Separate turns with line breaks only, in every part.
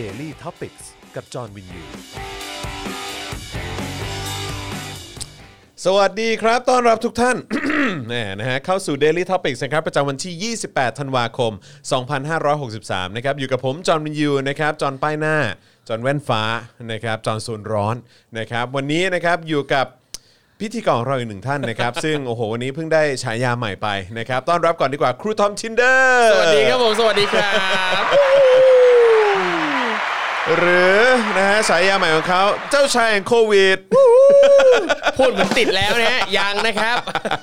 Daily t o p i c s กับจอห์นวินยู สวัสดีครับ ต้อนรับทุกท่าน แหม่นะฮะเข้าสู่ Daily Topics นะครับ ประจำวันที่ 28 ธันวาคม 2563 นะครับ อยู่กับผม จอห์นวินยูนะครับ จอห์นป้ายหน้า จอห์นแว่นฟ้า นะครับ จอห์นโซนร้อน นะครับ วันนี้นะครับ อยู่กับพิธีกรของเราอีกหนึ่งท่านนะครับ ซึ่ง โอ้โห วันนี้เพิ่งได้ฉายาใหม่ไปนะครับ ต้อนรับก่อนดีกว่า ครูทอมชินเดอร์
สวัสดีครับผม สวัสดีครับ
หรือนะฮะฉายาใหม่ของเขาเจ้าชายแห่งโควิด
พูดเหมือนติดแล้วนะฮะยังนะครับ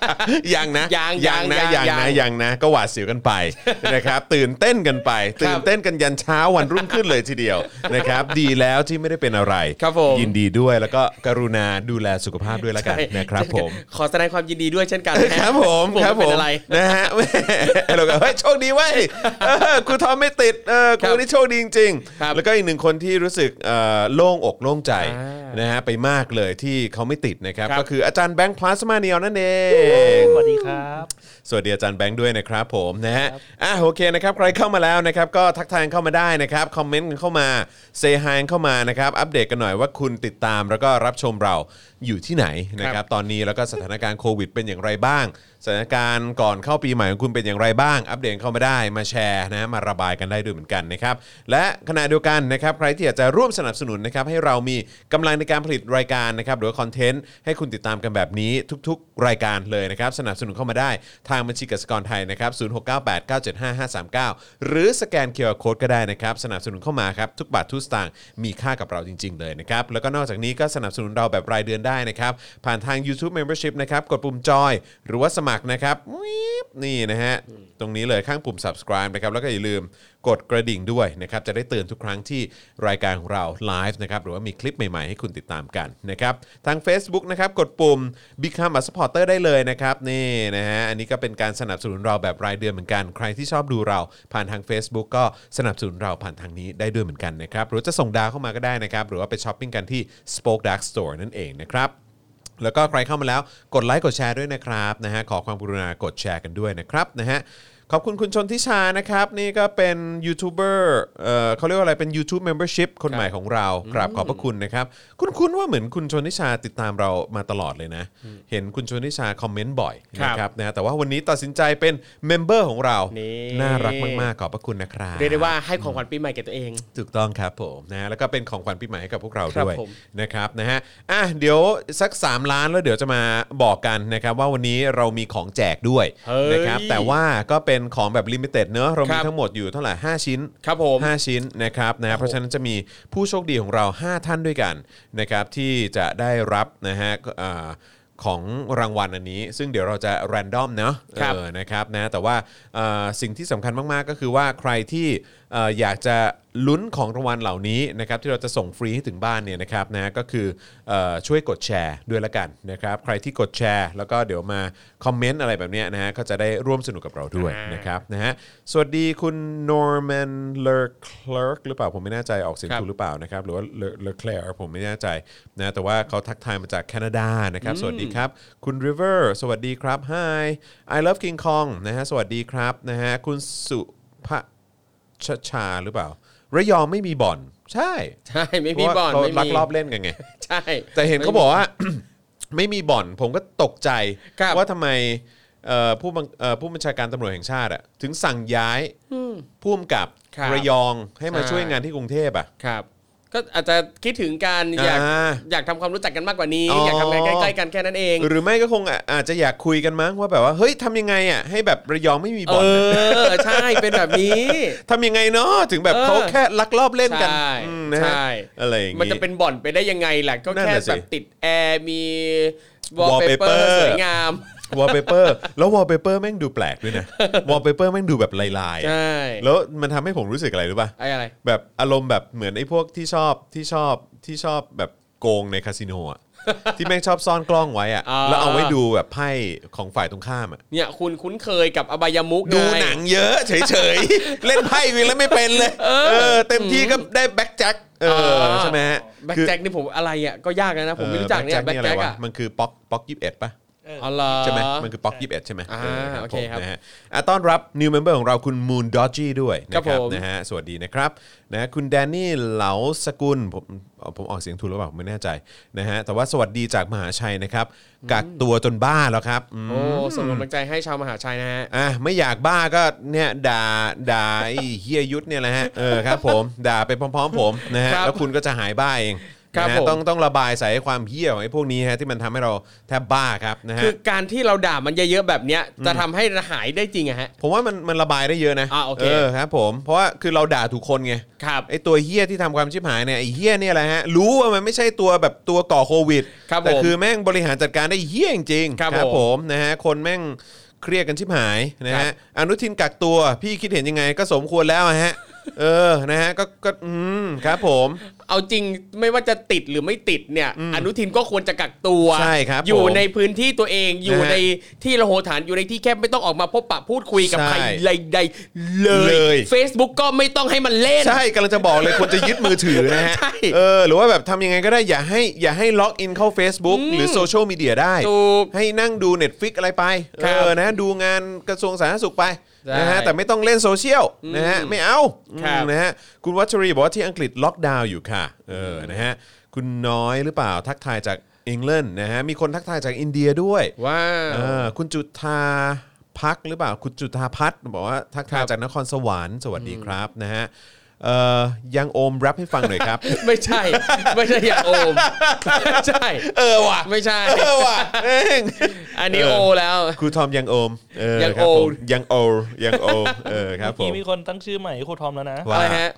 ยังนะ
ยัง
ยังนะ
ยั
ยัง
ง
นะ
ยัง
ยังนะ ก็หวาดเสียวกันไป นะครับ ตื่นเต้นกันไป ตื่นเต้นกันยันเช้าวันรุ่งขึ้นเลยทีเดียว นะครับ ดีแล้วที่ไม่ได้เป็นอะไร
ครับผม
ยินดีด้วยแล้วก็กรุณาดูแลสุขภาพด้วยแล้วกันนะครับผม
ขอแสดงความยินดีด้วยเช่นกันนะฮะ
ครับผมครับผ
เป็น
ม
อะไร
นะฮะแหม่เราก็เฮ้ยโชคดีเว้ยเออครูทอมไม่ติดเออค
ครับ
รูนี่โชคดีจริง
ครับ
ๆแล้วก็อีกหนึ่งคนที่รู้สึกเอ่อโล่งอกโล่งใจ
อ่
นะฮะไปมากเลยที่เขาไม่ติดนะครับ
ครับ
ก็คืออาจารย์แบงค์พลาสมาเนียลนั่นเอง
สวัสดีครับ
สวัสดีอาจารย์แบงค์ด้วยนะครับผมนะฮะอ่ะโอเคนะครับใครเข้ามาแล้วนะครับก็ทักทายเข้ามาได้นะครับคอมเมนต์กันเข้ามาเซฮายเข้ามานะครับอัปเดตกันหน่อยว่าคุณติดตามแล้วก็รับชมเราอยู่ที่ไหนนะครับตอนนี้แล้วก็สถานการณ์โควิดเป็นอย่างไรบ้าง สถานการณ์ก่อนเข้าปีใหม่ของคุณเป็นอย่างไรบ้าง อัปเดตเข้ามาได้มาแชร์นะมาระบายกันได้ด้วยเหมือนกันนะครับและขณะเดียวกันนะครับใครที่อยากจะร่วมสนับสนุนนะครับให้เรามีกำลังในการผลิตรายการนะครับหรือว่าคอนเทนต์ให้คุณติดตามกันแบบนี้ทุกๆ รายการเลยนะครับสนับสนุนเข้ามาได้ทางบัญชีกสิกรไทยนะครับ0698 975 539 หรือสแกนเคอร์โคดก็ได้นะครับสนับสนุนเข้ามาครับทุกบาททุกสตางค์มีค่ากับเราจริง ๆ เลยนะครับแล้วก็นอกจากนี้ก็สนับสนุนเราแบบรายเดือนได้นะครับผ่านทาง YouTube Membership นะครับกดปุ่มจอยหรือว่าสมัครนะครับวิบนี่นะฮะตรงนี้เลยข้างปุ่ม subscribe นะครับแล้วก็อย่าลืมกดกระดิ่งด้วยนะครับจะได้เตือนทุกครั้งที่รายการของเราไลฟ์นะครับหรือว่ามีคลิปใหม่ๆให้คุณติดตามกันนะครับทาง Facebook นะครับกดปุ่ม Become a supporter ได้เลยนะครับนี่นะฮะอันนี้ก็เป็นการสนับสนุนเราแบบรายเดือนเหมือนกัน ใครที่ชอบดูเราผ่านทาง Facebook ก็สนับสนุนเราผ่านทางนี้ได้ด้วยเหมือนกันนะครับหรือจะส่งดาวเข้ามาก็ได้นะครับหรือว่าไปช้อปปิ้งกันที่ Spoke Dark Store นั่นเองนะครับ แล้วก็ใครเข้ามาแล้วกดไลค์กดแชร์ด้วยนะครับนะฮะขอความกรุณากดแชร์กันด้วยนะครับนะฮะขอบคุณคุณชนทิชานะครับ นี่ก็เป็นยูทูบเบอร์เอ่อเขาเรียกว่าอะไรเป็น YouTube Membership คนใหม่ของเรากราบขอบพระคุณนะครับ คุณคุณว่าเหมือนคุณชนทิชาติดตามเรามาตลอดเลยนะ เห็นคุณชนทิชาคอมเมนต์บ่อย
ครับ
นะครับนะฮะแต่ว่าวันนี้ตัดสินใจเป็นเมมเบอร์ของเราน
นี่
น่ารักมากๆขอบพระคุณนะครับ
เรียกได้ว่าให้ของขวัญปีใหม่แก่ตัวเอง
ถูกต้องครับผมนะฮะแล้วก็เป็นของขวัญปีใหม่ให้กับพวกเรา
ครับ
ด้วย
ผม
นะครับนะฮะอ่ะเดี๋ยวสัก 3 ล้านแล้วเดี๋ยวจะมาบอกกันนะครับว่าวันนี้เรามีของแจกด้วย
เฮ้ย
นะครับแต่ว่าก็เป็นของแบบลิมิเต็ดเนอะเรา
ค
มี
รับ
ทั้งหมดอยู่เท่าไหร่5ชิ้น
ครับผม
ห้าชิ้นนะครับนะฮะเพราะฉะนั้นจะมีผู้โชคดีของเรา 5 ท่านด้วยกันนะครับที่จะได้รับนะฮะก็อ่าของรางวัลอันนี้ ซึ่งเดี๋ยวเราจะแรนดอมเนาะ
ครับ
เออนะครับนะแต่ว่าเอ่อสิ่งที่สำคัญมาก ๆ ก็คือว่าใครที่เอ่ออยากจะลุ้นของรางวัลเหล่านี้นะครับที่เราจะส่งฟรีให้ถึงบ้านเนี่ยนะครับนะก็คือเออช่วยกดแชร์ด้วยละกันนะครับใครที่กดแชร์ แล้วก็เดี๋ยวมาคอมเมนต์อะไรแบบเนี้ยนะฮะก็จะได้ร่วมสนุกกับเราด้วย
อ่าน
นะครับ ครับนะฮะสวัสดีคุณ Norman l e c l e r c หรือเปล่าผมไม่แน่ใจออกเสียง
ครับ
ถูกหรือเปล่านะครับหรือว่า l e c l e r ผมไม่แน่ใจนะแต่ว่าเขาทักทายมาจากแคนาดานะครับสวัสดีครับ คุณ River สวัสดีครับ Hi I love King Kong นะฮะสวัสดีครับนะฮะคุณสุภชชาหรือเปล่า ระยองไม่มีบ่อน ใช่
ใช่ไม่มีบ่อน
เพราะ
ไม่
ว่าเขา
มี
ลักลอบเล่นกันไง
ใช่
แต่เห็นเขาบอกว่า ไม่มีบ่อนผมก็ตกใจ
ครับ
ว่าทำไมเอ่อผู้บังเอ่อผู้บัญชาการตำรวจแห่งชาติอะถึงสั่งย้ายผู้กำกับ
ครับ
ระยองให้มา
ใช่
ช่วยงานที่กรุงเทพอะ
ครับ ก็อาจจะคิดถึงการอยาก
อ่า
อยากทำความรู้จักกันมากกว่านี้
อ๋ออ
อยากทำงานใกล้ๆกันแค่นั้นเอง
หรือไม่ก็คงอ่ะอาจจะอยากคุยกันมั้งว่าแบบว่าเฮ้ยทำยังไงอะให้แบบระยองไม่มี
เอ
บ่อนอะ
อ ใช่เป็นแบบนี้
ทำยังไงเนาะถึงแบบ
เออ
เขาแค่ลักลอบเล่นกัน
ใช่
อืมนะฮะ
ใช่
อะไรอย่างงี้
มันจะเป็นบ่อนไปได้ยังไงล่ะก็
นั่น
แค่
น่ะสิ
แบบติดแอร์มีวอลเปเปอ
wallpaper
ร์สวยงาม
วอลเปเปอร์แล้ววอลเปเปอร์แม่งดูแปลก ด้วยนะวอลเปเปอร์แม่งดูแบบลายๆอะ
ใช่
แล้วมันทำให้ผมรู้สึกอะไรรู้ป่ะ
ไอ้อะไร
แบบอารมณ์แบบเหมือนไอ้พวกที่ชอบที่ชอบที่ชอบแบบโกงในคาสิโนอ่ะ ที่แม่งชอบซ่อนกล้องไว้อ่ะ
อ่า
แล้วเอาไว้ดูแบบไพ่ของฝ่ายตรงข้ามอ่ะ
เนี่ยคุณคุ้นเคยกับอบายมุกไ
ดูหนังเยอะเฉยๆ เล่นไพ่วินแล้วไม่เป็นเลย เออ เต็มที่ก็ได้แบ็กแจ็คเออ
อ่า
ใช่ไหมฮะ
แบ็ค
คือ
แจ็คนี่ผมอะไรอ่ะก็ยากนะนะผมไม่รู้จักเนี่ย
ออ
แบ็
blackjack
ค
นี่
แจ็ค
อะไรว
อ่ะ
มันคือป๊อกป๊อกยี่สิบเอ็ดป่ะ
เอออ๋อเหรอ
ใช่ไหมมันคือป๊อกยี่สิบเอ็ดใช่ไหม
อ่า
เ
โอเคครั
ผ
บ
มนะฮะอ่ะต้อนรับ new member ของเราคุณ Moon Dodgy ด้วยนะค
ครั
รับบ
ผม
นะฮะสวัสดีนะครับนะคุณแดนนี่เหลาสกุลผมผมออกเสียงถูกหรือเปล่าไม่แน่ใจนะฮะแต่ว่าสวัสดีจากมหาชัยนะครับกักตัวจนบ้าแล้วครับอืม
โอ้ส่งกำลังใจให้ชาวมหาชัยนะฮะ
อ่ะไม่อยากบ้าก็เนี่ยด่าด่าไอ้เฮียยุทธเนี่ยแหละฮะเออครับผม ด่าไปพร้อม ๆ ผมนะฮะ
ครับ
แล้วคุณก็จะหายบ้าเอง
ครับ
นะฮะ
ผม
ต้องต้องระบายใส่ความเฮี้ยของไอ้พวกนี้ฮะที่มันทำให้เราแทบบ้าครับนะฮะ
คือการที่เราด่ามันเยอะๆแบบเนี้ยจะทำให้หายได้จริงอะฮะ
ผมว่ามันมันระบายได้เยอะนะ
อ่ะโอเค
อครับผมเพราะว่าคือเราด่าถูกคนไง
ครับ
ไอ้ตัวเฮี้ยที่ทำความชิบหายเนี่ยไอ้เฮี้ยเนี่ยแหละฮะรู้ว่ามันไม่ใช่ตัวแบบตัวก่อโควิด
ครับ
แต่
ผม
คือแม่งบริหารจัดการได้เฮี้ยจริงๆ
ครับผม
ผมนะฮะคนแม่งเครียดกันชิบหายนะฮะอนุทินกักตัวพี่คิดเห็นยังไงก็สมควรแล้วอะฮะ เออนะฮะก็ก็อืมครับผม
เอาจริงไม่ว่าจะติดหรือไม่ติดเนี่ย อนุทินก็ควรจะกักตัว
ใช่ครับ
อยู่
ผม
ในพื้นที่ตัวเองอยู่
นะฮะ
ในที่ระโหฐานอยู่ในที่แคบไม่ต้องออกมาพบปะพูดคุยกับ
ใช่
ใครใดๆเลย
เลย
Facebook ก็ไม่ต้องให้มันเล่น
ใช่กำลังจะบอกเลยควรจะยึดมือถือนะฮะ
ใช่
เออหรือว่าแบบทำยังไงก็ได้อย่าให้อย่าให้ล็อกอินเข้า Facebook หรือโซเชียลมีเดียได้
ถูก
ให้นั่งดู Netflix อะไรไปเอ
ครับ
อนะดูงานกระทรวงสาธารณสุขไป
ใช่
นะฮะแต่ไม่ต้องเล่นโซเชียลนะฮะไม่เอา
ครับ
อืมนะฮะคุณวัชรีบอกว่าที่อังกฤษล็อกดาวน์อยู่ค่ะเออนะฮะคุณน้อยหรือเปล่าทักทายจากอังกฤษนะฮะมีคนทักทายจากอินเดียด้วย
ว้าว
เออคุณจุธาพักหรือเปล่า คุณจุธาพัฒน์บอกว่าทักทายจากนครสวรรค์สวัสดีครับนะฮะเอ่อยังโอมแรปให้ฟังหน่อยครับ
ไม่ใช่ ไม่ใช่อย่างโอมไม่ใช่
เออว่ะ
ไม่ใช่
เออว่ะเอ้ง
อันนี้โอแล้ว
ครูทอมยังโอมเออ
ยัง
ครับผม
โอม
ยังโอยังโอเออครับผม
เมื่อกี้มีคนตั้งชื่อใหม่ให้ครูทอมแล้วนะ
ว่า
อะไรฮะ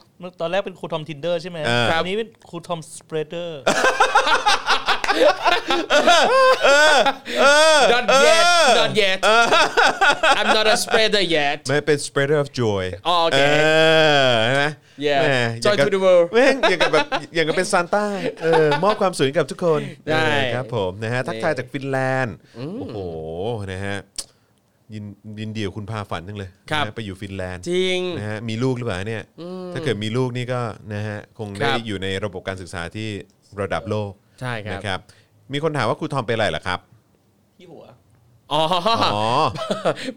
ตอนแรกเป็นครูทอมทินเดอร์ใช่ไหม
เออ
ครับ
อันนี้เป็นครูทอมสเปรเดอร์
not yet not yet I'm not a spreader yet
ไม่เป็น spreader of joy
อ๋อโอเค
เออใช่ไหม
Yeah
แหม่
Joy
อย่างกับ
to the world
แม่งอย่างกับแบบอย่างกับเป็นซานต้าเออมอบความสวยให้กับทุกคน
ได้
เออครับผมนะฮะทักทายจากฟินแลนด์โอ้โหนะฮะยินยินดีกับคุณพาฝันจังเลย
ครับ
นะไปอยู่ฟินแลนด์
จริง
นะฮะมีลูกหรือเปล่าเนี่ยถ้าเกิดมีลูกนี่ก็นะฮะคง
ครั
ได้
บ
อยู่ในระบบการศึกษาที่ระดับโลก
ใช่ครับ
นะครับ มีคนถามว่าครูทอมเป็นอะไรเหรอครับ
ที่หัว
อ๋อ
อ๋อ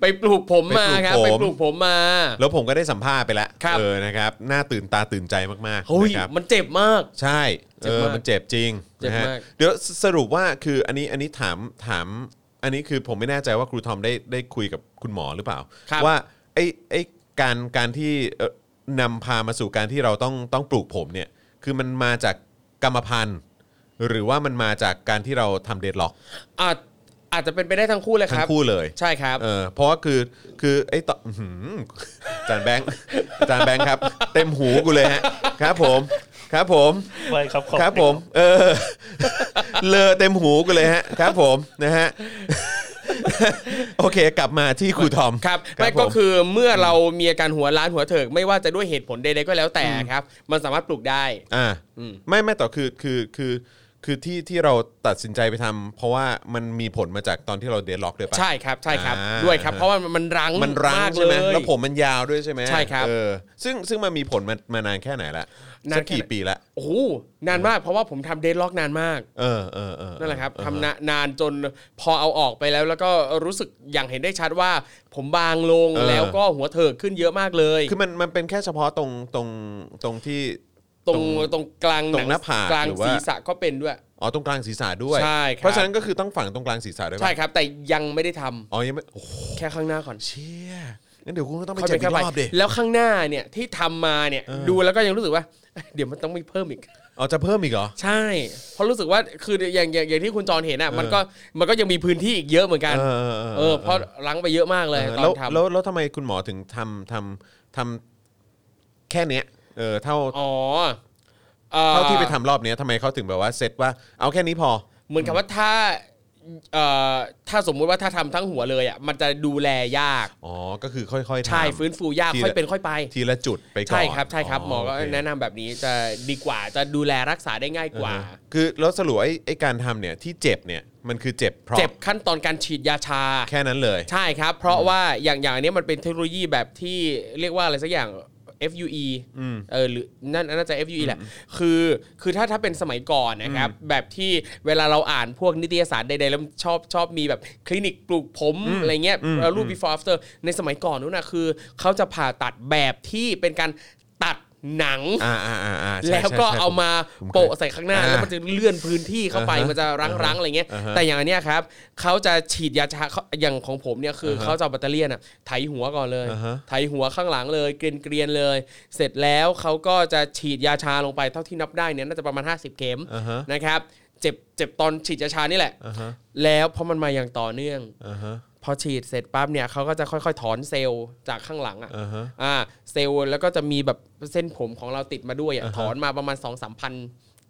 ไปปลูกผมมาครับ
ไป
ไป
ป
ป
ลู
ลู
ก
ก
ผ
ผม มมา
แล้วผมก็ได้สัมภาษณ์ไปแล้ว
ครับ
เออนะครับน่าตื่นตาตื่นใจมากๆ
เฮ้ย
นะครับ
มันเจ็บมาก
ใช่เอ
เจ็บ
อ
มาก
มันเจ็บจริง
เจ็บ
นะฮะ
มาก
เดี๋ยวสรุปว่าคืออันนี้อันนี้ถามถาม อันนี้คือผมไม่แน่ใจว่าครูทอมได้ได้คุยกับคุณหมอหรือเปล่า
ครับ
ว่าไอ้ไอ้การการที่เอ่อนำพามาสู่การที่เราต้องต้องปลูกผมเนี่ย คือมันมาจากกรรมพันธุ์ หรือว่ามันมาจากการที่เราทำเดดล็อก
อาจอาจจะเป็นไปได้ทั้งคู่เลยค
ทั้ง
รับ
คู่เลย
ใช่ครับ
เออเพราะว่าคือคือไอ้ต่ออื้อหืออาจานแบงค์อาจานแบงค์ครับ เต็มหูกูเลยฮะครับผมครับผม
ไปครับขอบ
ครับผมเออ เลอเต็มหูกันเลยฮะ ครับผมนะฮะ โอเคกลับมาที่ครูทอม
ครับไม่
ผ
ก็คือเมื่อเรามีอาการหัวล้านหัวเถิก ไม่ว่าจะด้วยเหตุผลใดๆก็แล้วแต่ครับ มันสามารถปลูกได้
อ่า
อืม
ไม่ไม่ต่อคือคือคือคือที่ที่เราตัดสินใจไปทำเพราะว่ามันมีผลมาจากตอนที่เราเดดล็อกด้วยปะ
ใช่ครับใช่ครับ
อ่า
ด้วยครับ เพราะว่ามันรั้ง
มันรั้ง
าก
ใช่ไหม
เลย
แล้วผมมันยาวด้วยใช่ไหม
ใช่ครับ
เออซึ่งซึ่งมันมีผลมามานานแค่ไหนละ
นาน
สัก
แค่
กี่
ไหน
ปีละ
โอ้โหนานมากเพราะว่าผมทำเดดล็อกนานมาก
เออเออเออ
นั่นแหละครับ
เออ
ทำนะนานจนพอเอาออกไปแล้ว แล้วก็รู้สึกอย่างเห็นได้ชัดว่า ผมบางลง
เออ
แล้วก็หัวเถิกขึ้นเยอะมากเลย
คือมันมันเป็นแค่เฉพาะตรงตรงตรงที่
ตรงตรงกลาง
ตรงหน้าผาก
กลาง
หรือว่า
ศีรษะก็เป็นด้วย
อ๋อตรงกลางศีรษะด้วย
ใช่ครับ
เพราะฉะนั้นก็คือต้องฝังตรงกลางศีรษะด้วยปะ
ใช่ครับแต่ยังไม่ได้ทำ
อ๋อยังไม่โอ้โห
แค่ข้างหน้าก่อน
เชี่ยงั้นเดี๋ยวคุณก็ต้องไป
ค่อย
เจ็บ
ค่
อี
ย
กรอบดิ
แล้วข้างหน้าเนี่ยที่ทำมาเนี่ยดูแล้วก็ยังรู้สึกว่า เดี๋ยวมันต้องมีเพิ่มอีก
อ๋อจะเพิ่มอีกเหรอ
ใช่ เพราะรู้สึกว่าคืออย่างอย่างอย่างที่คุณจรเห็นอ่ะมันก็มันก็ยังมีพื้นที่อีกเยอะเหมือนกัน
เออเออเออ
เออเพราะล้างไปเยอะมากเลยตอ
แล้ว
นทำ
แล้วแล้วทำไมคุณหมอถึงทำทำทำแค่เนี้ยเออเท่า
อ๋อ
เท่าที่ไปทำรอบเนี้ยทำไมเขาถึงแบบว่าเซตว่าเอาแค่นี้พอ
เหมือนกับว่าถ้าเอ่อถ้าสมมุติว่าถ้าทำทั้งหัวเลยอ่ะมันจะดูแลยาก
อ๋อ ก็คือค่อยๆทำ
ใช่ฟื้นฟูยาก
ทีละ
ค่อยเป็นค่อยไป
ทีละจุดไปก่อน
ใช่ครับใช่ครับหมอก็
โเค
แนะนำแบบนี้จะดีกว่าจะดูแลรักษาได้ง่ายกว่า
เออคือแล้วสรุปไอ้ไอ้การทำเนี่ยที่เจ็บเนี่ยมันคือเจ็บเพราะ
เจ็บขั้นตอนการฉีดยาชา
แค่นั้นเลย
ใช่ครับ เพราะว่าอย่างอย่างอันนี้มันเป็นเทคโนโลยีแบบที่เรียกว่าอะไรสักอย่าง FUE เออหรือนั่นน่าจะ FUE แหละคือคือถ้าถ้าเป็นสมัยก่อนนะครับ แบบที่เวลาเราอ่านพวกนิตยสารใดๆแล้วชอบชอบมีแบบคลินิกปลูกผมอะไรเงี้ยแล้วรูป before after ในสมัยก่อนนู้นนะคือเขาจะผ่าตัดแบบที่เป็นการตัดหนัง
อ่าอ่าอ่าอ่าใช่
แล้วก็
ใช่ใช่
เอามา
ผม
โปะใส่ข้างหน้า
อ่า
แล้วมันจะเลื่อนพื้นที่เข้าไป
อ่าฮะ
มันจะรั้งๆอะไรเงี้ย
อ่าฮะ
แต่อย่างอันเนี้ยครับเขาจะฉีดยาชาเขาอย่างของผมเนี่ยคืออา
ฮะ
เขาจะเอาแบตเตอรี่น่ะไถหัวก่อนเลย
อ่าฮะ
ไถหัวข้างหลังเลยเกรียนเกรียนๆเลย เสร็จแล้วเขาก็จะฉีดยาชาลงไปเท่าที่นับได้เนี่ยน่าจะประมาณ 50 เข็ม
อ่าฮะ
นะครับเจ็บเจ็บตอนฉีดยาชานี่แหละ
อ่าฮะ
แล้วพอมันมาอย่างต่อเนื่อง
อ่าฮะ
พอฉีดเสร็จปั๊บเนี่ยเขาก็จะค่อยๆ ถอนเซลล์จากข้างหลังอ่ะ
อ่าฮะ
อ่าเซลล์แล้วก็จะมีแบบเส้นผมของเราติดมาด้วยอ่ะ
อ่าฮะ
ถอนมาประมาณ2 3 0 0พัน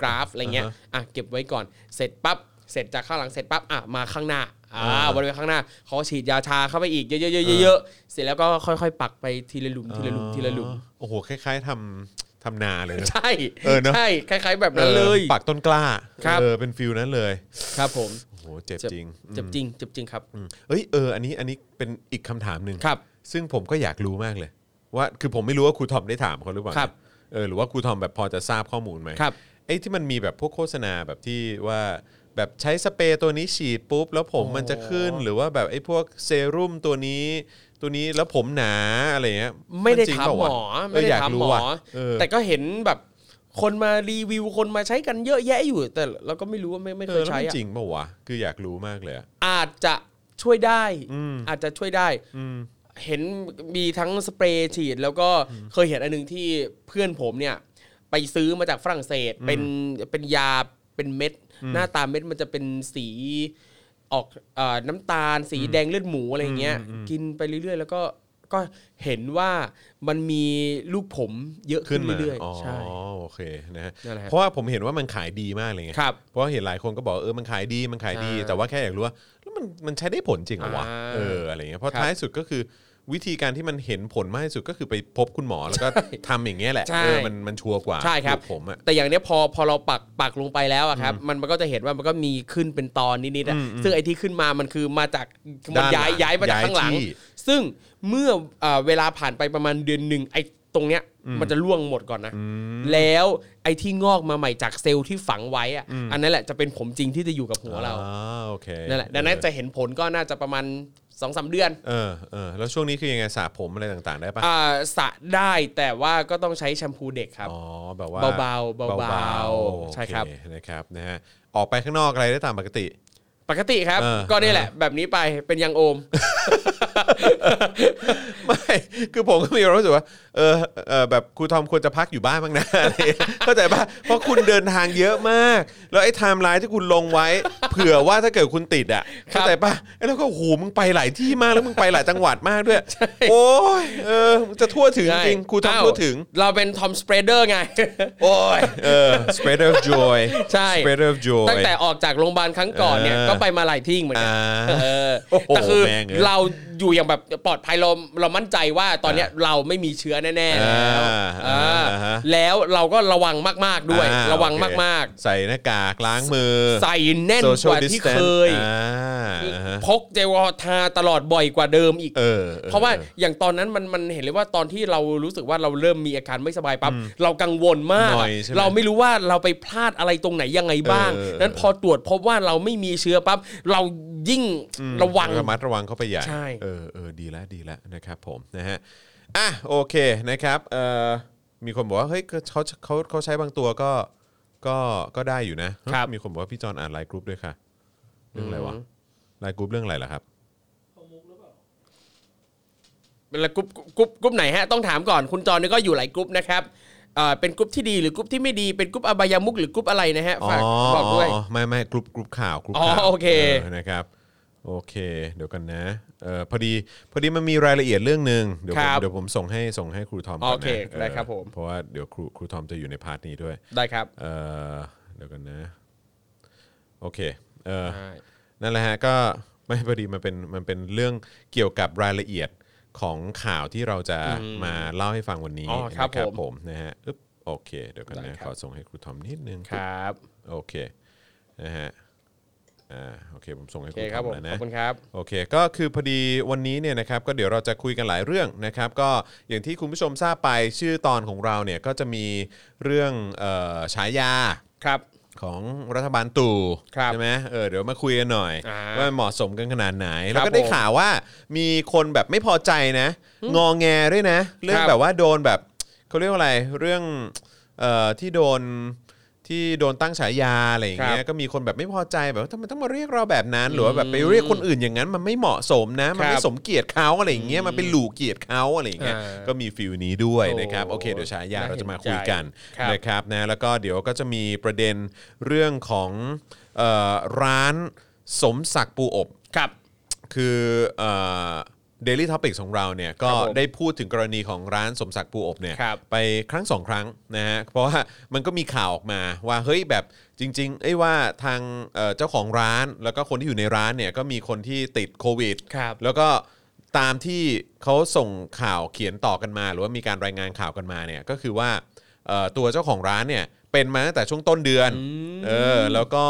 กราฟอะไรเงี้ย
อ่าฮะ
อ่ะเก็บไว้ก่อนเสร็จปั๊บเสร็จจากข้างหลังเสร็จปั๊บอ่ะมาข้างหน้าอ่า
อ่า
บริเวณข้างหน้าเขาฉีดยาชาเข้าไปอีกเยอะๆเยอะๆเสร็จแล้วก็ค่อยๆ ปักไปทีละหลุมทีละหลุมทีละหลุม
อ๋อโอ้โหคล้ายๆทำทำนาเลยนะ
ใช่
เออเนอะ
ใช่คล้าย ๆ แบบนั้นเลย
ออปักต้นกล้า
ครับ
เออเป็นฟิลนั้นเลย
ครับผม
โอ้โหเจ็บจริง
เจ็บจริงเจ็บจริงครับ
อืมเอ้ยเอออันนี้อันนี้เป็นอีกคำถามหนึ่ง
ครับ
ซึ่งผมก็อยากรู้มากเลย ว่าคือผมไม่รู้ว่าครูทอมได้ถามเขาหรือเปล่า
ครับ
เออหรือว่าครูทอมแบบพอจะทราบข้อมูลไหม
ครับ
ไอ้ที่มันมีแบบพวกโฆษณาแบบที่ว่าแบบใช้สเปรย์ตัวนี้ฉีดปุ๊บ แล้วผมมันจะขึ้นหรือว่าแบบไอ้พวกเซรุ่มตัวนี้ ตัวนี้แล้วผมหนาอะไรเงี้ย
ไม่ได้
นจริง
ถาม
เปล่
หม
วะ
อ
เ
ไม่ได้
ยก
ถาม
รู้
หมอ
ว่ะเออ
แต่ก็เห็นแบบคนมารีวิวคนมาใช้กันเยอะแยะอยู่ แต่เราก็ไม่รู้ว่าไม่ไม่
เอ
เค
อย แล้ว
ใช้
มัน
อ่ะ
จริงป่าวะ คืออยากรู้มากเลยอะ
อาจจะช่วยได้
อืม
อาจจะช่วยได้
อืม
เห็นมีทั้งสเปรย์ฉีด แล้วก็เคยเห็นอันหนึงที่เพื่อนผมเนี่ย ไปซื้อมาจากฝรั่งเศสเป็นเป็นยาเป็นเม็ด หน้าตาเม็ดมันจะเป็นสีออกเออน้ำตาล สีแดงเลือดหมูอะไรอย่างเงี้ย กินไปเรื่อยๆ แล้วก็ก็เห็นว่ามันมีลูกผมเยอะ
ขึ้
ขึ้
น
น
มา
เรื่อย
อ๋อ
ๆใช่
โอเคนะฮะ
นั่นแหละครับ
เพราะว่าผมเห็นว่ามันขายดีมากเลยไง
ครับ
เพราะว่าเห็นหลายคนก็บอกเออมันขายดีมันขายดี
ใช่
แต่ว่าแค่อยากรู้ว่าแล้วมันมันใช้ได้ผลจริงเหรอวะ
อ่า
เอออะไรเงี้ยเพราะ
ครับ
ท้ายสุดก็คือวิธีการที่มันเห็นผลมากที่สุดก็คือไปพบคุณหมอแล้วก็ทำอย่างเงี้ยแหละ
ใช่
เออมันมันชัวร์กว่า
ใช่ครับ
ผมอ่ะ
แต่อย่างเนี้ยพอพอเราปักปักลงไปแล้วอะครับมันมันก็จะเห็นว่ามันก็มีขึ้นเป็นตอนนิดๆอะ
อืมอืม
ซึ่งไอ้ที่ขึ้นมามันคือมาจากมัน
ด้านหลัง
ย้ายย้ายมาจากข้างหลัง
ย้ายที่
ซึ่งเมื่อเอ่อเวลาผ่านไปประมาณเดือนหนึ่งไอ้ตรงเนี้ยมันจะร่วงหมดก่อนนะ แล้วไอ้ที่งอกมาใหม่จากเซลล์ที่ฝังไว้อะอันนั้นแหละจะเป็นผมจริงที่จะอยู่กับหัวเรา
อ๋อโอเค
นั่นแหละดังนั้นจะเห็นผลก็น่าจะประมาณสองสามเดือน
เออเออแล้วช่วงนี้คือยังไงสระผมอะไรต่างๆได้ปะ
อ่าสระได้แต่ว่าก็ต้องใช้แชมพูเด็กครับ
อ๋อแบบว่า
เบาๆเบาๆ
ๆ
ใช่ครับ
โอเนะครับนะฮะออกไปข้างนอกอะไรได้ตามปกติ
ปกติครับ
เออ
ก็นี่แหละ แบบนี้ไปเป็นยังโอม
ไม่ คือผมก็มีความรู้สึกว่า เออเออแบบครูทอมควรจะพักอยู่บ้านบ้างนะ อะไรอย่างเงี้ยเข้าใจป่ะ เพราะคุณเดินทางเยอะมาก แล้วไอ้ไทม์ไลน์ที่คุณลงไว้ เผื่อว่าถ้าเกิดคุณติดอ่ะ เข้าใจป่ะไอ้แล้วก็โอ้โหูมึงไปหลายที่มาก แล้วมึงไปหลายจังหวัดมากด้วย โอ้ย เออมึงจะทั่วถึงจริง
ใช่
ครูทอม
อ้า
ทั่วถึง
เราเป็นทอมสเปรเดอร์ไง
โอ้ย เออ spreader of joy
ใช่
spreader of joy
ตั้งแต่ออกจากโรงพยาบาลครั้งก่อนเนี่ย
เออ
ก็ไปมาหลายที่เหมือนกั
อ่า
นเออ
โอ้โห
แต่คือ
แม่งเอ้ย
เราอยู่อย่างแบบปลอดภัยเราเรามั่นใจว่าตอนเนี้ยเราไม่มีเชื้อแน่ๆแล้ว
อ่า
เอออา
ฮะ
แล้วเราก็ระวังมากๆด้วย
อ่า
ระวัง
โอเค
มาก
ใส่หน้ากากล้างมือ
ๆ ใส่แน่นก
social
ว่าที่
distance
เคย
อ่าอ่าฮะ
พกเจลทาตลอดบ่อยกว่าเดิมอีก
เออออ
เพราะว่าอย่างตอนนั้นมันมันเห็นเลยว่าตอนที่เรารู้สึกว่าเราเริ่มมีอาการไม่สบายปั๊บเรากังวลมาก
หน่
อะ
อยใช่ไหม
เราไม่รู้ว่าเราไปพลาดอะไรตรงไหนยังไงบ้าง
เออ
นั้นพอตรวจพบว่าเราไม่มีเชื้อปั๊บเรายิ่งระวัง
ระมัดระวังเข้าไปใหญ่
ใช่
เออเออดีแล้วดีแล้วนะครับผมนะฮะอ่ะโอเคนะครับเอ่อมีคนบอกว่าเฮ้ยเขาเขาเขาใช้บางตัวก็ก็ก็ได้อยู่นะมีคนบอกว่าพี่จอนอ่านไลน์กรุ๊ปด้วยค่ะ เรื่องอะไรวะไลน์กรุ๊ปเรื่องอะไรล่ะครับ
เป็นละกรุ๊ปกรุ๊ปกรุ๊ปไหนฮะต้องถามก่อนคุณจอนี่ก็อยู่หลายกรุ๊ปนะครับเอ่อเป็นกรุ๊ปที่ดีหรือกรุ๊ปที่ไม่ดีเป็นกรุ๊ปอบายามุกหรือกรุ๊ปอะไรนะฮะฝากบอกด้วย
ไม่ไม่กรุ๊ปกรุ๊ปข่าวกรุ๊ป
อ๋อ
ข่าว
โอเค
นะครับโอเค เดี๋ยวกันนะเออพอดีพอดีมันมีรายละเอียดเรื่องหนึ่งเดี๋ยวผม
ครับ
เดี๋ยวผมส่งให้ส่งให้ครูทอมก่อน
โอ
นะ
เคได้
ออ
ครับผม
เพราะว่าเดี๋ยวครูครูทอมจะอยู่ในพาร์ทนี้ด้วย
ได้ครับ
เออเดี๋ยวกันนะ โอเคเออ
ใช่
นั่นแหละฮะก็ไม่พอดีมันเป็นมันเป็นเรื่องเกี่ยวกับรายละเอียดของข่าวที่เราจะมาเล่าให้ฟังวันนี้
อ๋อครับ
นะ
ผม
ผมนะฮะอึ๊บโอเค เดี๋ยวกัน
ได้
นะครับ ขอส่งให้ครูทอมนิดนึง
ครับ
โอเคนะฮะ อ่าโอเคผมส่งให้
โอเค
คุณ
ครับผม
แล้ว
ข
นะ
อบคุณครับ
โอเค ก็คือพอดีวันนี้เนี่ยนะครับ ก็เดี๋ยวเราจะคุยกันหลายเรื่องนะครับ ก็อย่างที่คุณผู้ชมทราบไปชื่อตอนของเราเนี่ยก็จะมีเรื่องเอ่อฉายา
ครับ
ของรัฐบาลตู่
ครับ
ใช่ไหมเออเดี๋ยวมาคุยกันหน่อย
อ่า
ว่าเหมาะสมกันขนาดไหน
ครับ
แล้วก็ได้
ผม
ข่าวว่ามีคนแบบไม่พอใจนะ งองแงด้วยนะ เรื่องแบบว่าโดนแบบเขาเรียกว่าอะไรเรื่องเอ่อที่โดนที่โดนตั้งฉายาอะไรอย่างเงี้
ครั
ย
บ
ก็มีคนแบบไม่พอใจแบบว่าทำไมต้องมาเรียกเราแบบนั้น หรือว่าแบบไป
อืม
เรียกคนอื่นอย่างนั้นมันไม่เหมาะสมนะ มันไม่
ครับ
สมเกียรติเขาอะไรอย่างเงี้ยมันเป็นหลู่เกียรติเขาอะไรอย่างเงี้ย
อ่า
ก็มีฟิลนี้ด้วยนะครับ
โอ้
โอเคเดี๋ยวฉายา
น่า
เราจะมาคุยกัน
เห็นใจครับ
นะครับนะแล้วก็เดี๋ยวก็จะมีประเด็นเรื่องของเอ่อร้านสมศักดิ์ปูอบ
ครับ
คือเดลี่ท็อปิกของเราเนี่ยก็
ครับผม
ได้พูดถึงกรณีของร้านสมศักดิ์ปูอบเนี่ย
ครับ
ไปครั้งสองครั้งนะฮะเพราะว่ามันก็มีข่าวออกมาว่าเฮ้ยแบบจริงๆไอ้ยว่าทางเอ่อเจ้าของร้านแล้วก็คนที่อยู่ในร้านเนี่ยก็มีคนที่ติดโควิด
ครับ
แล้วก็ตามที่เขาส่งข่าวเขียนต่อกันมา หรือว่ามีการรายงานข่าวกันมาเนี่ยก็คือว่าเอ่อตัวเจ้าของร้านเนี่ยเป็นมาตั้งแต่ช่วงต้นเดือน
ม
เออแล้วก็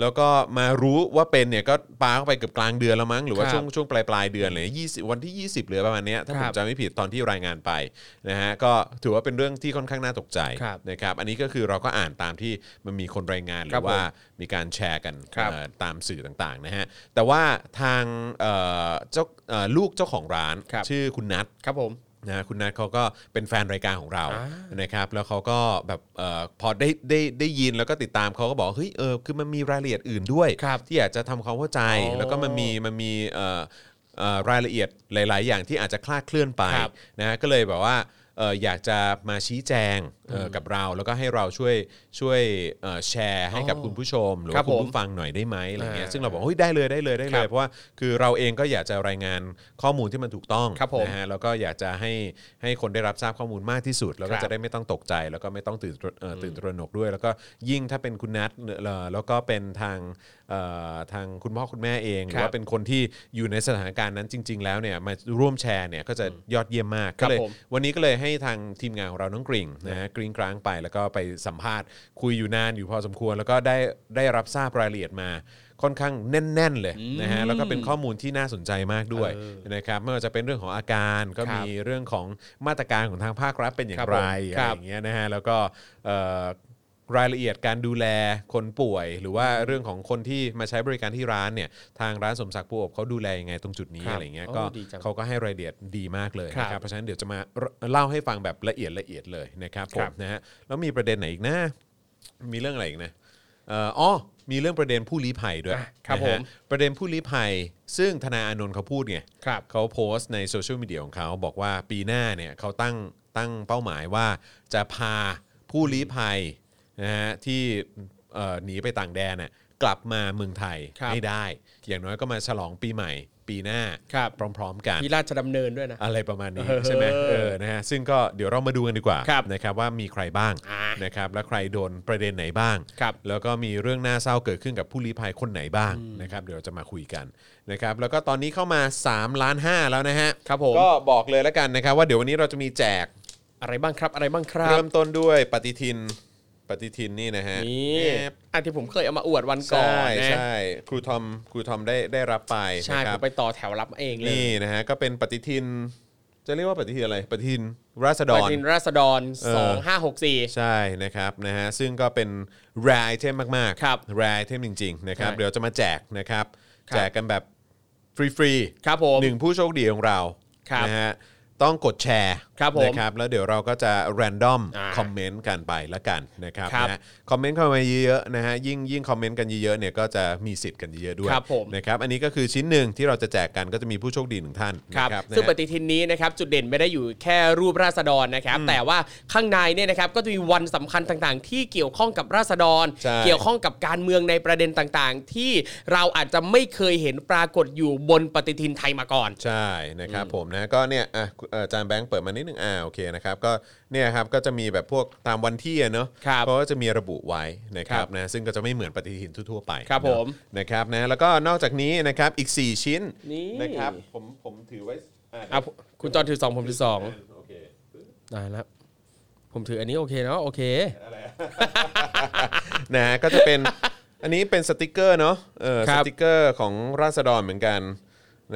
แล้วก็มารู้ว่าเป็นเนี่ยก็ปาเข้าไปเกือบกลางเดือนแล้วมั้ง หรือว่า
ครับ
ช่วงช่วงปลายปลายๆเดือนเลยยี่สิบวันที่ 20 เหลือประมาณเนี้ยถ้า
ค
ผ
รั
ม
บ
จำไม่ผิดตอนที่รายงานไปนะฮะก็ถือว่าเป็นเรื่องที่ค่อนข้างน่าตกใจ
ครับ
นะครับอันนี้ก็คือเราก็อ่านตามที่มันมีคนรายงานห
ค
รื
รับ
อว่ามีการแชร์กัน
ครับ
เอ่อตามสื่อต่างๆนะฮะแต่ว่าทางเอ่อเจ้าเอ่อลูกเจ้าของร้าน
ครับ
ชื่อคุณนัท
ครับผม
นะคุณนัทเขาก็เป็นแฟนรายการของเรา
อ่า
นะครับแล้วเขาก็แบบเออพอได้ได้ได้ยินแล้วก็ติดตามเขาก็บอกเฮ้ยเออคือมันมีรายละเอียดอื่นด้วย
ครับ
ที่อยากจะทำความเข้าใจ
อ๋อ
แล้วก็มันมีมันมีเอ่อเอ่อรายละเอียดหลาย ๆ อย่างที่อาจจะคลาดเคลื่อนไป
ครับ
นะก็เลยแบบว่าเอ่ออยากจะมาชี้แจงเอ่อกับเรา แล้วก็ให้เราช่วยช่วยเอ่อแชร์ให้กับ
อ๋อ
คุณผู้ชม หรือ
ครั
ว่า
บ
คุณ
ผม
ผู้ฟังหน่อยได้ไหมอะไรเงี้ย
อ่า
ซึ่งเราบอกเฮ้ยได้เลยได้เลยได้เล
ครั
ย
บ
เพราะว่าคือเราเองก็อยากจะรายงานข้อมูลที่มันถูกต้อง
ครับผม
นะฮะ นะฮะแล้วก็อยากจะให้ให้คนได้รับทราบข้อมูลมากที่สุด แล้วก็
ครับ
จะได้ไม่ต้องตกใจ แล้วก็ไม่ต้องตื่นตระเอ่อตื่นตระหนกด้วย แล้วก็ยิ่งถ้าเป็นคุณนัทเอ่อแล้วก็เป็นทางเอ่อทางคุณพ่อคุณแม่เองห
ครับ
รือว่าเป็นคนที่อยู่ในสถานการณ์นั้นจริง ๆ แล้วเนี่ยมาร่วมแชร์เนี่ยก็จะยอดเยี่ยมมาก
ค
ก็
รับ
เลย
ผม
วันนี้ก็เลยให้ทางทีมงานของเราน้องกริ่งนะฮะกริ่งกลางไปแล้วก็ไปสัมภาษณ์ คุยอยู่นานอยู่พอสมควร แล้วก็ได้ได้รับทราบรายละเอียดมาค่อนข้างแน่น ๆ เลยนะฮะแล้วก็เป็นข้อมูลที่น่าสนใจมากด้วย
เออ
นะครับไม่ว่าจะเป็นเรื่องของอาการ ก็
ครับ
มีเรื่องของมาตรการของทางภาครัฐเป็นอย่าง
ครับ
ไร
ผม
อะ
ครั
ไร
บ
อย่างเงี้ยนะฮะแล้วก็เอ่อรายละเอียดการดูแลคนป่วย หรือว่าเรื่องของคนที่มาใช้บริการที่ร้านเนี่ยทางร้านสมศักดิ์ปูอบเขาดูแลยังไงตรงจุดนี้
ครับ
อะไรเงี้ย
โอ้
ก็
ดีจัง
เขาก็ให้รายละเอียดดีมากเลย
ครับ
นะครับเพราะฉะนั้นเดี๋ยวจะมาเล่าให้ฟังแบบละเอียดละเอียดเลยนะครับผ
ครั
ม
บ
นะฮะแล้วมีประเด็นไหนอีกนะ มีเรื่องอะไรอีกนะเอ่ออ๋อ มีเรื่องประเด็นผู้ลี้ภัยด้วย
อ่ะครับ
นะฮะ
ผม
ประเด็นผู้ลี้ภัย ซึ่งธนาอานนท์เขาพูดไง
ครับ
เขาโพสต์ในโซเชียลมีเดียของเขาบอกว่าปีหน้าเนี่ยเขาตั้งตั้งเป้าหมายว่าจะพาผู้ลี้ภัยนะฮะที่เอ่อหนีไปต่างแดนน่ะกลับมาเมืองไทย
ครับ
ให้ได้ อย่างน้อยก็มาฉลองปีใหม่ปีหน้า
ครับ
พร้อมๆกัน
ที่ราชดำเนินด้วยนะ
อะไรประมาณนี้
เออ
ใช่ไหมเออนะฮะซึ่งก็เดี๋ยวเรามาดูกันดีกว่า
ครับ
นะครับว่ามีใครบ้าง
อ่าน
นะครับและใครโดนประเด็นไหนบ้าง
ครับ
แล้วก็มีเรื่องน่าเศร้าเกิดขึ้นกับผู้ลี้ภัยคนไหนบ้างนะครับเดี๋ยวเราจะมาคุยกันนะครับแล้วก็ตอนนี้เข้ามา3ล้าน5แล้วนะฮะ
ครับผม
ก็บอกเลยแล้วกันนะครับ ว่าเดี๋ยววันนี้เราจะมีแจก
อะไรบ้างครับ อะไรบ้างครับ
เริ่มต้นด้วยปฏิทินปฏิทินนี่นะฮะ
นี่
แอบ
อันที่ผมเคยเอามาอวดวันก่อน
ใช่
นะ
ใช่ครูทอมครูทอมได้ได้รับไป
ใช่
นะค
ผ
รับ
มไปต่อแถวรับเองเลย
นี่นะฮะก็เป็นปฏิทิน จะเรียกว่าปฏิทินอะไรปฏิทินราษฎ
ป
ร
ฏินราษฎร
เออ
สองห้าหกสี่
ใช่นะครับนะฮะซึ่งก็เป็น rare item มากๆ
ครับ
rare item จริงๆนะครับ
ใช่
เดี๋ยวจะมาแจกนะครับ
ครับ
แจกกันแบบฟรี
ครับผม
ๆหนึ่งผู้โชคดีของเรา
ครับ
นะฮะต้องกดแชร์
ครับผม
นะครับแล้วเดี๋ยวเราก็จะ random
อ่า
คอมเมนต์กันไปละกันนะครับ
ครับ
นะฮะคอมเมนต์เข้ามาเยอะๆนะฮะยิ่งยิ่งคอมเมนต์กันเยอะๆเนี่ยก็จะมีสิทธิ์กันเยอะๆด้วย
ครับผม
นะครับอันนี้ก็คือชิ้นหนึ่งที่เราจะแจกกันก็จะมีผู้โชคดีหนึ่งท่าน
ครับ
นะครับ
ซึ่งป
นะฮะ
ฏิทินนี้นะครับจุดเด่นไม่ได้อยู่แค่รูปราษฎรนะครับ แต่ว่าข้างในเนี่ยนะครับก็จะมีวันสำคัญต่างๆ ที่เกี่ยวข้องกับราษฎร
ใช่
เกี่ยวข้องกับการเมืองในประเด็นต่างๆ ที่เราอาจจะไม่เคยเห็นปรากฏอยู่บนปฏิทินไทยมาก่อน
ใช่นะครับผมนะก็เนี่ยอ่ะเอ่ออาจารย์แบงค์เปิดมานิดนึงอ่าโอเคนะครับก็เนี่ยครับก็จะมีแบบพวกตามวันที่อะเนาะ
ครับ
เพราะว่าจะมีระบุไว้นะครับ
ครับ
นะซึ่งก็จะไม่เหมือนปฏิทินทั่วๆไป
ครับผม
นะครับนะแล้วก็นอกจากนี้นะครับอีก 4 ชิ้น
นี่
นะครับผมผมถือไว้อ่ะ
อ่ะคุณจอนถือสองผมถือสอง
โอเค
ได้แล้วผมถืออันนี้โอเคเนาะโอเค
นะฮะก็จะเป็น อันนี้เป็นสติกเกอร์เนาะเออ
ค
ส
รับ
ติกเกอร์ของราษฎรเหมือนกัน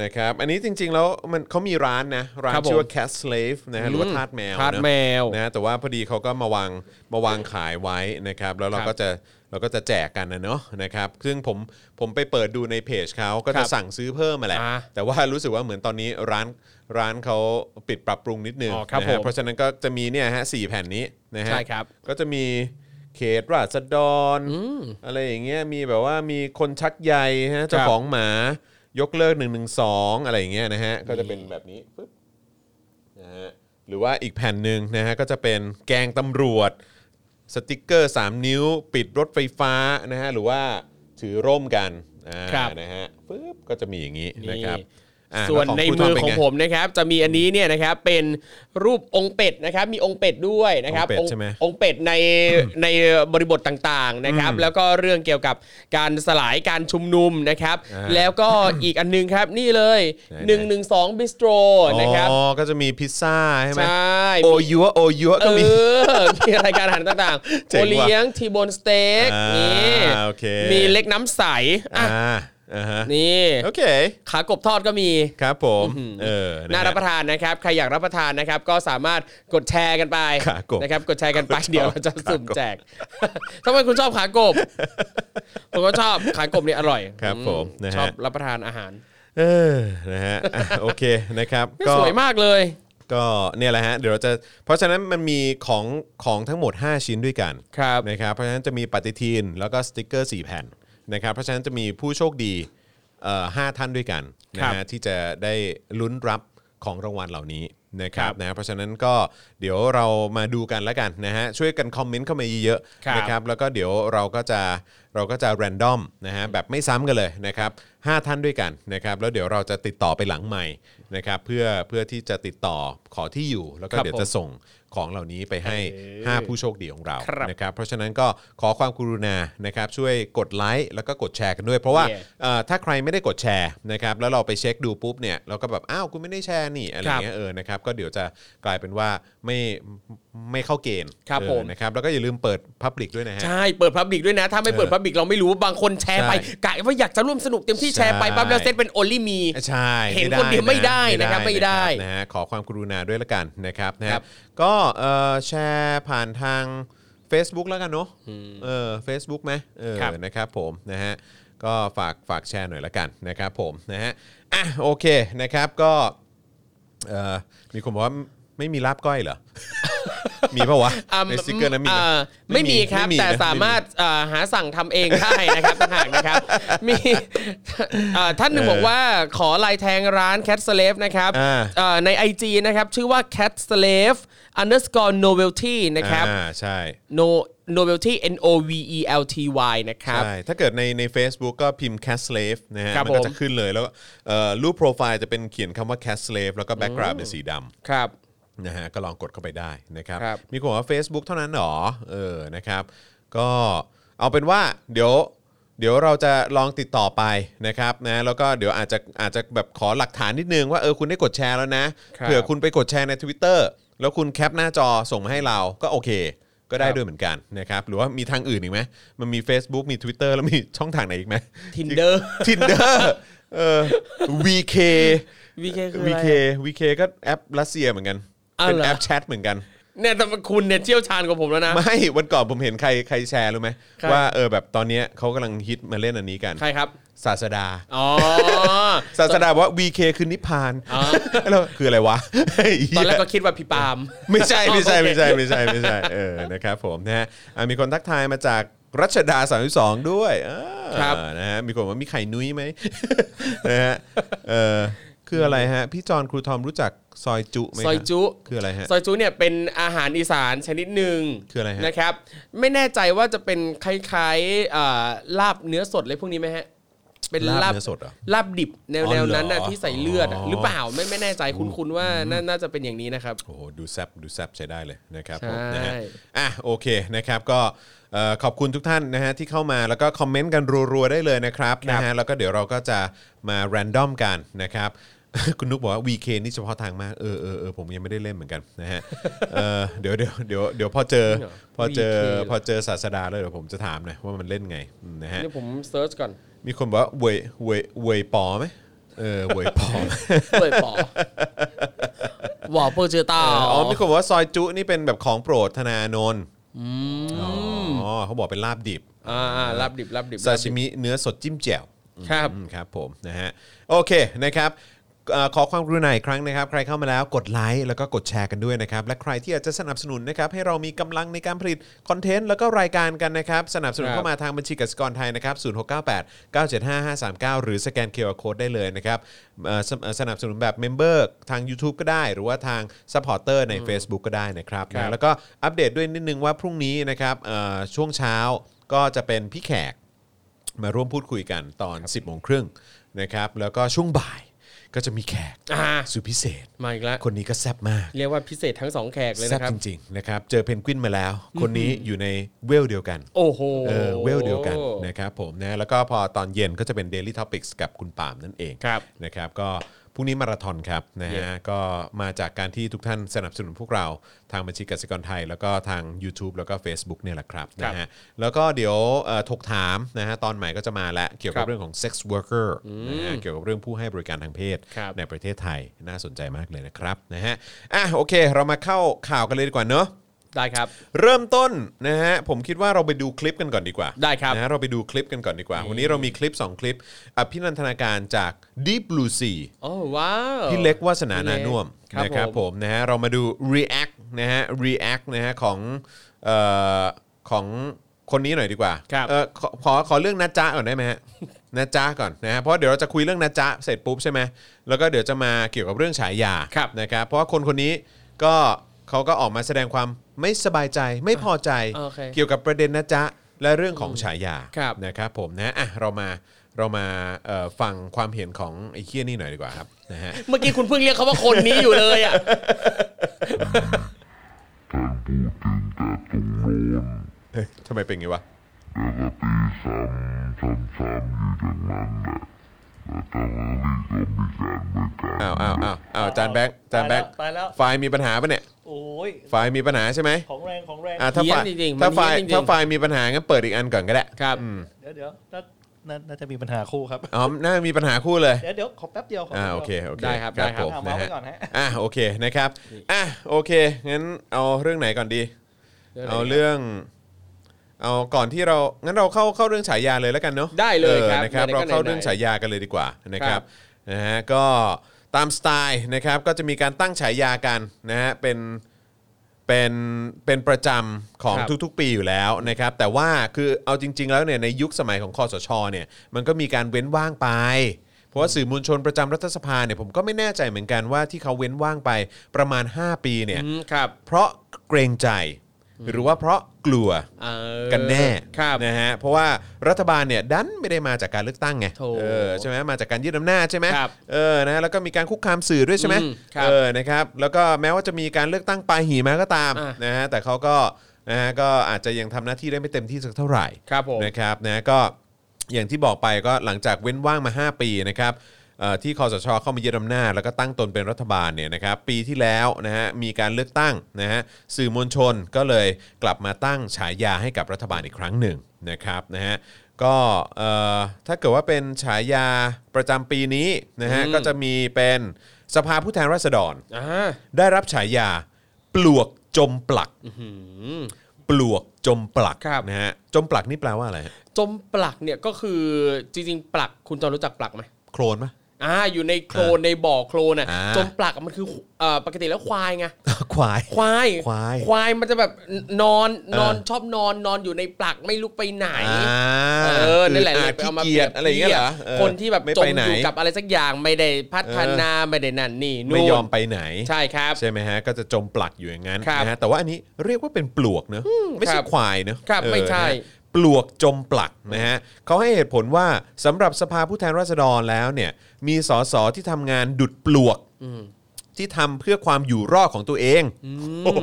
นะครับอันนี้จริงๆแล้วมันเขามีร้านนะร้าน
ครับผม
ชื่อว่า Cat Slave นะฮะหรือว่า
อืม
ทาสแมว
ทาส
เนอะ
แมว
นะแต่ว่าพอดีเขาก็มาวางมาวางขายไว้นะครับแล้วเรา
ครับ
ก็จะเราก็จะแจกกันนะเนาะนะครับซึ่งผมผมไปเปิดดูในเพจเขาก็จะ
ครับ
สั่งซื้อเพิ่มมาแหละ
อ่า
แต่ว่ารู้สึกว่าเหมือนตอนนี้ร้านร้านเขาปิดปรับปรุงนิดนึง
อ๋อครับ
นะ
ผ
ฮะ
ม
เพราะฉะนั้นก็จะมีเนี่ยฮะสี่แผ่นนี้นะฮะ
ใช่ครับ
ก็จะมี เขตราษฎรอะไรอย่างเงี้ยมีแบบว่ามีคนชักใยฮะเจ้าของหมายกเลิก1นึอะไรอย่างเงี้ยนะฮะก็จะเป็นแบบนี้ปึ๊บนะฮะหรือว่าอีกแผ่นหนึ่งนะฮะก็จะเป็นแกงตำรวจ สติกเกอร์ 3 นิ้ว ปิดรถไฟฟ้านะฮะหรือว่าถือร่มกันอ่า
ครับ
นะฮะปึ๊บก็จะมีอย่างนี้นะครับอ่ะ
ส่วน
แล้
ใน
ครูท
มือ
เป็น
ของ
ไ
ผมนะครับ จะมีอันนี้เนี่ยนะครับเป็นรูปองค์เป็ดนะครับ มีองค์เป็ดด้วยนะครับ
องค์เป็ดใช่ไหม
องค์เป็ด ในในบริบทต่างๆนะครับ แล้วก็เรื่องเกี่ยวกับการสลายการชุมนุมนะครับ
อ่า
แล้วก็อีกอันนึงครับนี่เลย
ไหน
112บิสโตรนะครับ
อ๋อก็จะมีพิซซ่าใช่ไหม
ใช่
โอยัวโอยัว
เอ
ก็มี
อมีรายการอาหารต่างๆ
เจ๋
โอง
ว่ะ
เลี้ยงทีบนสเต็ก
อ่า
นี่
โอเค
มีเล็กน้ำใสอ่ะ
อ่าอ่าฮะ
นี่
โอเค
ขากบทอดก็มี
ครับผมเออ
น่า
ฮะ
รับประทานนะครับ ใครอยากรับประทานนะครับ ก็สามารถกดแชร์กันไป
ขากบ
นะครับ กดแชร์กันไป
ขากบ
เดี๋ยวเราจะ
ขากบ
สุ่มแจก ทำไมคุณชอบขากบ ผมก็ชอบขากบเนี่ยอร่อย
ครับผมนะ
ชอ
ฮะ
บรับประทานอาหาร
เออนะฮะอ่ะโอเคนะครับ
สวยมากเลย
ก็เนี่ยแหละฮะเดี๋ยวเราจะเพราะฉะนั้นมันมีของของทั้งหมด 5 ชิ้นด้วยกัน
ครับ
นะครับเพราะฉะนั้นจะมีปฏิทินแล้วก็สติกเกอร์ 4 แผ่นนะครับเพราะฉะนั้นจะมีผู้โชคดีเอ่อห้าท่านด้วยกันนะครับ ฮะที่จะได้ลุ้นรับของรางวัลเหล่านี้นะครั
ครับ บ
นะเพราะฉะนั้นก็เดี๋ยวเรามาดูกันแล้วกันนะฮะช่วยกันคอมเมนต์เข้ามาเยอะ
ค
ๆ
รับ
นะครับ ครับแล้วก็เดี๋ยวเราก็จะเราก็จะแรนดอมนะฮะแบบไม่ซ้ำกันเลยนะครับห้าท่านด้วยกันนะครับแล้วเดี๋ยวเราจะติดต่อไปหลังใหม่นะครับเพื่อเพื่อที่จะติดต่อขอที่อยู่ แล้วก็
ครับ
เดี๋ยวจะส่งของเหล่านี้ไปให้ 5 ผู้โชคดีของเรา
ครับ
นะครับเพราะฉะนั้นก็ขอความกรุณานะครับช่วยกดไลค์แล้วก็กดแชร์กันด้วย เพราะว่า
Yeah
เอ่อถ้าใครไม่ได้กดแชร์นะครับแล้วเราไปเช็คดูปุ๊บเนี่ยเราก็แบบอ้าวคุณไม่ได้แชร์นี่อะไรอย่างเงี้ยเออนะครับก็เดี๋ยวจะกลายเป็นว่าไม่ไม่เข้าเกณฑ์
ครับ
เออ
ผม
นะครับแล้วก็อย่าลืมเปิดพับลิกด้วยนะฮะ
ใช่เปิดพับลิกด้วยนะ ถ้าไม่เปิดพับลิกเราไม่รู้บางคนแชร์ไป
ใช่
กะว่าอยากจะร่วมสนุกเต็มที่แชร์ไป
ใช่
ปั๊บแล้วเซตเป็น only me
ใช่
เห็นคนเดียวไม่ได้นะครับไม่ได้
นะครับนะฮะขอความกรุณาด้วยละกันนะครับนะ
ครั
ฮะ
บ
ก็เอ่อแชร์ผ่านทาง Facebook แล้วกันเนาะเออเฟซบุ๊กไหมเออ
ครับ
นะครับผมนะฮะก็ฝากฝากแชร์หน่อยละกันนะครับผมนะฮะอ่ะโอเคนะครับก็เอ่อมีคนบอกว่าไม่มีลาบก้อยเห รอ มีปะวะ
อ่ะ
ในสติกเกอร์นั้นมีไหม
อ่าไม่มีครับ
ไนะ
แต่สามารถอ่าหาสั่งทำเองได้นะครับ ต่างหากนะครับ มี อ่าท่านหนึ่งบอกว่าขอลายแทงร้าน Cat Slave นะครับ
อ่า
อ่าใน IG นะครับ ชื่อว่า Cat Slave underscore novelty นะครับ
อ่าใช่
no novelty n o v e l t y นะครับ
ใช่ ถ้าเกิดในใน Facebook ก็พิมพ์ cast slave นะฮะ
ครับ
มันก็
ผม
จะขึ้นเลยแล้วก็เอ่อรูปโปรไฟล์จะเป็นเขียนคำว่า cast slave แล้วก็ background เป็นสีด
ครับ
ำนะฮะ ก็ลองกดเข้าไปได้นะครับ
ครับ
มีคนบอกว่า Facebook เท่านั้นหรอ เออ นะครับ ก็เอาเป็นว่าเดี๋ยวเดี๋ยวเราจะลองติดต่อไปนะครับนะ แล้วก็เดี๋ยวอาจจะอาจจะแบบขอหลักฐานนิดนึงว่าเออคุณได้กดแชร์แล้วนะ
ครับ
เผื่อคุณไปกดแชร์ใน Twitter แล้วคุณแคปหน้าจอส่งมาให้เราก็โอเค ก็ได้
ครับ
ด้วยเหมือนกันนะครับหรือว่ามีทางอื่นอีกไหมมันมี Facebook มี Twitter แล้วมีช่องทางไหนอีกไหม
Tinder
ทินเดอร์เออ VK
VK คืออะไร
VK VK ก็แอปรัสเซียเหมือนกัน
อ้าว
เป็น
เหรอ
แอปแชทเหมือนกัน
เนี่ยแต่คุณเนี่ยเชี่ยวชาญกว่าผมแล้วนะ
ไม่วันก่อนผมเห็นใครใครแชร์รู้ไหม
ใคร
ว่าเออแบบตอนเนี้ยเขากำลังฮิตมาเล่นอันนี้กัน
ใครครับ
ศาสดา
อ๋อ
ศาสดาบอกว่า VK คือนิพพาน
อ๋อ
แล้วคืออะไรวะ
ตอนแรกก็คิดว่าพี่ปาล์ม
ไม่ใช่ไม่ใช่
โอเค
ไม่ใช่ไม่ใช่ไม่ใช่เออนะครับผมนะฮะอ่ะมีคนทักทายมาจากรัชดา32ด้วยอ่า
ครับ
นะฮะมีคนว่ามีไข่นุ้ยไหม นะฮะเออคืออะไรฮะ พี่จอนครูทอมรู้จักซอยจุไหมฮะ
ซอยจุ
คืออะไรฮะ
ซอยจูเนี่ยเป็นอาหารอีสานชนิดหนึ่ง
คืออะไรฮะ
นะครับ ไม่แน่ใจว่าจะเป็นคล้ายๆอ่าลาบเนื้อสดอะไรพวกนี้ไหมฮะ เป็น
ลา
ลา
บบ เนื้อสดเหรอ
ลาบดิบแนว
อ๋อ
แน
เหร
ว
อ
นั้นนะที่ใส่เลือดอะ
อ๋อ
หรือเปล่าไม่ไม่แน่ใจคุ้นๆว่าน่าน่าจะเป็นอย่างนี้นะครับ
โอ้โหดูแซบดูแซบใช้ได้เลยนะครับผม
ใช่
นะฮะอ่ะโอเคนะครับก็เอ่อขอบคุณทุกท่านนะฮะที่เข้ามาแล้วก็คอมเมนต์กันรัวๆได้เลยนะครับ
ครับ
นะฮะแล้วก็เดี๋ยวเราก็จะมาแรนดอมกันนะครับ คุณนุกบอกว่า VK นี่เฉพาะทางมากเออเออเออผมยังไม่ได้เล่นเหมือนกันนะฮะเออเดี๋ยวเดี๋ยวเดี๋ยวเดี๋ยวพอเจอ
จริงเหรอ
พอเจอ
VK เหรอ
พอเจอศาสดาแล้วเดี๋ยวผมจะถามหน่อยว่ามันเล่นไงอืมนะฮะ
นี่ผมเซิร์ชก่อน
มีคนบอกว่าเวยเวยเวยปอไหมเออเวยปอไหม
เปิดป อวอลเปอร์เจอต้า
อ๋อมีคนบอกว่าซอยจุนี่เป็นแบบของโปรดธนาโนนท์
อืม
อ๋อเขาบอกเป็นลาบดิบ
อ่าอ่ารับดิบรับดิบ
ซาชิมิเนื้อสดจิ้มแจ่ว
ครับ
อืมครับผมนะฮะโอเคนะครับเอ่อขอความกรุณาอีกครั้งนะครับ ใครเข้ามาแล้วกดไลค์แล้วก็กดแชร์กันด้วยนะครับ และใครที่อยากจะสนับสนุนนะครับให้เรามีกำลังในการผลิตคอนเทนต์แล้วก็รายการกันนะครับ สนับสนุน
ครับ
เข้ามาทางบัญชีกสิกรไทยนะครับ0698 975 539 หรือสแกนเคอร์โคดได้เลยนะครับเอ่อสเอ่อสนับสนุนแบบเมมเบอร์ทาง YouTube ก็ได้ หรือว่าทางซัพพอร์เตอร์ใน Facebook ก็ได้นะครับ
ครับ
นะแล้วก็อัปเดตด้วยนิดนึงว่าพรุ่งนี้นะครับเอ่อช่วงเช้าก็จะเป็นพี่แขก มาร่วมพูดคุยกันตอน 10บโมงครึ่งนะครับ แล้วก็ช่วงบ่ายก็จะมีแขก
อ่า
สุดพิเศษ
มาอีกแล้ว
คนนี้ก็แซบมาก
เรียกว่าพิเศษทั้งสองแขกเลย
แซบ
นะครับ
จริงๆนะครับ เจอเพนกวินมาแล้ว คนนี้อยู่ในเวลเดียวกัน
โอ้โห
เออเวลเดียวกันนะครับผมนะแล้วก็พอตอนเย็นก็จะเป็น Daily Topics กับคุณปาล์มนั่นเอง
ครับ
นะครับก็พรุ่งนี้มาราธอนครับนะฮะก็มาจากการที่ทุกท่านสนับสนุนพวกเราทางบัญชีกสิกรไทย แล้วก็ทาง YouTube แล้วก็ Facebook เนี่ยแหละครับ
ครับ
นะฮะ แล้วก็เดี๋ยวเอ่อถกถามนะฮะตอนใหม่ก็จะมาแล้วเกี่ยวกับเรื่องของ sex worker นะฮะเกี่ยวกับเรื่องผู้ให้บริการทางเพศ
ครับ
ในประเทศไทยน่าสนใจมากเลยนะครับนะฮะอ่ะโอเค เรามาเข้าข่าวกันเลยดีกว่าเนอะ
ได้ครับ
เริ่มต้นนะฮะผมคิดว่าเราไปดูคลิปกันก่อนดีกว่า
ได้ครับ
นะฮะเราไปดูคลิปกันก่อนดีกว่า วันนี้เรามีคลิป 2 คลิปอภินันทนาการจาก Deep Blue Sea
โอ้ว้าว
พี่เล็กวาสนานานุ่วม
พี่เล็ก
นะค
ครั
รับบ ผ
ผม ม
นะฮะเรามาดู react นะฮะ react นะฮะของเอ่อของคนนี้หน่อยดีกว่า
ครับ
เออขอขอขอเรื่องนัจจ้าก่อนได้ไหมฮะ นัจจ้าก่อนนะฮะเพราะเดี๋ยวเราจะคุยเรื่องนัจจ้าเสร็จปุ๊บใช่ไหมแล้วก็เดี๋ยวจะมาเกี่ยวกับเรื่องฉายานะครับเพราะว่าคนคนนี้ก็เขาก็ออกมาแสดงความไม่สบายใจไม่พอใจ
โอเค
เกี่ยวกับประเด็นนะจ๊ะและเรื่องของฉายา
ครับ
นะครับผมนะอ่ะเรามาเรามาเอ่อฟังความเห็นของไอ้เคียนี่หน่อยดีกว่าครับนะฮะ
เมื่อกี้คุณเพิ่งเรียกเขาว่าคนนี้อยู่เลยอ่ะ
แทงปูตึงแต่ตรงโน้นแล้ว
เฮ้ยทำไมเป็นอย่างงี้วะ
ก็ตีซ้ำซ้ำซ้ำอยู่อย่างนั้นแหละแล้วตอนนี้ก็มีการบริการ
อ้าวอ้าวอ้าวอ้าวจานแบงค์จานแบงค์
ตายแล้ว
ไฟล์มีปัญหาปะเนี่ย
โอ้ย
ไฟล์มีปัญหาใช่ไหม
ของแรงของแรง
อ่ะถ้าไฟล์
เหี้ยจริงๆมัน
ถ้าไฟล์
เหี้ยจริงๆ
ถ้าไฟล์มีปัญหางั้นเปิดอีกอันก่อนก็ได้
ครับ
เดี๋ยวเดี๋ยวน่าน่าน่าจะมีปัญหาคู่ครับ
อ๋อ น่ามีปัญหาคู่เลย
เดี๋ยวเดี๋ยวขอแป๊บเดียวขอ
อ่า
แป๊บเดียว
โอเคโอเค
ได้ครับได้ครั
ผ
บ
ม
เอา
นะ
เมาส์
ฮะ
ไปก่อนฮะ
อ่ะโอเคนะครับอ่ะโอเคงั้นเอาเรื่องไหนก่อนดี
ดี๋ยว
เอา
ดี๋ยว
เรื่อง เอาก่อนที่เรางั้นเราเข้าเข้าเรื่องฉายาเลยแล้วกันเนาะ
ได้เลยครับ
ออนะครับ
ไหนๆก็
เราเข้า
ไหนๆ
เรื่องฉายากันเลยดีกว่านะค
ครั
รับบ นะฮะก็ตามสไตล์นะครับก็จะมีการตั้งฉายากันนะฮะเป็นเป็นเป็นประจำของทุกๆ ปีอยู่แล้วนะครับ แต่ว่าคือเอาจริง ๆ แล้วเนี่ยในยุคสมัยของคอสชเนี่ยมันก็มีการเว้นว่างไป เพราะว่าสื่อมวลชนประจำรัฐสภาเนี่ยผมก็ไม่แน่ใจเหมือนกันว่าที่เขาเว้นว่างไปประมาณ 5 ปีเนี่ย
อืมครับ
เพราะเกรงใจหรือว่าเพราะกลัว
เออ
กันแน่
ครับ
นะฮะเพราะว่ารัฐบาลเนี่ยดันไม่ได้มาจากการเลือกตั้งไง
โถ่
เออใช่ไหมมาจากการยึดอำนาจใช่ไหม
ครับ
เออนะแล้วก็มีการคุกคามสื่อด้วยใช่ไหม
อืมครับ
เออนะครับแล้วก็แม้ว่าจะมีการเลือกตั้งปลายหีมาก็ตาม
อ่ะ
นะฮะแต่เขาก็นะฮะก็อาจจะยังทำหน้าที่ได้ไม่เต็มที่สักเท่าไหร่
ครับผม
นะครับนะก็อย่างที่บอกไปก็หลังจากเว้นว่างมา 5 ปีนะครับเอ่อที่คอสชเข้ามายึดอำนาจแล้วก็ตั้งตนเป็นรัฐบาลเนี่ยนะครับปีที่แล้วนะฮะมีการเลือกตั้งนะฮะสื่อมวลชนก็เลยกลับมาตั้งฉายาให้กับรัฐบาลอีกครั้งหนึ่งนะครับนะฮะก็เอ่อถ้าเกิดว่าเป็นฉายาประจำปีนี้นะฮะ
อืม
ก็จะมีเป็นสภาผู้แทนราษฎร
อ่า
ได้รับฉายาปลวกจมปลัก
หืม
ปลวกจมปลัก
ครับ
นะฮะจมปลักนี่แปลว่าอะไรฮะ
จมปลักเนี่ยก็คือจริงๆ ปลักคุณจอนรู้จักปลักไหม
โคลนปะ
อ่าอยู่ในโคลนในบ่อโคลนอ่ะ
อ่า
จมปลักมันคือเอ่อปกติแล้วควายไง
ควาย
ควาย
ควาย
ควายมันจะแบบนอนนอน
เออ
ชอบนอนนอนอยู่ในปลักไม่ลุกไปไหน
อ่า
เออนั่นแหละเลย
จ
ไปเอามา
ขี้เกียจอะไรอย่างเงี้ยเหรอเออ
คนที่แบบ
ไม่
จ
ไป
ม
ไหน
อยู่กับอะไรสักอย่างไม่ได้พัฒนาไม่ได้นั่นนี่นู่น
ไม่ยอมไปไหน
ใช่ครับ
ใช่ไหมฮะ ก็จะจมปลักอยู่อย่างนั้น
ครับ
นะฮะแต่ว่าอันนี้เรียกว่าเป็นปลวกเนอะไม่
ค
ใช่
รับ
ควายเนอะ
ครับ
เออ
ไม่ใช่
นะฮะปลวกจมปลักนะฮะเขาให้เหตุผลว่าสำหรับสภาผู้แทนราษฎรแล้วเนี่ยมีสสที่ทำงานดุดปลวก ที่ทำเพื่อความอยู่รอดของตัวเองโอ้โห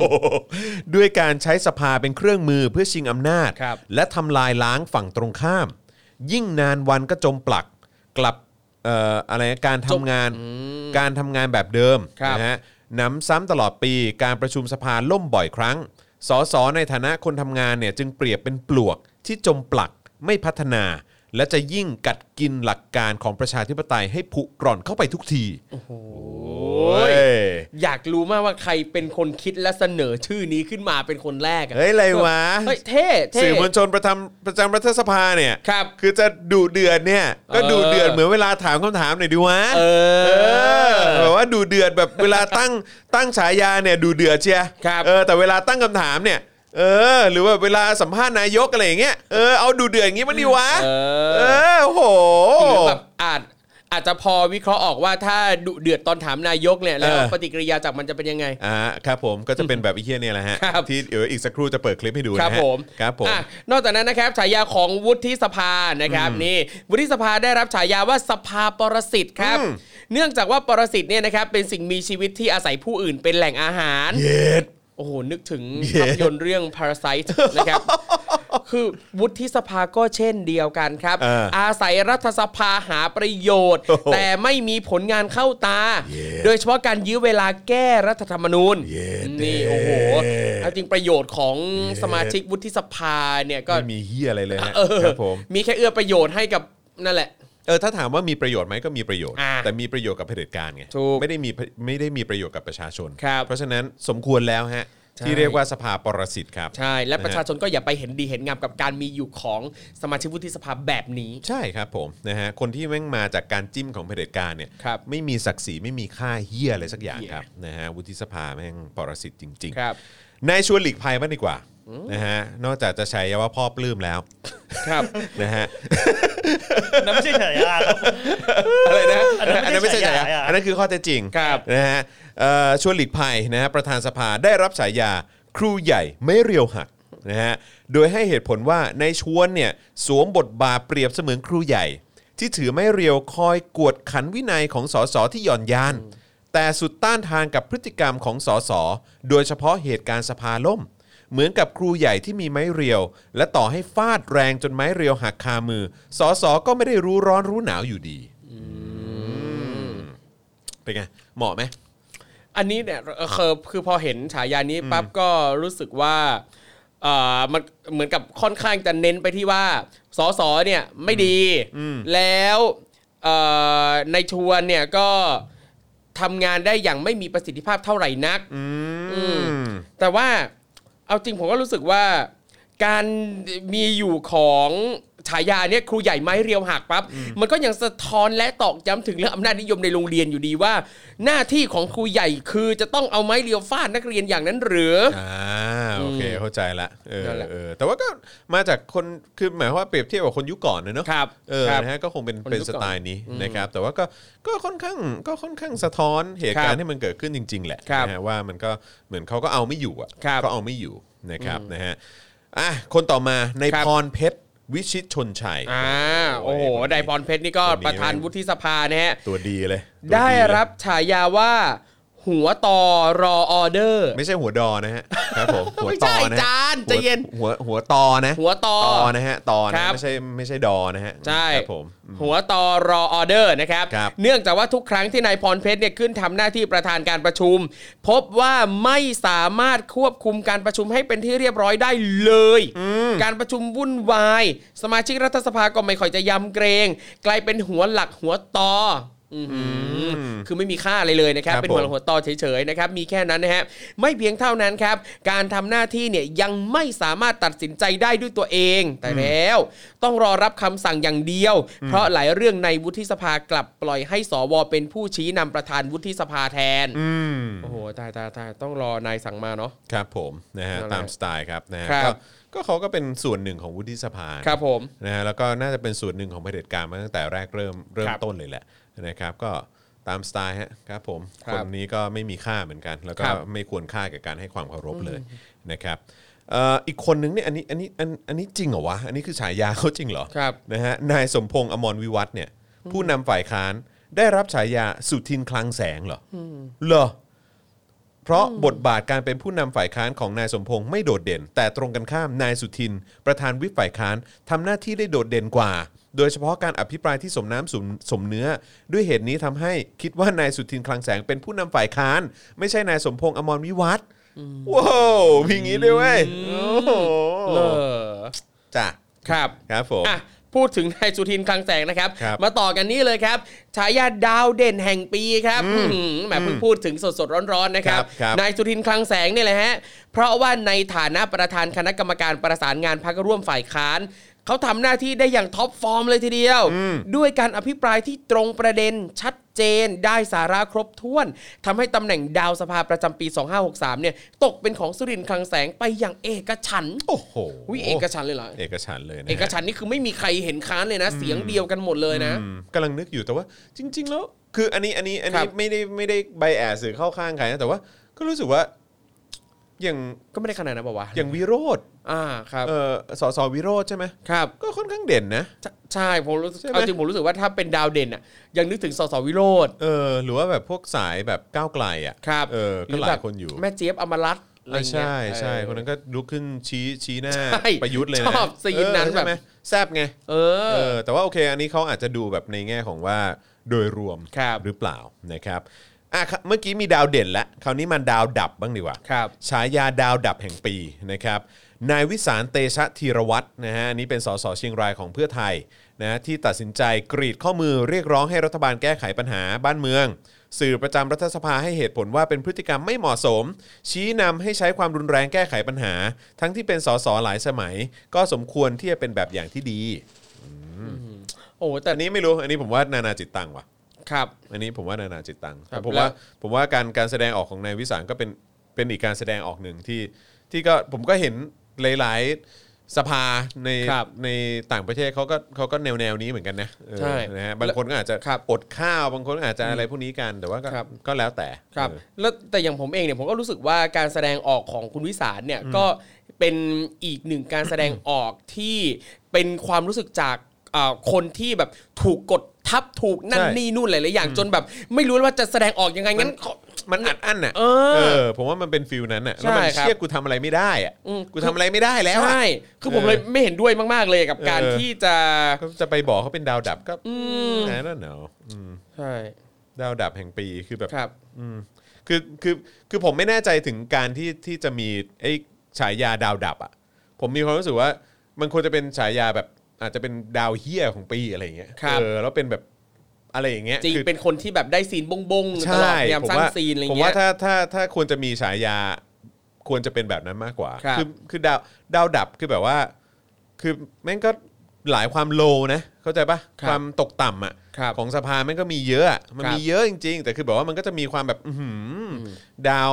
ด้วยการใช้สภาเป็นเครื่องมือเพื่อชิงอำนาจ
ครับ
และทำลายล้างฝั่งตรงข้าม ยิ่งนานวันก็จมปลัก กลับ เอ่ออะไรนะการทำงานการทำงานแบบเดิม
ครับ
นะฮะหนำซ้ำตลอดปีการประชุมสภาล่มบ่อยครั้งสสในฐานะคนทำงานเนี่ยจึงเปรียบเป็นปลวกที่จมปลักไม่พัฒนา และจะยิ่งกัดกินหลักการของประชาธิปไตยให้ผุกร่อนเข้าไปทุกทีโอ้ย
อยากรู้มากว่าใครเป็นคนคิดและเสนอชื่อนี้ขึ้นมาเป็นคนแรกอะ
เฮ้ยอะไรวะ
เฮ้ยเท่เท่
สื่อมวลชนประจำประจำรัฐสภาเนี่ย
ครับ
คือจะดูเดือดเนี่ย ก็
เออ
ดูเดือดเหมือนเวลาถามคำถามหน่อยดิวะ
เอ
เอ
อ
อแบบว่าดูเดือดแบบเวลาตั้งตั้งฉายาเนี่ยดูเดือดเชีย
ครับ
เออแต่เวลาตั้งคำถามเนี่ย เออ หรือว่าเวลาสัมภาษณ์นายกอะไรอย่างเงี้ยเออเอาดูเดือดอย่างงี้มันดีวะ
เออ
เออโอ้โห
หรือแบบอาจอาจจะพอวิเคราะห์ออกว่าถ้าดุเดือดตอนถามนายกเนี่ยแล้ว
เออ
ปฏิกิริยาจากมันจะเป็นยังไง
อ่าครับผมก็จะเป็นแบบไอ้เหี้ยเนี่ยแหละฮะ
ครับ
ที่เดี๋ยวอีกสักครู่จะเปิดคลิปให้ดูนะ
ค
ฮะ
รับผม
ครับผม
อ่ะนอกจากนั้นนะครับฉายาของวุฒิสภานะครับนี่วุฒิสภาได้รับฉายาว่าสภาปรสิตครับ
อืม
เนื่องจากว่าปรสิตเนี่ยนะครับเป็นสิ่งมีชีวิตที่อาศัยผู้อื่นเป็นแหล่งอาหาร
เย็ด
โอ้โห นึกถึง
เย้
ภาพยนตร์เรื่อง Parasite นะครับ คือวุฒิสภาก็เช่นเดียวกันครับ
เออ
อาศัยรัฐสภาหาประโยชน์
โอ้โห
แต่ไม่มีผลงานเข้าตา โดยเฉพาะการยื้อเวลาแก้รัฐธรรมนูญ
เย้
นี่โอ้โห
เย้
เอาจริงประโยชน์ของสมาชิกวุฒิสภาเนี่ยก็
ไม่มีเหี้ยอะไรเลยฮะ
เออ
ครับผม
มีแค่เอื้อประโยชน์ให้กับนั่นแหละ
เออถ้าถามว่ามีประโยชน์ไหมก็มีประโยชน์
อ่า
แต่มีประโยชน์กับเผด็จการไง
ถูก
ไม่ได้มีไม่ได้มีประโยชน์กับประชาชน
ครับ
เพราะฉะนั้นสมควรแล้วฮะ
ใช่
ที่เรียกว่าสภาปรสิตครับ
ใช่ และประชา
ฮ
ชนก็อย่าไปเห็นดีเห็นงามกับการมีอยู่ของสมาชิกวุฒิสภาแบบนี้
ใช่ครับผมนะฮะคนที่แม่งมาจากการจิ้มของเผด็จการเนี่ย
ครับ
ไม่มีศักดิ์ศรีไม่มีค่าเฮียอะไรสักอย่าง
เหี้ย
ครับนะฮะวุฒิสภาแม่งปรสิตจริง
ครับ
ๆนายชวนหลีกภัยบ้างดีกว่านะฮะนอกจากจะใช้ว่าพ่อปลื้มแล้ว
ครับ
นะฮะ
นั่นไม่ใช่ฉายาครับ
อะไรนะ
อันนั้นไม่
อันนั้นไม่
ใช่
ใช่
ฉา
ฉาาย
ยา
อันนั้นคือข้อเท็จจริง
ครับ
นะฮะเอ่อชวนหลีกภัยนะฮะประธานสภาได้รับฉายาครูใหญ่ไม่เรียวหักนะฮะโดยให้เหตุผลว่าในายชวนเนี่ยสวมบทบาทเปรียบเสมือนครูใหญ่ ที่ถือไม่เรียวคอยกวดขันวินัยของสสที่หย่อนยาน แต่สุดต้านทานกับพฤติกรรมของสสโดยเฉพาะเหตุการณ์สภาล่ม เหมือนกับครูใหญ่ที่มีไม้เรียว และต่อให้ฟาดแรงจนไม้เรียวหักคามือสสก็ไม่ได้รู้ร้อนรู้หนาวอยู่ดี เป็นไงเหมาะไหม
อันนี้เนี่ยเอ่อคือคือพอเห็นฉายานี้ปั๊บก็รู้สึกว่าเอ่อมันเหมือนกับค่อนข้างจะเน้นไปที่ว่าสสเนี่ยไม่ดี แล้วเอ่อในชวนเนี่ยก็ทำงานได้อย่างไม่มีประสิทธิภาพเท่าไหร่นัก
อืม
แต่ว่าเอาจริงผมก็รู้สึกว่าการมีอยู่ของฉายาเนี่ยครูใหญ่ไม้เรียวหักปั๊บมันก็ยังสะท้อนและตอกย้ำถึงเรื่องอำนาจนิยมในโรงเรียนอยู่ดีว่า หน้าที่ของครูใหญ่คือจะต้องเอาไม้เรียวฟาดนักเรียนอย่างนั้นหรือ
อ่า โอเค เข้าใจละเออ
นั่นแหละ
เออ แต่ว่าก็มาจากคน คือหมายความว่าเปรียบเทียบกับคนยุคก่อนนะเนอะ
ครับ
เออ
ครับ
นะฮะ ก็คงเป็น
คนยุคก่อน
เป็นสไตล์นี้นะครับ แต่ว่าก็ ก็ค่อนข้าง ก็ค่อนข้างสะท้อนเหตุการ
ครั
ณ์
บ
ที่มันเกิดขึ้นจริง ๆ แหละ
ครับ
นะฮะว่ามันก็ เหมือนเขาก็เอาไม่อยู่อ่ะ
ครับ
ก็เอาไม่อยู่นะครับ นะฮะ อ่ะ คนต่อมา ใน
ครับ
พรเพชรวิชิตชนชัย
อ่าโอ้โห
โอ้ย
ไดบอลเพชรนี่ก็
คนนี้
ประธานวุฒิสภานะฮะ
ตัวดีเลยตัว
ได้
เลย
รับฉายาว่า หัวต่อรอออเดอร์
ไม่ใช่หัวดอนะฮะ ครับผม หัว
ไม่
ต
ใช่
อนะ
จานใจเย็น
หัว หัวตอนะ
หัวต่อ
ตอนะฮะตอนะครับ ไม่ใช่ไม่ใช่ดอนะฮะ
ใช่
ครับผม
หัวตอรอออเดอร์นะครับ
ครับ
เนื่องจากว่าทุกครั้งที่นายพรเพชรเนี่ยขึ้นทำหน้าที่ประธานการประชุม พบว่าไม่สามารถควบคุมการประชุมให้เป็นที่เรียบร้อยได้เลย การประชุมวุ่นวาย สมาชิกรัฐสภาก็ไม่ค่อยจะยำเกรง กลายเป็นหัวหลักหัวตออื้อหือคือไม่มีค่าอะไรเลยนะครับ
ครับ
เป็นหัว
ผม
หัวตอเฉยๆนะครับ มีแค่นั้นนะฮะ ไม่เพียงเท่านั้นครับ การทำหน้าที่เนี่ยยังไม่สามารถตัดสินใจได้ด้วยตัวเอง แต่แล้ว ต้องรอรับคำสั่งอย่างเดียว เพราะหลายเรื่องในวุฒิสภากลับปล่อยให้สวเป็นผู้ชี้นำประธานวุฒิสภาแทน
อืม
โอ้โห ตายตายตายต้องรอนายสั่งมาเนาะ
ครับผมนะฮะ
นั่นแหละ
ตามสไตล์ครับนะฮะ
ครับ
ก็ก็เขาก็เป็นส่วนหนึ่งของวุฒิสภา
ครับผม
นะฮะแล้วก็น่าจะเป็นส่วนหนึ่งของเผด็จการมาตั้งแต่แรกเริ่มเริ่มต้นเลยแหละนะครับ ก็ตามสไตล์ฮะครับผม
ครับ
คนนี้ก็ไม่มีค่าเหมือนกัน แล้วก็
ครับ
ไม่ควรค่ากับการให้ความเคารพเลยนะครับเอ่ออีกคนนึงเนี่ยอันนี้อันนี้อันอันนี้จริงเหรอวะอันนี้คือฉายาเขาจริงเหรอ
ครับ
นะฮะนายสมพงษ์อมรวิวัฒน์เนี่ยผู้นำฝ่ายค้านได้รับฉายาสุทินคลังแสงเหรอเหรอ เพราะบทบาทการเป็นผู้นำฝ่ายค้านของนายสมพงษ์ไม่โดดเด่น แต่ตรงกันข้ามนายสุทิน ประธานวิปฝ่ายค้านทำหน้าที่ได้โดดเด่นกว่า โดยเฉพาะการอภิปรายที่สมน้ำสมสมเนื้อ ด้วยเหตุนี้ทำให้คิดว่านายสุทินคลังแสงเป็นผู้นำฝ่ายค้าน ไม่ใช่นายสมพงษ์อมรวิวัฒน์ว้าวมีอย่างนี้ด้วยเว้ยโอ้โห
เออ
จ้ะ
ครับ
ครับผม
อ่ะพูดถึงนายสุทินคลังแสงนะครับ
ครับ
มาต่อกันนี่เลยครับฉายาดาวเด่นแห่งปีครับ
อืม
อื้อหือแหมเพิ่งพูดถึงสดๆร้อนๆนะครั
ค
บ
รับครับ
นายสุทินคลังแสงนี่แหละฮะเพราะว่าในฐานะประธานคณะกรรมการประสานงานพักร่วมฝ่ายค้านเขาทำหน้าที่ได้อย่างท็อปฟอร์มเลยทีเดียว
อืม
ด้วยการอภิปรายที่ตรงประเด็นชัดเจนได้สาระครบถ้วนทำให้ตำแหน่งดาวสภาประจำปี 2563เนี่ยตกเป็นของสุรินทร์คลังแสงไปอย่างเอกฉันท์
โอ้โห
อุ้ยเอกฉันท์เลยเหรอ
เอกฉันท์เลยนะฮะ
เอกฉันท์นี่คือไม่มีใครเห็นค้านเลยนะ เสียงเดียวกันหมดเลยนะ
อืมกำลังนึกอยู่แต่ว่าจริง ๆ แล้ว คืออันนี้อันนี้อันนี้
ครับ
ไม่ได้ไม่ได้ใบแอบหรือเข้าข้างใครนะ แต่ว่าก็รู้สึกว่าอย่าง
ก็ไม่ได้ขนาดนั้นป่าวะ
อย่างวิโรธ
อ่าครับ
เอ่อสสวิโรธใช่ไหม
ครับ
ก็ค่อนข้างเด่นนะ
ใช่ใช่ผมรู้สึก
ใช่ไหม
เอาจริงผมรู้สึกว่าถ้าเป็นดาวเด่นอ่ะยังนึกถึงสสวิโรธ
เออหรือว่าแบบพวกสายแบบก้าวไกลอ่ะ
ครับ
เออก็หลายคนอยู่
แม่เจี๊ยบอมรัตน์อะไร
อ่ะ
เงี้ย
ใช่ใช่
เออ
คนนั้นก็ลุกขึ้นชี้ชี้หน้า
ใช่
ประยุทธ์เลยนะ
ชอบซีนนั้น
เออใช่ไหม
แบบ
แซบไง
เอ
เอ
อ
อแต่ว่าโอเคอันนี้เขาอาจจะดูแบบในแง่ของว่าโดยรวม
ครับ
หรือเปล่านะครับอ่ะเมื่อกี้มีดาวเด่นแล้วคราวนี้มันดาวดับบ้างดีกว่า
ครับ
ฉายาดาวดับแห่งปีนะครับนายวิสารเตชะธีรวัตรนะฮะอันนี้เป็นสสเชียงรายของเพื่อไทยนะฮะที่ตัดสินใจกรีดข้อมือเรียกร้องให้รัฐบาลแก้ไขปัญหาบ้านเมือง สื่อประจำรัฐสภาให้เหตุผลว่าเป็นพฤติกรรมไม่เหมาะสม ชี้นำให้ใช้ความรุนแรงแก้ไขปัญหา ทั้งที่เป็นสสหลายสมัย ก็สมควรที่จะเป็นแบบอย่างที่ดี
โอ้แต่
อันนี้ไม่รู้อันนี้ผมว่านานาจิตตังว่ะ
ครับ
อันนี้ผมว่านานาจิตตังค์
ครั
แต่
บ
ผม
แล้ว
ว่าผมว่าการการแสดงออกของนายวิสารก็เป็นเป็นอีกการแสดงออกหนึ่งที่ที่ก็ผมก็เห็นหลาย ๆ สภาใน
ครับ
ในต่างประเทศเขาก็เขาก็แนวแนวๆนี้เหมือนกันนะเออ
ใช่
นะฮะบางคนก็อาจจะ
ครับ
อดข้าวบางคนก็อาจจะอะไรพวกนี้กันแต่ว่าก็
ครับ
ก็แล้วแต่
ครับ
เออ
แล้วแต่อย่างผมเองเนี่ยผมก็รู้สึกว่าการแสดงออกของคุณวิสารเนี่ยก็เป็นอีกหนึ่งการแสดงออกที่เป็นความรู้สึกจากเอ่อคนที่แบบถูกกดทับถูกนั่น
ใช่
นี่นู่นหลายๆอย่างจนแบบ ไม่รู้ว่าจะแสดงออกยังไงงั้นขอ
มันอัดอั้นอ่ะ
เออ
ผมว่ามันเป็นฟิลนั้นอ่ะแล้วมัน
ใช่ครับ
เชี่ยกูทำอะไรไม่ได้อ่ะ
อืม
กูทำอะไรไม่ได้แล้วอ่ะ
ใช่คือผมเลยไม่เห็นด้วยมาก ๆ เลยกับการ
เออ
ที่จะ
ก็จะไปบอกเขาเป็นดาวดับก็
อืม
แน่นอนเนา
ใช่
ดาวดับแห่งปีคือแบบ
ครับ
คือคือคือผมไม่แน่ใจถึงการที่ที่จะมีไอ้ฉายาดาวดับอ่ะผมมีความรู้สึกว่ามันควรจะเป็นฉายาแบบอาจจะเป็นดาวเฮี้ยของปีอะไรอย่างเงี้ย
ครับ
เออแล้วเป็นแบบอะไรอย่างเงี้ย
จริง
คือ
เป็นคนที่แบบได้ซีนบงบงๆตลอด
ใช่
พยายาม
ผม
สร้าง
ว่า
ซีนอะไร
ผม
เงี้
ว่าย ถ้าถ้าถ้าควรจะมีฉายาควรจะเป็นแบบนั้นมากกว่า
ครับ
อคือดาวดาวดับคือแบบว่า คือแม่งก็หลายความโลนะเข้าใจปะ
ครับ
ความตกต่ำอ่ะ
ครับ
ของสภาแม่งก็มีเยอะอะมันมีเยอะจริง ๆ แต่คือแบบว่ามันก็จะมีความแบบ อื้อหือ ดาว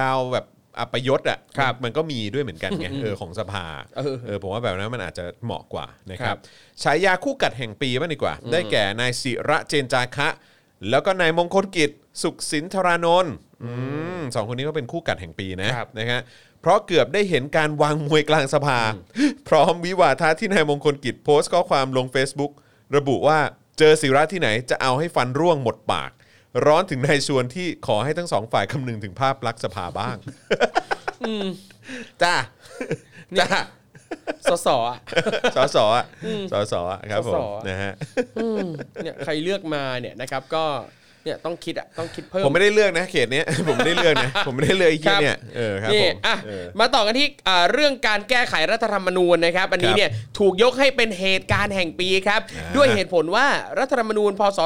ดาวแบบอัปยศอ่ะ
ครับ
มันมันก็มีด้วยเหมือนกัน ไงเออของสภา
เออ
เออผมว่าแบบนั้นมันอาจจะเหมาะกว่านะค
ค
รั
รั
บบ ฉายาคู่กัดแห่งปีบ้างดีกว่า ได้แก่นายศิระเจนจาคะ แล้วก็นายมงคลกิจ สุขสินธารานนท์อืมสองคนนี้ก็เป็นคู่กัดแห่งปีนะครับ นะฮะเพราะเกือบได้เห็นการวางมวยกลางสภา พร้อมวิวาทะที่นายมงคลกิจโพสต์ข้อความลง Facebook ระบุว่าเจอศิระที่ไหนจะเอาให้ฟันร่วงหมดปาก ร้อนถึงนายชวนที่ขอให้ทั้งสองฝ่ายคำนึงถึงภาพลักษณ์สภาบ้าง จ้า จ้า
สสอ่ะ
สอสออะสอสออะครับผ
ส
ม
อสอ
นะฮะ
อืมเนี่ยใครเลือกมาเนี่ยนะครับก็เนี่ยต้องคิดอะต้องคิดเพิ่ม
ผมไม่ได้เลือกนะเขตเนี้ย ผมไม่ได้เลือกนะ ผมไม่ได้เลือกไอ้เหี้ย
ครับ
เนี่ยเออครับผ
นี่
ม
อ่ะ
เออ
มาต่อกันที่อ่าเรื่องการแก้ไขรัฐธรรมนูญนะครับอัน
ค
นี้
รับ
เนี่ยถูกยกให้เป็นเหตุการณ์แห่งปีครับ
อ่า
ด้วยเหตุผลว่ารัฐธรรมนูญพศ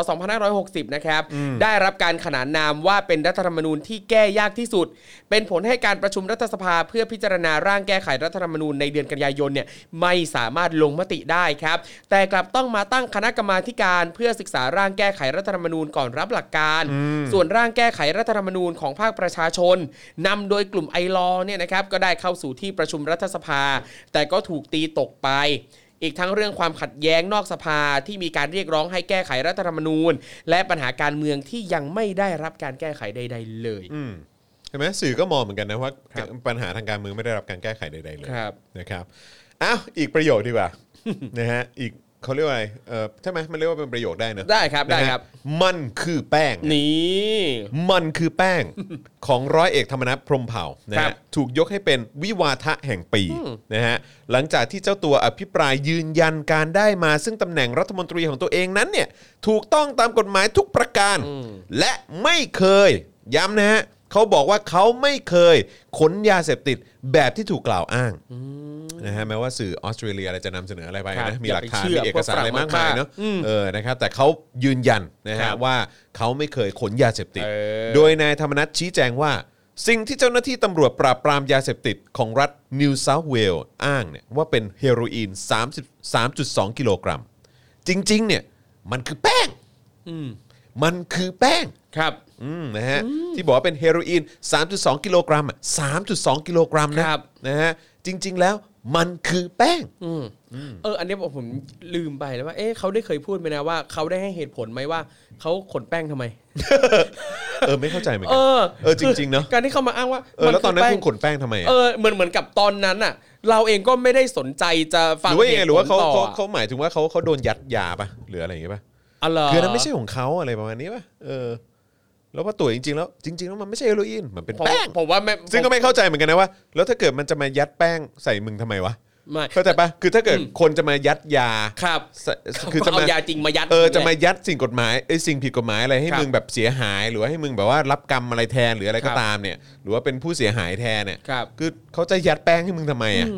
2560 นะครับได้รับการขนานนามว่าเป็นรัฐธรรมนูญที่แก้ยากที่สุด เป็นผลให้การประชุมรัฐสภาเพื่อพิจารณาร่างแก้ไขรัฐธรรมนูญในเดือนกันยายนเนี่ยไม่สามารถลงมติได้ครับ แต่กลับต้องมาตั้งคณะกรรมาธิการเพื่อศึกษาร่างแก้ไขรัฐธรรมนูญก่อนรับหลักการ
อืม
ส่วนร่างแก้ไขรัฐธรรมนูญของภาคประชาชนนำโดยกลุ่มไอรอเนี่ยนะครับก็ได้เข้าสู่ที่ประชุมรัฐสภา แต่ก็ถูกตีตกไป อีกทั้งเรื่องความขัดแย้งนอกสภาที่มีการเรียกร้องให้แก้ไขรัฐธรรมนูญ และปัญหาการเมืองที่ยังไม่ได้รับการแก้ไขใด ๆ เลย
อืมเห็นไหมสื่อก็มองเหมือนกันนะว่า
ครับ
ปัญหาทางการเมืองไม่ได้รับการแก้ไขใดๆเลย
ครับ
นะครับอ้าวอีกประโยคดีกว่า นะฮะอีก เขาเรียกว่าอะไรเออใช่ไหมมันเรียกว่าเป็นประโยคได้เนอะ
ได้ครับได้
นะฮะ
ครับ
มันคือแป้ง
นี่
มันคือแป้ง ของร้อยเอกธรรมนัฐพรหมเผ่านะฮะถูกยกให้เป็นวิวาทะแห่งปีนะฮะหลังจากที่เจ้าตัวอภิปรายยืนยันการได้มาซึ่งตำแหน่งรัฐมนตรีของตัวเองนั้นเนี่ยถูกต้องตามกฎหมายทุกประการ และไม่เคย ย้ำนะฮะเขาบอกว่าเขาไม่เคยขนยาเสพติดแบบที่ถูกกล่าวอ้างนะฮะแม้ว่าสื่อออสเตรเลียอะไรจะนำเสนออะไรไปนะมีหลักฐานมีเอกสารอะไรมากมายเนอะ เออ นะครับ แต่เขายืนยันนะ
ค
ฮะ
รับ
ว่าเขาไม่เคยขนยาเสพติด
เออ
โดยนายธรรมนัฐชี้แจงว่า สิ่งที่เจ้าหน้าที่ตำรวจปราบปรามยาเสพติดของรัฐนิวเซาท์เวลอ้างเนี่ยว่าเป็นเฮโรอีน30 3.2 กิโลกรัม จริง ๆ เนี่ยมันคือแป้ง มันคือแป้ง
ครับ
อืมนะฮะที่บอกว่าเป็นเฮโรอีน 3.2 กิโลกรัมอ่ะ3.2 กิโลกรัมนะครับ นะฮะจริง ๆ แล้วมันคือแป้ง
เออ อันนี้ผมลืมไปแล้วว่า เอ๊ะเขาได้เคยพูดไหมนะว่าเขาได้ให้เหตุผลไหมว่าเขาขนแป้งทำไม
เออไม่เข้าใจเหมือน
เอ
กัน
อ
เออจริงๆเนอะ
การที่เขามาอ้างว่า
เออแล้วตอนนั้น
มั
คุณขนแป้งทำไมอะ
เออเหมือนเหมือนกับตอนนั้นน่ะ เราเองก็ไม่ได้สนใจจะฟัง
หรือว่ายังไงห
ตุผล
รือว่าเขา
ต่
เขา
อะ
เขาหมายถึงว่าเขาเขาโดนยัดยาปะหรืออะไรอย่างงี้ปะ
อ๋อเหรอ
คืออันนั้นไม่ใช่ของเขาอะไรประมาณนี้ปะเออ แล้วพอตรวจจริงๆแล้วจริงๆแล้วมันไม่ใช่เฮโรอีนมันเป็น
ผม
แป้ง
ผมว่าไม่
ซึ่งก็ไม่เข้าใจเหมือนกันนะว่า แล้วถ้าเกิดมันจะมายัดแป้งใส่มึงทำไมวะ
ไม่
เข้าใจปะคือถ้าเกิด
อืม
คนจะมายัดยา
ครับ
ใส่คือจะ
เขา
มา
เอายาจริงมายัด
เออจะ
นี่ย
มายัดสิ่งกฎหมายไอ้ยสิ่งผิดกฎหมายอะไรให้
ครับ
มึงแบบเสียหาย หรือว่าให้มึงแบบว่ารับกรรมอะไรแทนหรืออะไรก็
ครับ
ตามเนี่ย หรือว่าเป็นผู้เสียหายแทนเนี่ย
ครับ
คือเขาจะยัดแป้งให้มึงทำไมอ่ะ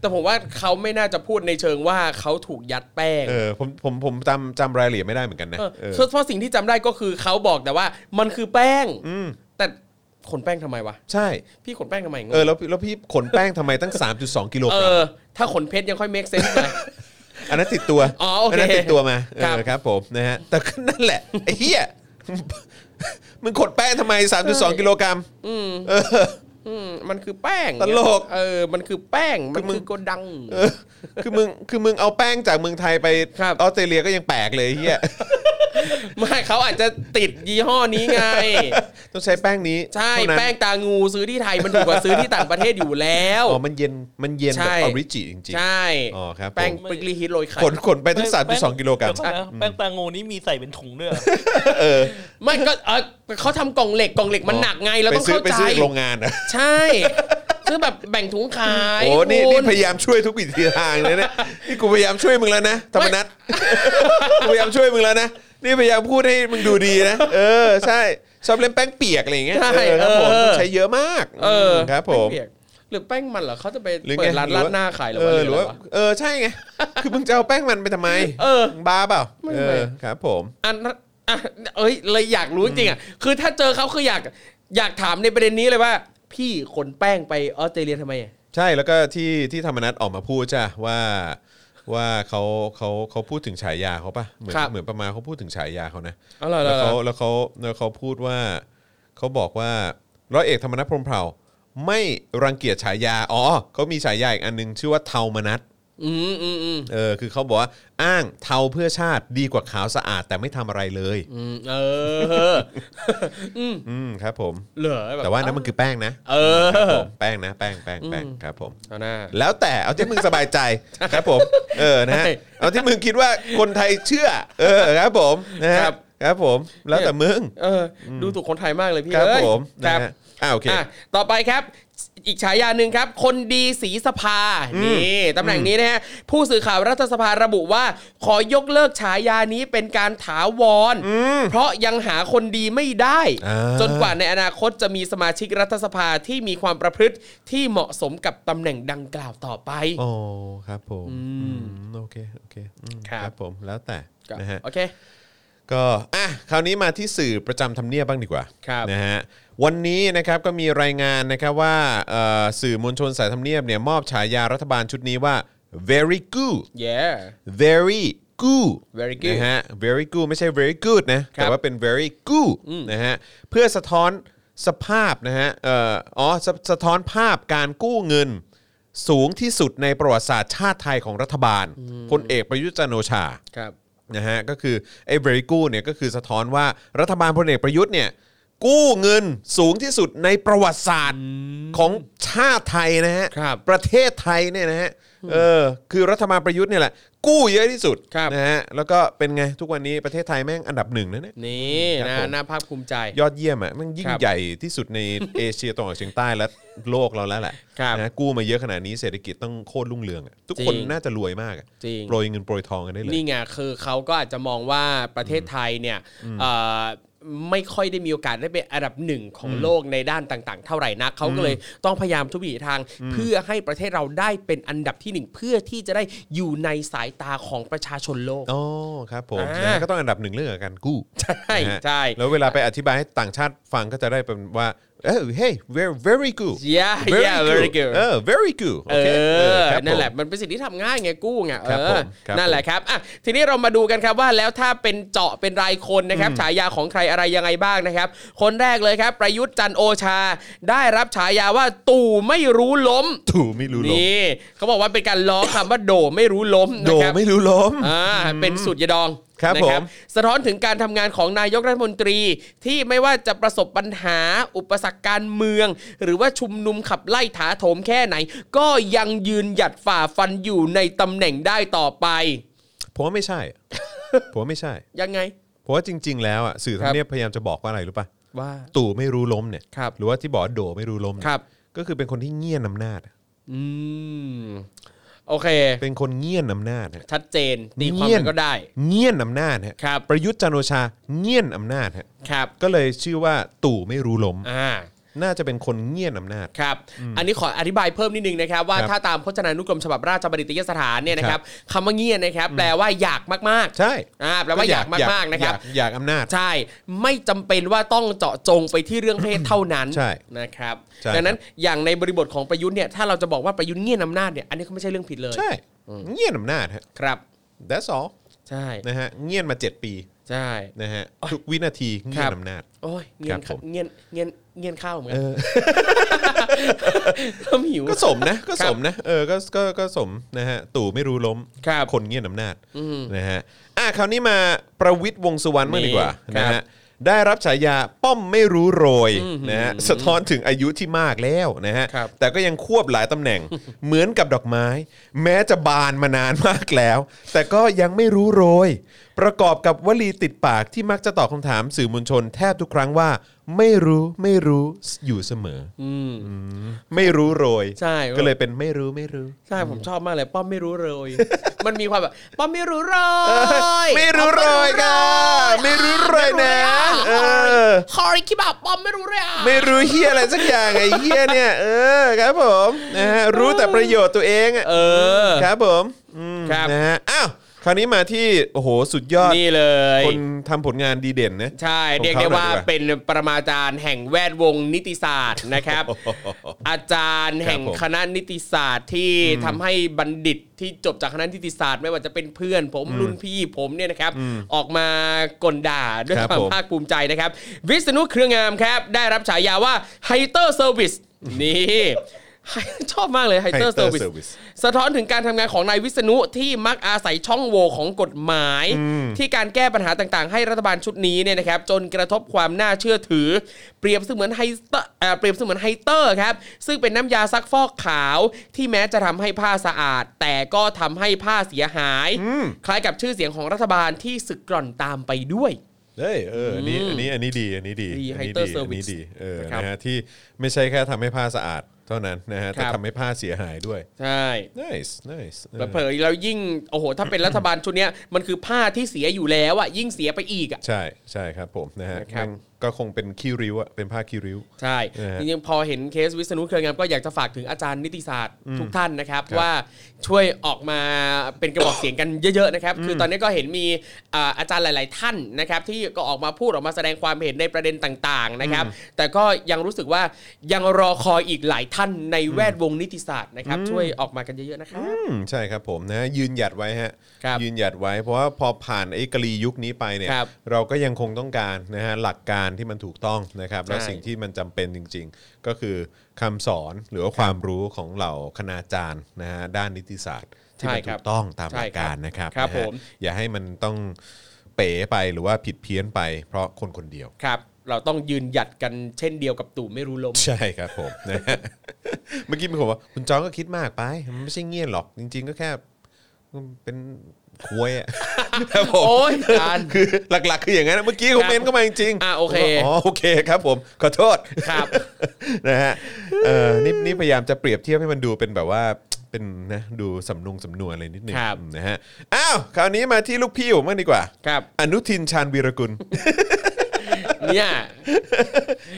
แต่ผมว่าเขาไม่น่าจะพูดในเชิงว่าเขาถูกยัดแป้ง
เออผมผมผมจำจำรายละเอียดไม่ได้เหมือนกันนะ
เออ
เออ
เพราะสิ่งที่จำได้ก็คือเขาบอกแต่ว่ามันคือแป้งแต่ขนแป้งทำไมวะ
ใช่
พี่ขนแป้งทำไมงง
เออแล้วแล้วพี่ขนแป้งทำไมตั้ง 3.2 กิโล
เอก
รัม
อ ถ้าขนเพชรยังค่อยเมคเซนส์หน่อย
อันนั้นติดตัว
อ๋อโอเค
นั้นติดตัวมาเอ
ครับ
อครับผมนะฮะแต่ก็นั่นแหละไอ้เหี้ยมึงขนแป้งทำไม 3.2 กิโลกรัม
อืมมันคือแป้ง
ตลก
เออ มันคือแป้ง มัน
มึ
คื
ง
อโกดัง
เออคือมึงคือมึงเอาแป้งจากเมืองไทยไป
ครับ
ออสเตรเลียก็ยังแปลกเลยไอ้เหี้ย
ไม่เขาอาจจะติดยี่ห้อนี้ไง
ต้องใช้แป้งนี้
ใช่
เท่านั้น
แป้งตางูซื้อที่ไทยมันถูกกว่าซื้อที่ต่างประเทศอยู่แล้ว
อ๋อมันเย็นมันเย็น
ใช่
แบบออริจิจริง
ใช่
อ๋อครับผม
แป้งปริกลีฮิตโรยไข่
ๆขน ขนไปตั้ง 3.2 กิโลกรัม
เดี๋ยวอนนะแป้งตางูนี่มีใส่เป็นถุงด้วยเหรอ
ไม่ก็เออเขาทำกล่องเหล็กกล่องเหล็กมันหนักไงเราต้อง
ไปซื้อ
เข้า
ไป
ใจ
ซื้อโรงงานอะ
ใช่ซื้อแบบแบ่งถุงขาย
โอ้นี่
คุ
นี่
ณ
พยายามช่วยทุกวิถีทางเลยเนี่ยนี่กูพยายามช่วยมึงแล้วนะธรรมนัท กูพยายามช่วยมึงแล้วนะ นี่พยายามพูดให้มึงดูดีนะ เออ ใช่ ชอบเล่นแป้งเปียกอะไรอย่างเงี้ย
ใช่
ครับผม
เออ
ต้องใช้เยอะมาก
เออ
ครับผม
แป้งเปียกหรือแป้งมันเหรอเขาจะไป
หรือไง
เปิดร้า
ห
น
รือ
รา
ว่า
ดหน้าขายเหรือ
เอ
ว่า
อ
อะ
ห
ไร
รือ
วะ
ว่าเออใช่ไง คือมึงจะเอาแป้งมันไปทำไม
เออ
บ้าเปล่า
ไม่
เอ
ไม่
อครับ ผม
อันนั้นอ่ะเอ้ยเลยอยากรู้จริงๆอ่ะคือถ้าเจอเขาคืออยากอยากถามในประเด็นนี้เลยว่า พี่ขนแป้งไปออสเตรเลียทำไมอ่ะ
ใช่แล้วก็ที่ที่ธรรมนัฐออกมาพูดจ้ะว่าว่าเขาเขาเขาพูดถึงฉายาเขาปะเหมือน
ครับ
เหมือนประมาณเขาพูดถึงฉายาเขานะ
อ๋อเหรอเหร
แล้
อ
ว
เหร
เขา
อ
แล้วเขาแล้วเขาพูดว่าเขาบอกว่าร้อยเอกธรรมนัฐพรหมเผ่า ไม่รังเกียจฉายาอ๋อเขามีฉายาอีกอันหนึงชื่อว่าเทามนัฐ
อืมอืมอืม
เออคือเขาบอกว่าอ้างเทาเพื่อชาติดีกว่าขาวสะอาดแต่ไม่ทำอะไรเลย
อืมเออ
อืมครับผม
เหลือบบ
แต่ว่านั้นมันคือแป้งนะ
เออ
ครับผมแป้งนะแป้งแป้งแป้งครับผม
เอาหน้า
แล้วแต่เอาที่มึงสบาย ใจครับผม เออนะฮะ
ใช่
เอาที่มึงคิดว่าคนไทยเชื่อ เออครับผมนะฮะ
ครับ
ครับผม แล้วแต่มึง
เอออดูถูกคนไทยมากเลยพี่
ครับ
เอ้ย
ผม
ค
นะ
รับ
ฮะอ่าโอเค
อ่ะต่อไปครับ อีกฉายาหนึ่งครับ คนดีสีสภา นี่ตำแหน่งนี้นะฮะ ผู้สื่อข่าวรัฐสภาระบุว่า ขอยกเลิกฉายานี้เป็นการถาวร เพราะยังหาคนดีไม่ได้
อ่า
จนกว่าในอนาคตจะมีสมาชิกรัฐสภาที่มีความประพฤติที่เหมาะสมกับตำแหน่งดังกล่าวต่อไป
โอ้ครับผมอืมโอเคโอเคอืม
ครับ
ครับผมแล้วแต่
ครับ
นะฮะ
โอเค
ก็อ่ะคราวนี้มาที่สื่อประจำทำเนียบบ้างดีกว่า
ครับ
นะฮะวันนี้นะครับก็มีรายงานนะครับว่าเอ่อสื่อมวลชนสายทำเนียบเนี่ยมอบฉายารัฐบาลชุดนี้ว่า very good
yeah
very good
Very good
นะฮะ very good ไม่ใช่ very good นะ แต่ว่าเป็น very good นะฮะ เพื่อสะท้อนสภาพนะฮะเอ่ออ๋อสะสะท้อนภาพการกู้เงิน สูงที่สุดในประวัติศาสตร์ชาติไทยของรัฐบาลพลเอกประยุทธ์จันทร์โอชา
ครับ
นะฮะก็คือไอ้ very good เนี่ยก็คือสะท้อนว่ารัฐบาลพลเอกประยุทธ์เนี่ยกู้เงินสูงที่สุดในประวัติศาสตร์ของชาติไทยนะฮะ
ครับ
ประเทศไทยเนี่ยนะฮะ เออคือรัฐบาลประยุทธ์เนี่ยแหละ กู้เยอะที่สุด
ครับ
นะฮะแล้วก็เป็นไงทุกวันนี้ประเทศไทยแม่งอันดับหนึ่งนะเนี่ย
นี่
ครั
นะ
บผม
น่าภาคภูมิใจ
ยอดเยี่ยมอ่ะแมันยิ่ง
ครับ
ใหญ่ที่สุดใน เอเชียตะวันออกเฉียงใต้และโลกเราแล้วแหละ
ครับ
นะกู้มาเยอะขนาดนี้เศรษฐกิจต้องโคตรรุ่งเรืองอะทุกคน
จริง
น่าจะรวยมากอะ
จริง
โปรยเงินโปรยทองกันได้เลย
นี่ไงคือเขาก็อาจจะมองว่าประเทศไทยเนี่ยเอ่อไม่ค่อยได้มีโอกาสได้เป็นอันดับหนึ่งของโลกในด้านต่างๆ เท่าไหร่นักเขาก็เลยต้องพยายามทุกวิถีทาง เพื่อให้ประเทศเราได้เป็นอันดับที่หนึ่งเพื่อที่จะได้อยู่ในสายตาของประชาชนโลก
อ๋อครับผม
อ่า
นะก็ต้องอันดับหนึ่งเรื่องการกู้
ใช่
นะฮะ
ใช่
แล้วเวลาไปอธิบายให้ต่างชาติฟังก็จะได้เป็นว่าเออ hey very very good
เย้เย้ very good
เออ very good
เอ
โอเคเอ
อ
อครับผม
นั่นแหละ มันเป็นสิ่งที่ทำง่ายไงกู้ไง
ค
เอ
รับผ
อ
มครับ
นั่นแหละครับอ่ะทีนี้เรามาดูกันครับว่าแล้วถ้าเป็นเจาะเป็นรายคนนะครับ ฉายาของใครอะไรยังไงบ้างนะครับ คนแรกเลยครับ ประยุทธ์จันทร์โอชา ได้รับฉายาว่าตู่ไม่รู้ล้ม
ถูไม่รู้ล้ม
นี่เขาบอกว่าเป็นการล้อคำว่าโดไม่รู้ล้ม
โด
นะครับ
ไม่รู้ล้ม
อ่าเป็นสูตรยาดอง
ครับ
นะ
ผม
สะท้อนถึงการทำงานของนายกรัฐมนตรีที่ไม่ว่าจะประสบปัญหาอุปสรรคการเมือง หรือว่าชุมนุมขับไล่ถาโถมแค่ไหน ก็ยังยืนหยัดฝ่าฟันอยู่ในตำแหน่งได้ต่อไป
ผมว่าไม่ใช่อะ ผมว่าไม่ใช่
ยังไง
ผมว่าจริง ๆ แล้วอ่ะสื่อทำเนียบพยายามจะบอกว่าอะไรรู้ป่ะ
ว่า
ตู่ไม่รู้ล้มเนี่ย
ครับ
หรือว่าที่บอกว่าโดไม่รู้ล้มเนี่ย
ครับ
ก็คือเป็นคนที่เงี่ยนอำนาจอะ
อืม โอเค
เป็นคนเงี่ยนอำนาจฮะ
ชัดเจนตีความ
เงียบ
มันก็ได้
เงี่ยนอำนาจฮะ
ครับ
ประยุทธ์จันทร์โอชาเงี่ยนอำนาจฮะ
ครับ
ก็เลยชื่อว่าตู่ไม่รู้ล้ม
อ่า
น่าจะเป็นคนเงี่ยนอำนาจ
ครับ อันนี้ขออธิบายเพิ่มนิดนึงนะครับ ว่า
ครับ
ถ้าตามพจนานุกรมฉบับราชบัณฑิตยสถานเนี่ยนะค
ครั
รับ บคำว่าเงียบนะครับ แปลว่าอยากมากๆ
ใช่
อ่าแปลว่าอยากมากๆนะครับ
อยอยากอำนาจ
ใช่ไม่จำเป็นว่าต้องเจาะจงไปที่เรื่องเพศ เท่านั้น
ใช่
นะครับ
ใช่
ดังนั้นอย่างในบริบทของประยุทธ์เนี่ยถ้าเราจะบอกว่าประยุทธ์เงียบอำนาจเนี่ยอันนี้ก็ไม่ใช่เรื่องผิดเลย
ใช่ เงี่ยนอำนาจฮะ
ครับ
that's all
ใช่
นะฮะเงี่ยนมา 7 ปี
ใช่
นะฮะทุกวินาทีเงี่ยนอำนาจ
โอ้ยเงียน
ครับผม
เงียนเงียนเงียนข้าวเหมือนกันเริ่มหิว
ก็สมนะก็สมนะเออก็ก็ก็สมนะฮะตู่ไม่รู้ล้ม
ครับ
คนเงี่ยนอำนาจนะฮะอ่ะคราวนี้มาประวิทย์วงษ์สุวรรณมื่อดีกว่า
ครับ
นะฮะได้รับฉายาป้อมไม่รู้โรยนะฮะสะท้อนถึงอายุที่มากแล้วนะฮะ
ครับ
แต่ก็ยังควบหลายตำแหน่ง เหมือนกับดอกไม้ แม้จะบานมานานมากแล้ว แต่ก็ยังไม่รู้โรย ประกอบกับวลีติดปากที่มักจะตอบคำถามสื่อมวลชน แทบทุกครั้งว่า ไม่รู้ไม่รู้อยู่เสมอออืมไม่รู้โรย
ใช่
ก็เลยเป็นไม่รู้ไม่รู้
ใช่ผมชอบมากเลย ป้อมไม่รู้เลย มันมีความแบบ ป้อมไม่รู้เลย
ไม่รู้โรยค่ะไม่รู้โรยนะเออ
คอริคิบะป้อมไม่รู้เลยอ่ะ
ไม่รู้เฮียอะไรสักอย่างไอ้เฮียเนี่ยเออครับผมนะฮะรู้แต่ประโยชน์ตัวเองอะ
เออ
ครับผมอืม
ครับ
นะฮะอ้าวคราวนี้มาที่โอ้โหสุดยอด
นี่เลย
คนทำผลงานดีเด่นนะ
ใช่
ของเขา
เรียกได้ว่า
หน่อยดีกว่า
เป็นปรมาจารย์แห่งแวดวงนิติศาสตร์นะครับ อาจารย์แห่ง
ครับผม
คณะนิติศาสตร์ที่ทำให้บัณฑิตที่จบจากคณะนิติศาสตร์ไม่ว่าจะเป็นเพื่อน ผมรุ่นพี่ผมเนี่ยนะครับ ออกมากลด่าด้วย
ครับ
ความ
ผม
ภาคภูมิใจนะครับ วิษณุเครืองามครับ ได้รับฉายาว่าไฮเตอร์เซอร์วิสนี่ ชอบมากเลยไฮเตอ
Hater
ร์เซอร์วิส
Service
สะท้อนถึงการทำงานของนายวิษณุที่มักอาศัยช่องโหว่ของกฎหมาย ที่การแก้ปัญหาต่างๆ ให้รัฐบาลชุดนี้เนี่ยนะครับ จนกระทบความน่าเชื่อถือ เปรียบเสมือนไฮเตอร์เอ่อเปรียบเสมือนไฮเตอร์ครับ ซึ่งเป็นน้ำยาซักฟอกขาว ที่แม้จะทำให้ผ้าสะอาด แต่ก็ทำให้ผ้าเสียหาย คล้ายกับชื่อเสียงของรัฐบาลที่สึกกร่อนตามไปด้วย
เฮ้ยเอออันนี้อันนี้อันนี้ดีอันนี้ดี
ดี
อันนี้
Hater
ดี
Service
อันนี้ดีเออ
ครับ
นะฮะที่ไม่ใช่แค่ทำให้ผ้าสะอาด เท่านั้นนะฮะแต่
ครับ
ทำให้ผ้าเสียหายด้วย
ใช่
nice nice เออ
เผลอๆแล้วยิ่งโอ้โหถ้าเป็นรัฐบาลชุดเนี้ยมันคือผ้าที่เสียอยู่แล้วอ่ะยิ่งเสียไปอีกอ่ะ
ใช่ใช่ครับผมนะฮะ
นะครับ
แม่งก็คงเป็นขี้ริ้วอะเป็นผ้าขี้ริ้ว
ใช่
นะฮะ
จริงๆ พอเห็นเคสวิษณุเครืองามก็อยากจะฝากถึงอาจารย์นิติศาสตร์ทุกท่านนะครับ ว่าช่วยออกมาเป็นกระบอกเสียงกันเยอะๆนะครับ คือตอนนี้ก็เห็นมีอ่าอาจารย์หลาย ๆ ท่านนะครับ ที่ก็ออกมาพูดออกมาแสดงความเห็นในประเด็นต่างๆนะครับ แต่ก็ยังรู้สึกว่ายังรอคอยอีกหลายท่านในแวดวงนิติศาสตร์นะครับ ช่วยออกมากันเยอะๆนะครับ
อืมใช่ครับผมนะฮะยืนหยัดไว้ฮะ
ครับ
ยืนหยัดไว้ เพราะว่าพอผ่านไอ้กลียุคนี้ไปเนี่ย
ครับ
เราก็ยังคงต้องการนะฮะหลักการที่มันถูกต้องนะครับ แล้ว
ใช่
สิ่งที่มันจำเป็นจริง ๆ ก็คือคำสอนหรือว่าความรู้ของเหล่าคณาจารย์นะฮะด้านนิติศาสตร์ที่มัน
ใช่ครั
ถู
บ
กต้องตามห
ใช่
ลัก
ครับ
การนะครับ
ครับ
นะฮะ
ผม
อย่าให้มันต้องเป๋ไปหรือว่าผิดเพี้ยนไป เพราะคนคนเดียว
ครับ เราต้องยืนหยัดกันเช่นเดียวกับตู่ไม่รู้ล้ม
ใช่ครับผมนะฮะเมื่อกี้มีคนบอกว่าคุณจองก็คิดมากไป มันไม่ใช่เงี้ยหรอก จริง ๆ ก็แค่เป็นควยอะ ครับผม
โอ๊ยจาน
คือหลัก ๆ คืออย่างนั้นนะเมื่อกี้คอมเมนต์เข้ามาจริงๆ
อ่ะโอเค
อ๋อโอเคครับผม ขอโทษ
ครับ
นะฮะเออนี่นี่พยายามจะเปรียบเทียบให้มันดูเป็นแบบว่าเป็นนะดูสำนงสำนวนอะไรนิดหนึง
ครับ
นะฮะอ้าวคราวนี้มาที่ลูกพี่ผมบ้างดีกว่า
ครับ
อนุทินชาญวีรกุล
เนี่ย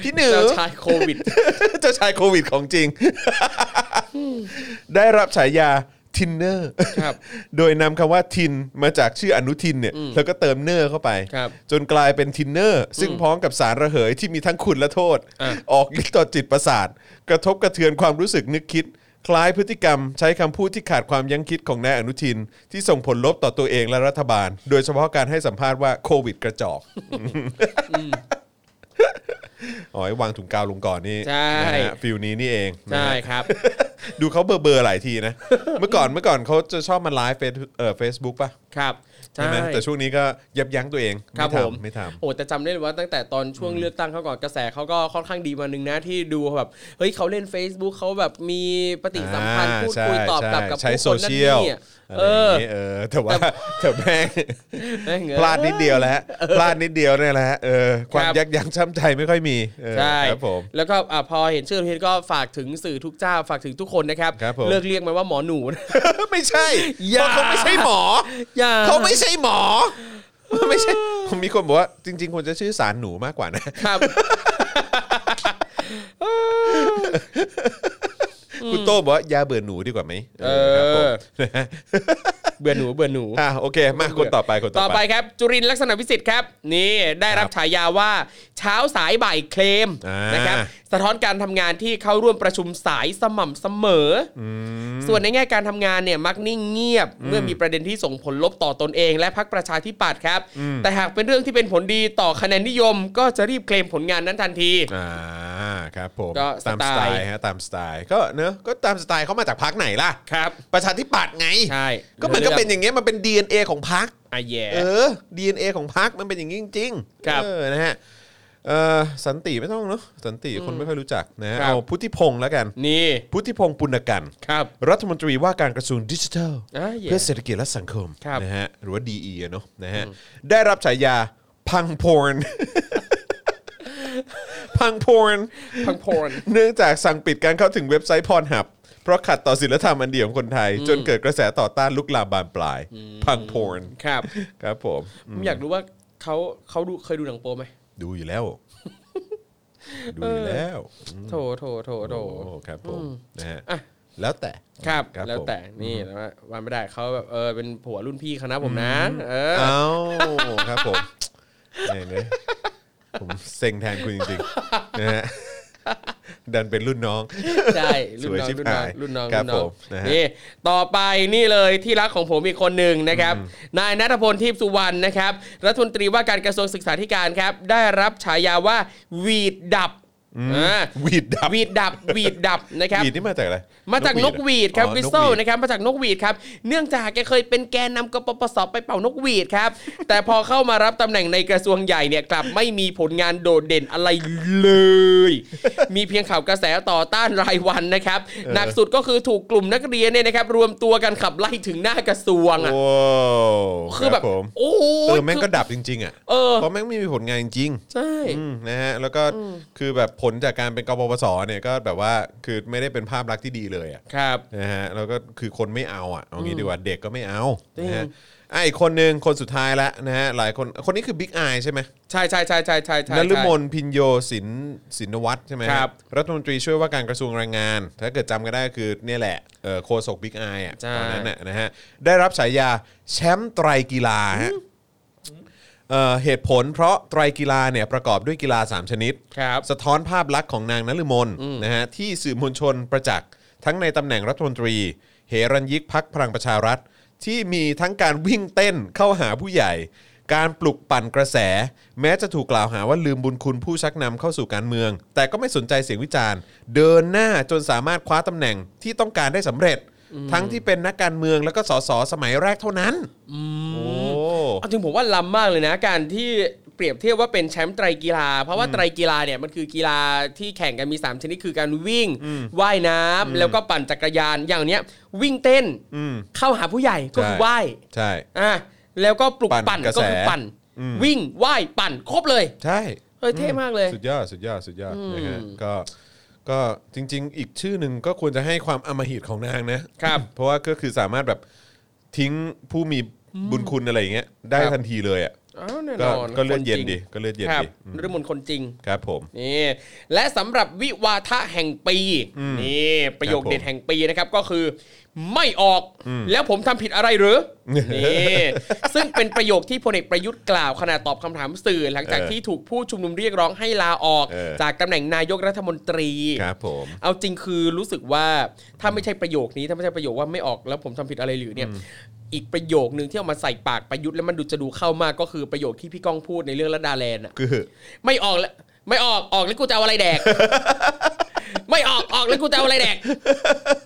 พี่หนึ่ง
เจ้าชายโควิด
เจ้าชายโควิดของจริง ได้รับฉายาทินเนอร์
ครับ
โดยนำคำว่าทินมาจากชื่ออนุทินเนี่ยแล้วก็เติมเนอร์เข้าไป
ครับ
จนกลายเป็นทินเนอร์ ซึ่งพร้อมกับสารระเหยที่มีทั้งคุณและโทษ
อ่ะ
ออกฤทธิ์ต่อจิตประสาท กระทบกระเทือนความรู้สึกนึกคิด คล้ายพฤติกรรม ใช้คำพูดที่ขาดความยั้งคิดของนายอนุทิน ที่ส่งผลลบต่อตัวเองและรัฐบาล โดยเฉพาะการให้สัมภาษณ์ว่าโควิดกระจอก อ๋อไอ้วางถุงกาวลงก่อนนี่
ใช่
นะฮะฟิลนี้นี่เองนะฮะ
ใช่ครับ
ดูเขาเบอร์เบอร์ๆหลายทีนะ เมื่อก่อนเมื่อก่อนเขาจะชอบมาไลฟ์เฟซเอ่อเฟซบุ๊กป่ะ
ครับใช่
ไหมแต่ช่วงนี้ก็ยับยั้งตัวเอง
ครับ
ไทำ
ผม
ไม่ท
โอ้แต่จำได้เลยว่าตั้งแต่ตอนช่วงเลือกตั้งเขาก่อนกระแสเขาก็ค่อนข้างดีมาหนึ่งนะที่ดูแบบเฮ้ยเขาเล่น Facebook เขาแบบมีปฏิสัมพันธ์
อ่า
พูดคุย
ใช่
ตอบกลับกับ
ใช่
ผู้คน
ใช้โซ
นั่น
เชียล
นี่อะ
ำ
เอ
ะ
อ
ไรย่างงี้เออแต่ว่าแต่แม่ง
แม่งเอ้ย
พลาดนิดเดียวแล้วฮะพลาดนิดเดียวเนี่ยแหละฮะเออความ
ครับ
ยับยั้งชั่งใจไม่ค่อยมีเออ
ใช่
ครับผม
แล้วก็อ่ะพอเห็นชื่อเพจก็ฝากถึงสื่อทุกเจ้าฝากถึงทุกคนนะครับ
ครับผม
เลิกเรียกมันว่าหมอหนูนะ
ไม่ใช่
อ
เพ
ย่า
ราะเขาไม่ใช่หมอ
อย่า
เขาไม่ใช่หมอ ไม่ใช่ผมมีคนบอกว่าจริง ๆควรจะชื่อสารหนูมากกว่านะ
ครับ
คุณโต้บอกว่ายาเบื่อหนูดีกว่าไหม
เออ
ครับผม
เบื่อหนูเบื่อหนู
อ่ะโอเค มาคนต่อไปคน
ต่
ต่
อ
อ
ไป
ไป
ครับ จุรินทร์ลักษณะวิสิทธิ์ครับ นี่ได้รับฉายาว่าเช้าสายบ่ายเคลม
อ่าน
นะครับสะท้อนการทำงานที่เข้าร่วมประชุมสายสม่ำเสมออส่วนในแง่การทำงานเนี่ยมักนิ่งเงียบ เมื่อมีประเด็นที่ส่งผลลบต่อตนเอง และพรรคประชาธิปัตย์ครับ แต่หากเป็นเรื่องที่เป็นผลดีต่อคะแนนนิยม ก็จะรีบเคลมผลงานนั้นทันที
อ่าครับผม
ก็
ตามส
สไต
ไต
ล์
ล์ฮะตามสไตล์ก็เนอะก็ตามสไตล์เขามาจากพักไหนล่ะ
ครับ
ประชาธิปัตย์ไง
ใช่
ก็มันก็เป็นอย่างเงี้ยมันเป็น DNA ของพัก
อ่ะแย่
เออ DNA ของพักมันเป็นอย่างนี้จริงๆ
ครับ
เออนะฮะเออสันติไม่ต้องเนอะสันติคนไม่ค่อยรู้จักนะฮะ
ครับ
เอาพุทธิพงษ์แล้วกัน
นี่
พุทธิพงษ์ปุณกันต์
ครับ
รัฐมนตรีว่าการกระทรวงดิจิทัล
อ่ะแย่
เพื่อเศรษฐกิจและสังคม
ครับ
นะฮะหรือว่า DE อะเนาะนะฮะได้รับฉายาพังพ ร พังพร
พังพร
เนื่องจากสั่งปิดการเข้าถึงเว็บไซต์พรหับ เพราะขัดต่อศีลธรรมอันเดียวของคนไทย จนเกิดกระแสต่อต้านลุกลามบานปลาย พังพร
ครับ
ครับผม
ผมอยากรู้ว่าเขาเขาดูเคยดูหนังโป๊ไหม
ดูอยู่ แล้ว ดูอยู่แล้ว
โถโถโถโถ
โอ้ครับผมนะฮะ
อ่ะ
แล้วแต่
ครับ
ครับ
แล้ว
ผม
แต่นี่แล้วว่าว่าไม่ได้เขาแบบเออเป็นผัวรุ่นพี่คณะผมนะ เออ
เอ้าครับผมเนี่ยเนี่ยผมเซ็งแทนคุณจริงๆนะฮะดันเป็นรุ่นน้อง
ใช่ รุ่น
สว
น้อ
ย
ง
ชิบ
รุ่นน้อ
หาง ย
รุ่นน้อง
ครับ
รุ่นน้อง
ผมนะฮะ
นี่ต่อไปนี่เลยที่รักของผมอีกคนหนึ่งนะครับ นายนัทพลทิพย์สุวรรณนะครับ รัฐมนตรีว่าการกระทรวงศึกษาธิการครับ ได้รับฉายาว่าวีดดับอ่า
หวีดดับ
วีดดับวีดดับนะครับ
หวีดนี่มาจากอะไร
มาจากนกหวีดครับ
อ๋อ
วิสเซิล
กหด
นะครับมาจากนกหวีดครับเนื่องจากแกเคยเป็นแกนนำกปปสไปเป่านกหวีดครับ แต่พอเข้ามารับตำแหน่งในกระทรวงใหญ่เนี่ยกลับไม่มีผลงานโดดเด่นอะไรเลย มีเพียงข่าวกระแสต่อต้านรายวันนะครับ หนักสุดก็คือถูกกลุ่มนักเรียนเนี่ยนะครับ รวมตัวกันขับไล่ถึงหน้ากระทรวงอ่ะ
โอ้
คือแบบ
ผม
โอ้โห
เออแม่งก็ดับจริง ๆ อ่ะ
เออ
เพราะแม่งไม่มีผลงานจริง
ใช่
อืมนะฮะแล้วก็คือแบบผลจากการเป็นกบพศเนี่ยก็แบบว่าคือไม่ได้เป็นภาพลักษณ์ที่ดีเลยอ่ะ
ครับ
นะฮะแล้วก็คือคนไม่เอาอ่ะเอางี้ดีกว่าเด็กก็ไม่เอา
จริง
นะฮะอ่ะอีกคนหนึ่งคนสุดท้ายละนะฮะหลายคนคนนี้คือบิ๊กอายใช่ไหม
ใช่ใช่ใช่ใช่ใช่ใช่
นฤมลพินโยสินสินวัตรใช่ไหม
ครับ
รัฐมนตรีช่วยว่าการกระทรวงแรงงาน ถ้าเกิดจำกันได้ก็คือเนี่ยแหละเอ่อโคศกบิ๊กอายอ่ะ
ใช่
ตอนนั้นน่ะนะฮะได้รับฉายาแชมป์ไตรกีฬาฮะเอ่อเหตุผลเพราะไตรกีฬาเนี่ยประกอบด้วยกีฬา 3 ชนิด
ครับ
สะท้อนภาพลักษณ์ของนางนฤมลนะฮะที่สื่อมวลชนประจักษ์ทั้งในตำแหน่งรัฐมนตรี เหรัญยิกพักพลังประชารัฐ ที่มีทั้งการวิ่งเต้นเข้าหาผู้ใหญ่ การปลุกปั่นกระแส แม้จะถูกกล่าวหาว่าลืมบุญคุณผู้ชักนำเข้าสู่การเมือง แต่ก็ไม่สนใจเสียงวิจารณ์ เดินหน้าจนสามารถคว้าตำแหน่งที่ต้องการได้สำเร็จ ทั้งที่เป็นนักการเมืองแล้วก็สสสมัยแรกเท่านั้นโอ้
เอาจริงผมว่าล้ำมากเลยนะ การที่ เปรียบเทียบว่าเป็นแชมป์ไตรกีฬา เพราะว่าไตรกีฬาเนี่ยมันคือกีฬาที่แข่งกันมี 3 ชนิดคือการวิ่ง ว่ายน้ำแล้วก็ปั่นจักรยานอย่างเนี้ยวิ่งเต้น
อืม
เข้าหาผู้ใหญ่ก็คือ
ใช่
ว่าย
ใช่
อ่ะแล้วก็ปลุก
ปั่น
ปั่น
กระแส
ก็คือปั่น
อืม
วิ่งว่ายปั่นครบเลย
ใช่
เฮ้ยเท่มากเลย
สุดยอดสุดยอดสุดยอด
อืม
นะฮะก็ก็จริง ๆ อีกชื่อหนึ่งก็ควรจะให้ความอำมหิตของนางนะครับ เพราะว่าก็คือสามารถแบบทิ้งผู้มีบุญคุณอะไรอย่างเงี้ยได้
ครับ
ทันทีเลยอ่ะ
อ้าวแน่น
ก็
อน
ก็เลื่อน
คจริง
เย็นดีก็เลื่อนเย็น
ครับ
ดีอืม
ฤมลคนจริง
ครับผม
นี่และสำหรับวิวาทะแห่งปีนี่ประโยคเด็ด
ครับผม
แห่งปีนะครับก็คือ ไม่ออกแล้วผมทำผิดอะไร หรือ นี่ซึ่งเป็นประโยคที่พลเอกประยุทธ์กล่าวขณะตอบคำถามสื่อ หลังจาก
เออ
ที่ถูกผู้ชุมนุมเรียกร้องให้ลาออก
เออ
จากตำแหน่งนายกรัฐมนตรี
ครับผม
เอาจริงคือรู้สึกว่าถ้าไม่ใช่ประโยคนี้ถ้าไม่ใช่ประโยคว่าไม่ออกแล้วผมทำผิดอะไรหรือเนี่ย อีกประโยคนึงที่เอามาใส่ปากประยุทธ์แล้วมันดูจะดูเข้ามากก็คือประโยคที่พี่ก้องพูดในเรื่องรัดดาแลนด์อะ
คือ
ไม่ออกแล้วไม่ออกออกแล้วกูจะเอาอะไรแดก ไม่ออกออกแล้วกูจะเอาอะไรแดก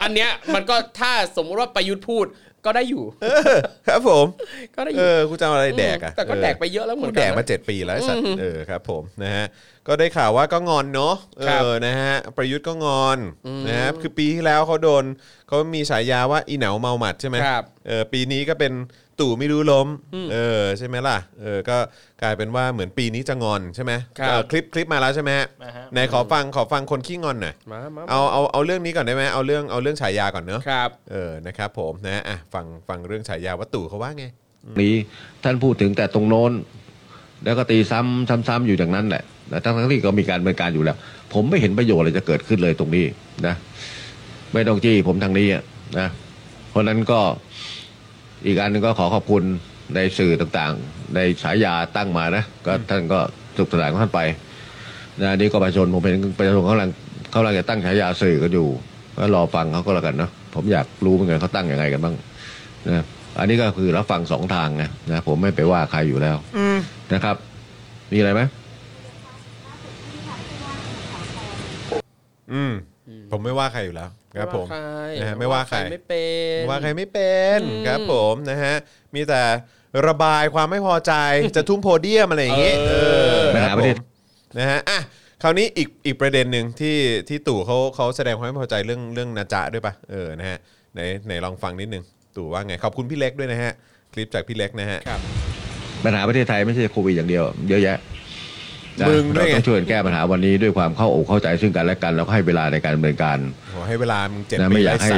อันเนี้ยมันก็ถ้าสมมติว่าประยุทธ์พูดก็ได้อยู่
ครับผม
ก็ได้อ
เอยู่ อกูจะเอาอะไรแดกอ่ะ
แต่ก็
เออ
แดกไปเยอะแล้วเหมือน
แด
กั
ก
น
มา 7 ปีแล้วไอ้สัตว์เออครับผมนะฮะก็ได้ข่าวว่าก็งอนเนาะเอ
ครับ
อนะฮะประยุทธ์ก็งอนนะฮะคือปีที่แล้วเขาโดนเขามีฉายาว่าอีเหนาเมาหมัดใช่ไหม
ครับ
เออปีนี้ก็เป็นตู่ไม่รู้ล้มเออใช่ไหมล่ะเออก็กลายเป็นว่าเหมือนปีนี้จะงอนใช่ไหม
ครับ
เออคลิปคลิปมาแล้วใช่ไหมฮะ
มาฮะ
ไหนขอฟังขอฟังคนขี้งอนหน่อย
มามา
เอาเอาเอาเรื่องนี้ก่อนได้ไหมเอาเรื่องเอาเรื่องฉายาก่อนเนาะ
ครับ
เออนะครับผมนะอ่ะฟังฟังเรื่องฉายาว่าตู่เขาว่าไง
นี้ท่านพูดถึงแต่ตรงโน้น แล้วก็ตีซ้ำซ้ำซ้ำอยู่อย่างนั้นแหละนะทั้งทั้งที่ก็มีการดำเนินการอยู่แล้ว ผมไม่เห็นประโยชน์อะไรจะเกิดขึ้นเลยตรงนี้นะ ไม่ต้องจี้ผมทางนี้อะนะเพราะฉะนั้นก็อีกอันหนึงก็ขอขอบคุณในสื่อต่างๆ ในฉายาตั้งมานะก็ท่านก็สุขสนานของท่านไปนะนี่ก็ประชาชนผมเห็นประชาชนเขากำลังเขากำลังจะตั้งฉายาสื่อกันอยู่ก็รอฟังเขาก็แล้วกันเนาะผมอยากรู้เหมือนกันเขาตั้งยังไงกันบ้าง นะอันนี้ก็คือรับฟังสองทางนะนะผมไม่ไปว่าใครอยู่แล้วนะครับ มีอะไรไหม
อืมผมไม่ว่าใครอยู่แล้วครับผมนะฮะ
ไม่
ไม่
ว่า
ว่า
ใค
ใค
ร
ร
ไม่เป็น
ไม่ว่าใครไม่เป็น
อืม
ครับผมนะฮะมีแต่ระบายความไม่พ อใจ จะทุ่มโพเดียมอะไรอย่างงี้
เออ
เออ
ปัญหา
คบ
ประเด็น
ผมนะฮะอ่ะคราวนี้อีกอีกประเด็นหนึ่งที่ที่ตู่เขาเขาแสดงความไม่พอใจเรื่องเรื่องนาจะด้วยปะเออนะฮะไหนไหนลองฟังนิดนึงตู่ว่าไงขอบคุณพี่เล็กด้วยนะฮะคลิปจากพี่เล็กนะฮะ
ครับ
ปัญหาประเทศไทยไม่ใช่โควิดอย่างเดียว เยอะแยะนะ
มึงด้
เรา
วยไง
ต้องช่วยกันแก้ปัญหาวันนี้ด้วยความเข้าอกเข้าใจซึ่งกันและกันแล้วก็ให้เวลาในการดำเนินการ
ขอให้เวลามึงเจ็ด
นะ
ปี
ไม่อยา
อ้
กให้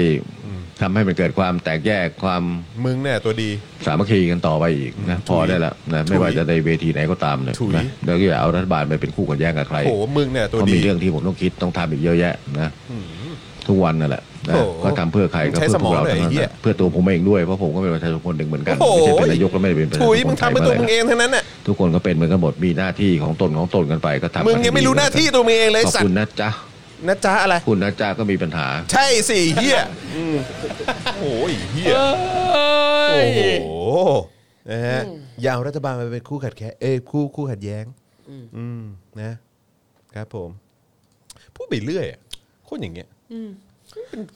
สัตว์
ทำให้มันเกิดความแตกแยกความ
มึงเนี่ยตัวดี
สามัคคีกันต่อไปอีกนะพอได้แล้วนะไม่ว่าจะในเวทีไหนก็ตามเลย
ถุย
นะแล้วก็อย่าเอารัฐบาลไปเป็นคู่กันแย่งกับใคร
โอ้โหมึงเนี่ยตัว
ก็
ดี
มีเรื่องที่ผมต้องคิดต้องทำอีกเยอะแยะนะทุกวันนั่นแหละนะ
โอ้โห
ก็ทำเพื่อใครก็
ใช้
เพื่
ส
อพ
มอ
ว
ง
กเรา
เลย
ทั้ง
ไอ้
นั้
เหี้
น
ย
น่ะเพื่อตัวผมเองด้วยเพราะผมก็เป็นประชาชนคนหนึ่งเหมือนกัน
โอ้
ไม่
โห
ใช่เป็นนายกแล้วไม่ได้เป็นประชาช
ถุ
น
ย
ค
มึง
นไทย
ทำเป็น
มา
ตัวย
เล
มึงเองทั้งนั้นน่ะ
ทุกคนก็เป็นเหมือนกันหมดมีหน้าที่ของตนของตนกันไปก็ทำ
มึงยังไม่รู้หน้าที่ตัวมึงเองเลย
ขอบ
สัต
คุณ
ว์
นะจ๊ะ
นะจ๊ะอะไร
คุณนะจ๊ะก็มีปัญหา
ใช่สิเฮียโอ้ยเฮียโอ้โหนะฮะอยาวรัฐบาลไปเป็นคู่ขัดแย้งเอ้ยคู่คู่ขัดแย้ง อืมนะครับผม พูดไปเรื่อยอะโคตรอย่างเงี้ย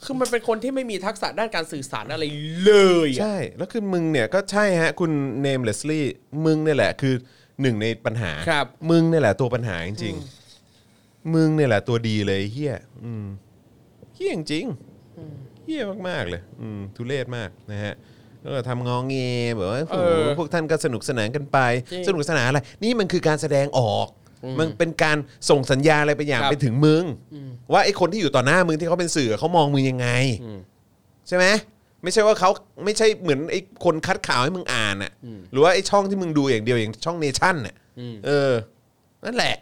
คือมันเป็นคนที่ไม่มีทักษะด้านการสื่อสารอะไรเลยอะ
ใช่ แล้วคือมึงเนี่ยก็ใช่ฮะ คุณเนมเลสลี่มึงเนี่ยแหละคือหนึ่งในปัญหา
ครับ
มึงเนี่ยแหละตัวปัญหาจริงๆ มึงเนี่ยแหละตัวดีเลยเฮียอืมเฮียจริงๆเฮียมากๆเลย อืมทุเรศมากนะฮะแล้วก็ทำงองเงแบบว่าโอ้โห
เออ
พวกท่านก็สนุกสนานกันไป
จริง
สนุกสนานอะไร นี่มันคือการแสดงออก มันเป็นการส่งสัญญาณอะไรไปอย่าง
ครับ
ไปถึงมึง ว่าไอ้คนที่อยู่ต่อหน้ามึงที่เขาเป็นสื่อเขามองมึงยังไง ใช่ไหมไม่ใช่ว่าเขาไม่ใช่เหมือนไอ้คนคัดข่าวให้มึงอ่านน่ะ หรือว่าไอ้ช่องที่มึงดูอย่างเดียวอย่างช่องเนชั่นน่ะเออ นั่นแหละ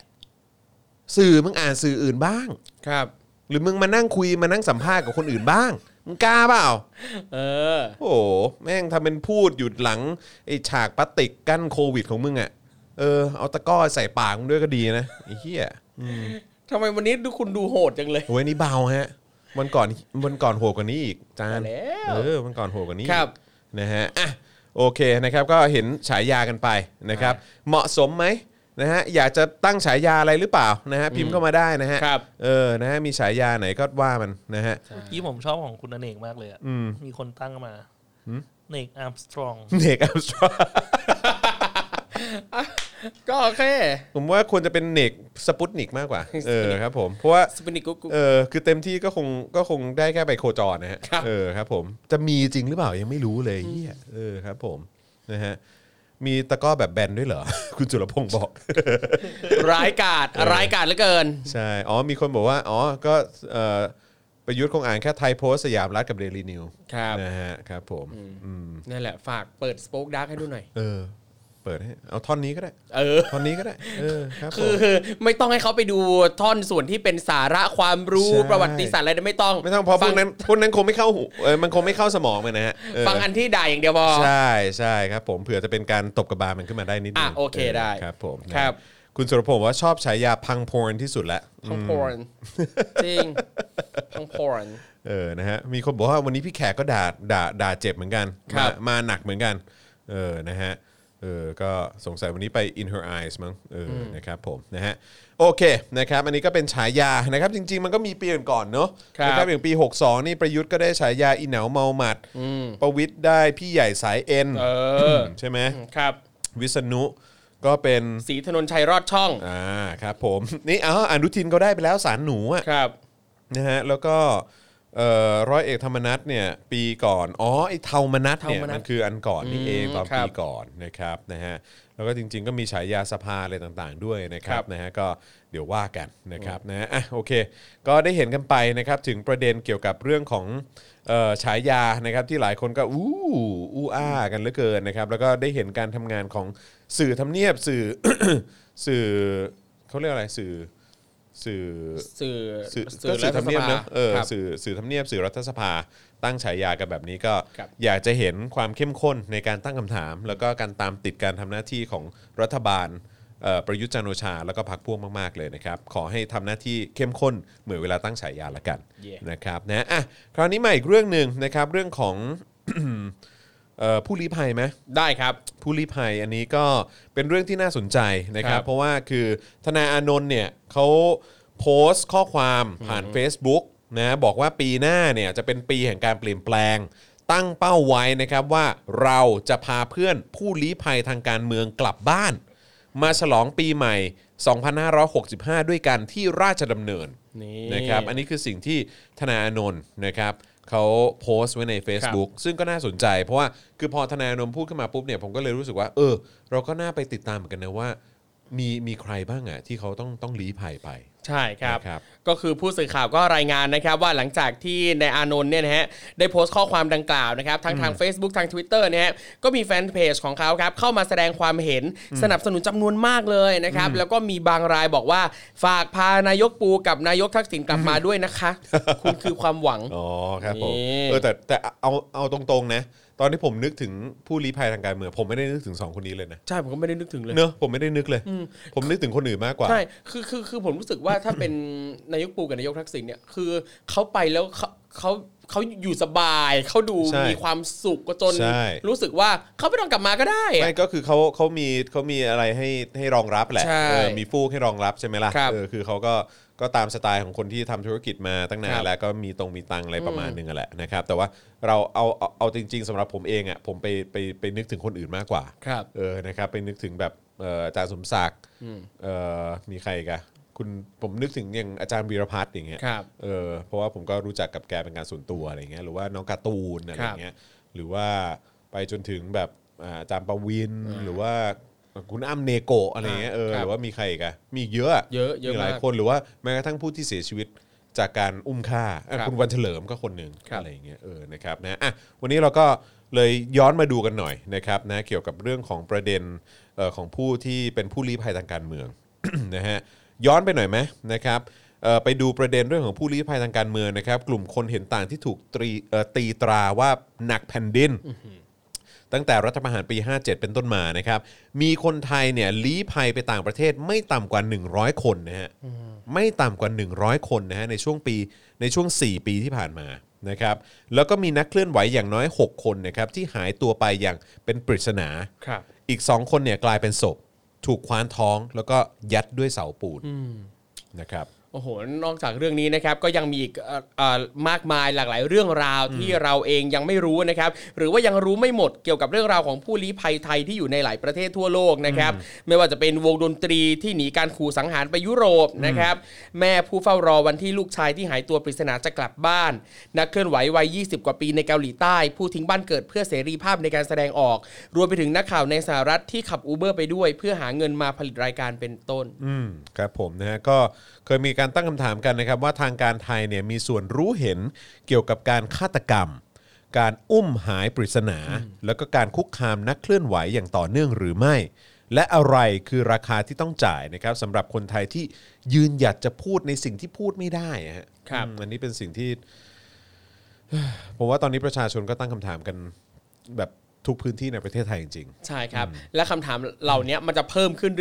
สื่อมึงอ่านสื่ออื่นบ้าง
ครับ
หรือมึงมานั่งคุยมานั่งสัมภาษณ์กับคนอื่นบ้าง มึงกล้าเปล่า
เออ
โอ้โหแม่งทำเป็นพูดหยุดหลังไอ้ฉากพลาสติกกั้นโควิดของมึงอ่ะเออเอาตะกร้อใส่ปากมึงด้วยก็ดีนะไอ้เหี้ย
ทำไมวันนี้ดูคุณดูโหดจังเลย
โอ้ยนี่เบาฮะวันก่อนวันก่อนโหดกว่านี้อีกจาน
แล้ว
เออวันก่อนโหดกว่านี้อีก
ครับ
นะฮะ อ่ะ โอเคนะครับ ก็เห็นฉายากันไปนะครับ เหมาะสมไหมนะฮะ อยากจะตั้งฉายาอะไรหรือเปล่านะฮะ พิมพ์เข้ามาได้นะฮะ
ครับ
เออ นะฮะ มีฉายาไหนก็ว่ามันนะ ฮะ
เมื่อกี้ผมชอบของคุณอเนกมากเลยอ่ะ มีคนตั้งมาเนกอาร์มสตรอง
เด็กอัมสตรอง
ก็โอเค
ผมว่าควรจะเป็นเนกสปุตนิกมาก กว่า เออครับผม เพราะว่า
สปินิกุ๊กกุ๊ก
เออคือเต็มที่ก็คงก็คงได้แค่ไปโคจรนะฮะ
ครับ
เออครับผมจะมีจริงหรือเปล่ายังไม่รู้เลยเหียเออครับผมนะฮะมีตะกร้อแบบแบนด้วยเหรอ คุณจุลพงศ์บอก
ร้ายกาดร้ายกาดเหลือเกิน
ใช่อ๋อมีคนบอกว่าอ๋อก็เอ่อประยุทธ์คงอ่านแค่ไทยโพสต์สยามรัฐกับเดลีนิว
ครับ
นะฮะครับผมอืม
นั่นแหละฝากเปิดสป o อคด a r k ให้ดูหน่อย
เออ เปิดให้เอาท่อนนี้ก็ได้
เออ
ท่อนนี้ก็ได้เออครับผ
คื
ม
อไม่ต้องให้เขาไปดูท่อนส่วนที่เป็นสาระความรู้
ใช่
ประวัติศาสตร์อะไรไม่ต้อง
ไม่ต้องเพอพว
ฟั
กนั้นพวกนั้นคงไม่เข้าหูเออมันคงไม่เข้าสมองมันนะฮะเออ
ฟังอันที่ด่าอย่างเดียวพอ
ใช่ใช่ครับผมเผื่อจะเป็นการตบกระบาลมันขึ้นมาได้นิดนึ
อ่ะ
ง
โอเคได้
ครับผมนะครับ คุณสุรพงศ์บอกว่าชอบฉายาพังพรที่สุดละ
พังพรจริงพังพร
เออนะฮะมีคนบอกว่าวันนี้พี่แขกก็ด่าด่าด่าเจ็บเหมือนกัน
ครับ
มามาหนักเหมือนกันเออนะฮะเออก็สงสัยวันนี้ไป in her eyes มั้งเอออนะครับผมนะฮะโอเคนะครับอันนี้ก็เป็นฉายานะครับจริง ๆ มันก็มีปีก่อนๆเนอะ
ครับ
นะอย่างปี 62 นี่ประยุทธ์ก็ได้ฉายาอีเหนาเมาหมัดประวิทย์ได้พี่ใหญ่สายเอ็น
เออ
ใช่ไหม
ครับ
วิษณุก็เป็น
สีถนนชัยรอดช่อง
อ่าครับผมนี่เอาอนุทินก็ได้ไปแล้วสารหนูอะ
ครับ
นะฮะแล้วก็เอ่อร้อยเอกธรรมนัฐเนี่ยปีก่อนอ๋อไอ้เทามนัฐเนี่ย
เทามนัส
มันคืออันก่อนนี่เองตอน
ครับ
ปีก่อนนะครับนะฮะแล้วก็จริง ๆ ก็มีฉายาสภาอะไรต่างๆ ด้วยนะครั
ครับ บ
นะฮะก็เดี๋ยวว่ากันนะครับนะฮะอ่ะโอเค ก็ได้เห็นกันไปนะครับถึงประเด็นเกี่ยวกับเรื่องของเอ่อฉายานะครับที่หลายคนก็อู้อู้อ้ากันเหลือเกินนะครับแล้วก็ได้เห็นการทำงานของสื่อทำเนียบสื่อ สื่อเขาเรียกอะไรสื่อสื่อ
สื่อ
สื่อ
สื่
ก็
อ
สื่อ
รัฐ
ทำ
ส
เนียบ
ภา
นะเออ
ครับ
สื่อสื่อทำเนียบสื่อรัฐสภาตั้งฉายากันแบบนี้ก็
ครับ
อยากจะเห็นความเข้มข้นในการตั้งคำถาม แล้วก็การตามติดการทำหน้าที่ของรัฐบาลเอ่อประยุทธ์จันทร์โอชา แล้วก็พรรคพวกมากๆเลยนะครับ ขอให้ทำหน้าที่เข้มข้นเหมือนเวลาตั้งฉายาละกัน
Yeah
นะครับนะอ่ะคราวนี้มาอีกเรื่องหนึ่งนะครับเรื่องของ เอ่อผู้ลี้ภัยไหม
ได้ครับ
ผู้ลี้ภัยอันนี้ก็เป็นเรื่องที่น่าสนใจนะครับ
ครับ
เพราะว่าคือธนายอานนท์เนี่ยเขาโพสต์ข้อความผ่าน Facebook นะบอกว่าปีหน้าเนี่ยจะเป็นปีแห่งการเปลี่ยนแปลง ตั้งเป้าไว้นะครับว่าเราจะพาเพื่อนผู้ลี้ภัยทางการเมืองกลับบ้าน มาฉลองปีใหม่ 2565 ด้วยกันที่ราชดำเนิน
นี่
นะครับอันนี้คือสิ่งที่ธนาอานนท์นะครับเขาโพสต์ไว้ใน Facebook ซึ่งก็น่าสนใจ เพราะว่าคือพอธนาอานนท์พูดขึ้นมาปุ๊บเนี่ยผมก็เลยรู้สึกว่า เออ เราก็น่าไปติดตามเหมือนกันนะว่า มีมีใครบ้างอะที่เขาต้องต้องลี้ภัยไป
ใช่ครับ
นะครับ
ก็คือผู้สื่อข่าวก็รายงานนะครับว่าหลังจากที่นายอานนท์เนี่ยนะฮะได้โพสต์ข้อความดังกล่าวนะครับทั้งทาง Facebook ทาง Twitter นะฮะก็มีแฟนเพจของเขาครับเข้ามาแสดงความเห็นสนับสนุนจำนวนมากเลยนะครับแล้วก็มีบางรายบอกว่าฝากพานายกปูกับนายกทักษิณกลับมาด้วยนะคะ คุณคือความหวัง
อ๋อครับผม
นี่
เออแต่แต่เอาเอาตรงๆนะ ตอนที่ผมนึกถึงผู้ลี้ภัยทางการเมืองผมไม่ได้นึกถึงสองคนนี้เลยนะ
ใช่ผมก็ไม่ได้นึกถึงเลย
เนอะผมไม่ได้นึกเลย ผมนึกถึงคนอื่นมากกว่า
ใช่ คือ คือ คือ ผมรู้สึกว่า ถ้า เป็นนายกปูกับนายกทักษิณเนี่ย คือเขาไปแล้วเขาเขาเขาอยู่สบาย เขาดู
ใช่
มีความสุขก็จน
ใช่
รู้สึกว่าเขาไม่ต้องกลับมาก็ได้อะ
ไม่ก็คือเขาเขามีเขามีอะไรให้ให้รองรับแหละ
ใช่
เออมีฟูกให้รองรับใช่ไหม
ครั
ล่ะ
บ
เออคือเขาก็ก็ตามสไตล์ของคนที่ทำธุรกิจมาตั้งนา
คน รับ
แล้วก็มีตรงมีตังอะไรประมาณนึงอะแหละนะครับ แต่ว่าเราเอาเอาเอาจริง ๆสำหรับผมเองอ่ะผมไปไปไปนึกถึงคนอื่นมากกว่า
ครับ
เออนะครับไปนึกถึงแบบเอ่ออาจารย์สมศักดิ์เอ่อมีใครอีกอะคุณผมนึกถึงอย่างอาจารย์วีรพัฒน์อย่างเงี้ย
ครับ
เออเพราะว่าผมก็รู้จักกับแกเป็นการส่วนตัวอะไรเงี้ยหรือว่าน้องการ์ตูน อะไรอย่างเงี้ยหรือว่าไปจนถึงแบบอ่าอาจามปวินหรือว่าคุณอ้ำเนโกะอะไรเงี้ยเออ
ค
ห
รับ
รือว่ามีใครอีกอะมีอีกเยอะ
เยอะเยอะ
มีหลาย
มาก
คนหรือว่าแม้กระทั่งผู้ที่เสียชีวิตจากการอุ้มฆ่าอ่ะ
ครับ
คุณวันเฉลิมก็คนหนึ่ง
ครับ
อะไรอย่างเงี้ยเออนะครับนะอ่ะวันนี้เราก็เลยย้อนมาดูกันหน่อยนะครับนะเกี่ยวกับเรื่องของประเด็นเอ่อของผู้ที่เป็นผู้ลี้ภัยทางการเมือง นะฮะย้อนไปหน่อยไหมนะครับเอ่อไปดูประเด็นเรื่องของผู้ลี้ภัยทางการเมืองนะครับ กลุ่มคนเห็นต่างที่ถูกตรีเอ่อตีตราว่าหนักแผ่นดิน ตั้งแต่รัฐประหารปี 57 เป็นต้นมานะครับ มีคนไทยเนี่ยลี้ภัยไปต่างประเทศไม่ต่ำกว่า 100 คนนะฮะ ไม่ต่ำกว่า 100 คนนะฮะในช่วงปีในช่วง 4 ปีที่ผ่านมานะครับ แล้วก็มีนักเคลื่อนไหวอย่างน้อย 6 คนนะครับที่หายตัวไปอย่างเป็นปริศนา
ครับ
อีก 2 คนเนี่ยกลายเป็นศพ ถูกคว้านท้องแล้วก็ยัดด้วยเสาปูนนะครับ
โอ้โห นอกจากเรื่องนี้นะครับ ก็ยังมีอีกเอ่อเอ่อมากมายหลากหลายเรื่องราวที่เราเองยังไม่รู้นะครับ หรือว่ายังรู้ไม่หมดเกี่ยวกับเรื่องราวของผู้ลี้ภัยไทยที่อยู่ในหลายประเทศทั่วโลกนะครับ ไม่ว่าจะเป็นวงดนตรีที่หนีการขู่สังหารไปยุโรปนะครับ แม่ผู้เฝ้ารอวันที่ลูกชายที่หายตัวปริศนาจะกลับบ้าน นักเคลื่อนไหววัย 20 กว่าปีในเกาหลีใต้ ผู้ทิ้งบ้านเกิดเพื่อเสรีภาพในการแสดงออก รวมไปถึงนักข่าวในสหรัฐที่ขับอูเบอร์ไปด้วย เพื่อหาเงินมาผลิตรายการเป็นต้น
อืมครับผมนะฮะก็เคยมีการตั้งคำถามกันนะครับ ว่าทางการไทยเนี่ยมีส่วนรู้เห็นเกี่ยวกับการฆาตกรรม การอุ้มหายปริศนา แล้วก็การคุกคามนักเคลื่อนไหวอย่างต่อเนื่องหรือไม่ และอะไรคือราคาที่ต้องจ่ายนะครับสำหรับคนไทยที่ยืนหยัดจะพูดในสิ่งที่พูดไม่ได้อะฮะ
ครับ
อืมอันนี้เป็นสิ่งที่ ผมว่าตอนนี้ประชาชนก็ตั้งคำถามกันแบบทุกพื้นที่ในประเทศไทยจริง
ใช่ครับ และคำถามเหล่านี้มันจะเพิ่มขึ้น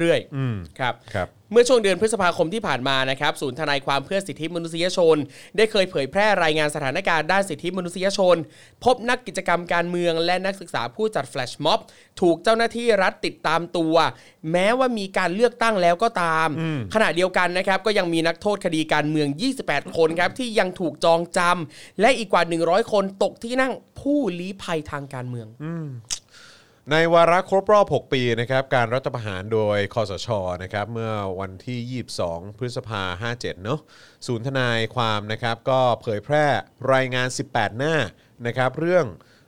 เรื่อยๆๆๆๆ
อืม
ครับ
ๆครับ
เมื่อช่วงเดือนพฤษภาคมที่ผ่านมานะครับศูนย์ทนายความเพื่อสิทธิมนุษยชน ได้เคยเผยแพร่รายงานสถานการณ์ด้านสิทธิมนุษยชน พบนักกิจกรรมการเมืองและนักศึกษาผู้จัดแฟลชม็อบ ถูกเจ้าหน้าที่รัฐติดตามตัว แม้ว่ามีการเลือกตั้งแล้วก็ตาม ขณะเดียวกันนะครับก็ยังมีนักโทษคดีการเมือง 28 คนครับที่ยังถูกจองจำและอีกกว่า 100 คนตกที่นั่งผู้ลี้ภัยทางการเมือง
ในวาระครบรอบ 6 ปีนะครับการรัฐประหารโดยคอสชนะครับเมื่อวันที่ 22 พฤษภา 57 เนอะศูนย์ทนายความนะครับก็เผยแพร่รายงาน 18 หน้านะครับเรื่อง